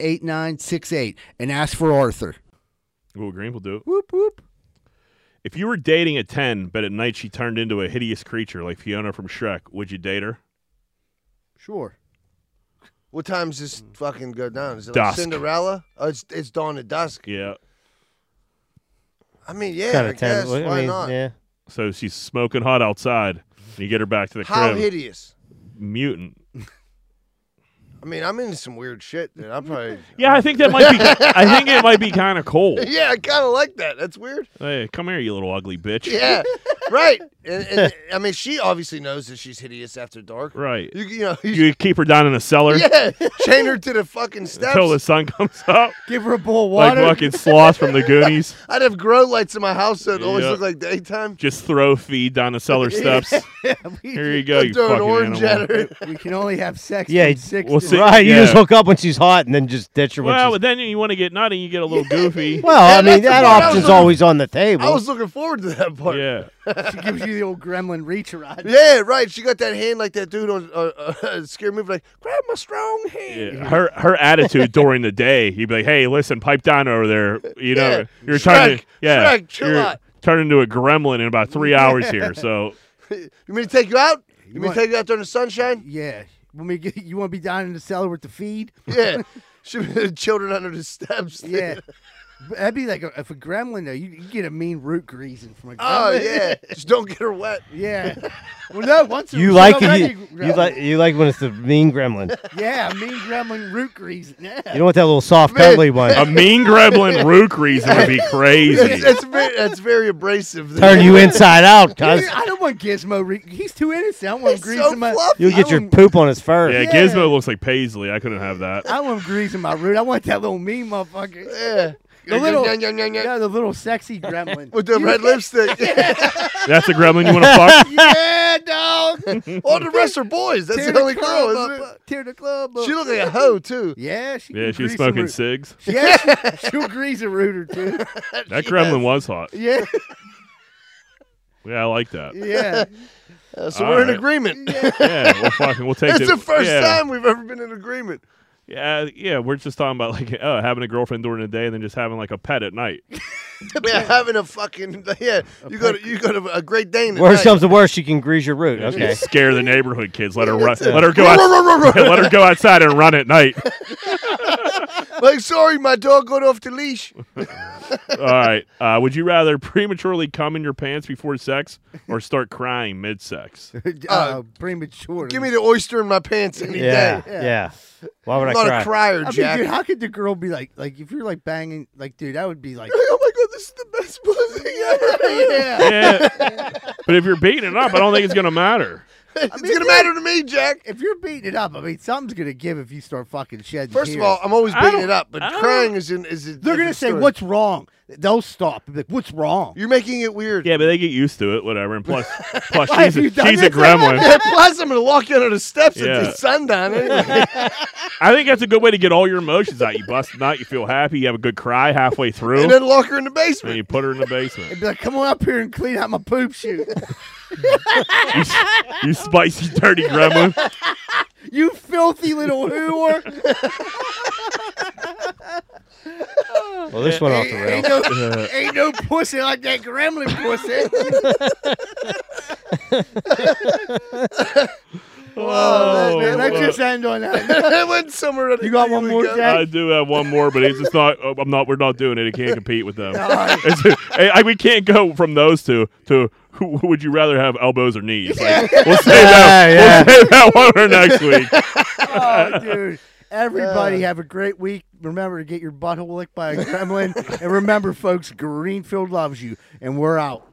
8968 and ask for Arthur. Ooh, Green will do it. Whoop whoop. If you were dating at 10, but at night she turned into a hideous creature like Fiona from Shrek, would you date her? Sure. What time does this fucking go down? Is it Dusk. like Cinderella? Oh, it's it's dawn to dusk. Yeah. I mean, yeah, kind I of guess. ten. I Why mean, not? yeah. So she's smoking hot outside, and you get her back to the How crib. hideous. Mutant. I mean, I'm into some weird shit, dude. I'm probably. Yeah, I think that might be. I think it might be kind of cold. yeah, I kind of like that. That's weird. Hey, come here, you little ugly bitch. Yeah, right. And, and I mean, she obviously knows that she's hideous after dark. Right. You, you know, You keep her down in a cellar yeah, chain her to the fucking steps. until the sun comes up, Give her a bowl of like fucking sloth from the Goonies. I'd have grow lights in my house so it always Yeah. looked like daytime. Just throw feed down the cellar steps. Here you go, I'd you throw an fucking orange animal. at her. we can only have sex Yeah, yeah, from six we'll to to- see. Right, you just Yeah. hook up when she's hot and then just ditch her when Well, she's. but then you want to get nutty, you get a little goofy. Well, I Yeah, that's mean, the part that I was option's looking- always on the table. I was looking forward to that part. Yeah. yeah. She gives you the old gremlin reach around. right. She got that hand like that dude on uh, uh, Scary Movie, like grab my strong hand. Yeah, her her attitude during the day, you'd be like, "Hey, listen, pipe down over there." You know, Yeah. you're trying Shrek, to yeah, Shrek, chill you're out. turning into a gremlin in about three hours here. So You mean to take you out? You mean want- to take you out during the sunshine? Yeah. When we get, you want to be down in the cellar with the feed? Yeah. She children under the steps. Yeah. That'd be like a, if a gremlin though, you, you get a mean root greasing from a gremlin. Oh yeah. Just don't get her wet. Yeah. Well, no. Once you was like it. already You, you gremlin. like you like when it's the mean gremlin. Yeah, mean gremlin root greasing. Yeah. You don't want that little soft Man. cuddly one. a mean gremlin root reason would be That's, crazy. that's very, that's very abrasive. Turn you inside out, cuz I don't want Gizmo. Re- he's too innocent. I don't want him It's greasing so my. fluffy. you'll get I your don't- poop on his fur. Yeah, Gizmo looks like Paisley. I couldn't have that. I don't want him greasing my root. I want that little mean motherfucker. Yeah. The little, Nyah, nyah, nyah, nyah. yeah, the little sexy gremlin. With the red lipstick. That's the gremlin you want to fuck. yeah, dog. All the rest are boys. That's Tear the only club girl, up, isn't uh, Tear the club it? up. She looked like a hoe too. yeah, she Yeah, can she's grease some smoking root. cigs. Yeah, she- she'll grease a root or two. That gremlin was hot. Yeah, Yeah, I like that. yeah. Uh, so All we're in right. agreement. Yeah, we'll fucking we'll take That's it. the first yeah. time we've ever been in agreement. Yeah, yeah, we're just talking about like oh, having a girlfriend during the day and then just having like a pet at night. Yeah, having a fucking yeah. You go to you go to a Great Dane. at Worst night. comes to worst, you can grease your root. Okay. Scare the neighborhood kids. Let her run. That's it. Let her go. Ruh, Out, ruh, ruh, ruh, ruh. let her go outside and run at night. like, sorry, my dog got off the leash. All right. Uh, would you rather prematurely cum in your pants before sex or start crying mid sex? uh, premature. Give me the oyster in my pants any Yeah, day. yeah. Why would I'm I not cry? a crier, I mean, Jack. dude, how could the girl be like, like if you're like banging, like, dude, that would be like, oh my god, this is the best pussy ever. yeah. Yeah. but if you're beating it up, I don't think it's gonna matter. it's gonna matter to me, Jack. If you're beating it up, I mean, something's gonna give if you start fucking shedding. First of tears. all, I'm always I beating don't- it up, but I don't- crying is in is a they're gonna different say, story. "What's wrong?" They'll stop. Be Like, what's wrong? You're making it weird. Yeah, but they get used to it, whatever. And plus, plus Why, she's have you a, done she's a this? gremlin. Plus, I'm gonna walk you under the steps Yeah. at sundown. Anyway. I think that's a good way to get all your emotions out. You bust it out, you feel happy, you have a good cry halfway through, and and then lock her in the basement. you put her in the basement. Be like, come on up here and clean out my poop chute. You, s- you spicy, dirty gremlin. you filthy little whore. Well, this went off the ain't, rail. no, ain't no pussy like that gremlin pussy. Oh, Man, let's uh, just end on that. I went somewhere. that You got I one would more, go. Jack? I do have one more, but it's just not. uh, I'm not. We're not doing it. It can't compete with them. All right. It's- I- I- we can't go from those two to who who would you rather have elbows or knees? Like, we'll save that. Yeah, We'll save that one for next week. Oh, dude. Everybody have a great week. Remember to get your butthole licked by a gremlin. and remember, folks, Greenfield loves you, and we're out.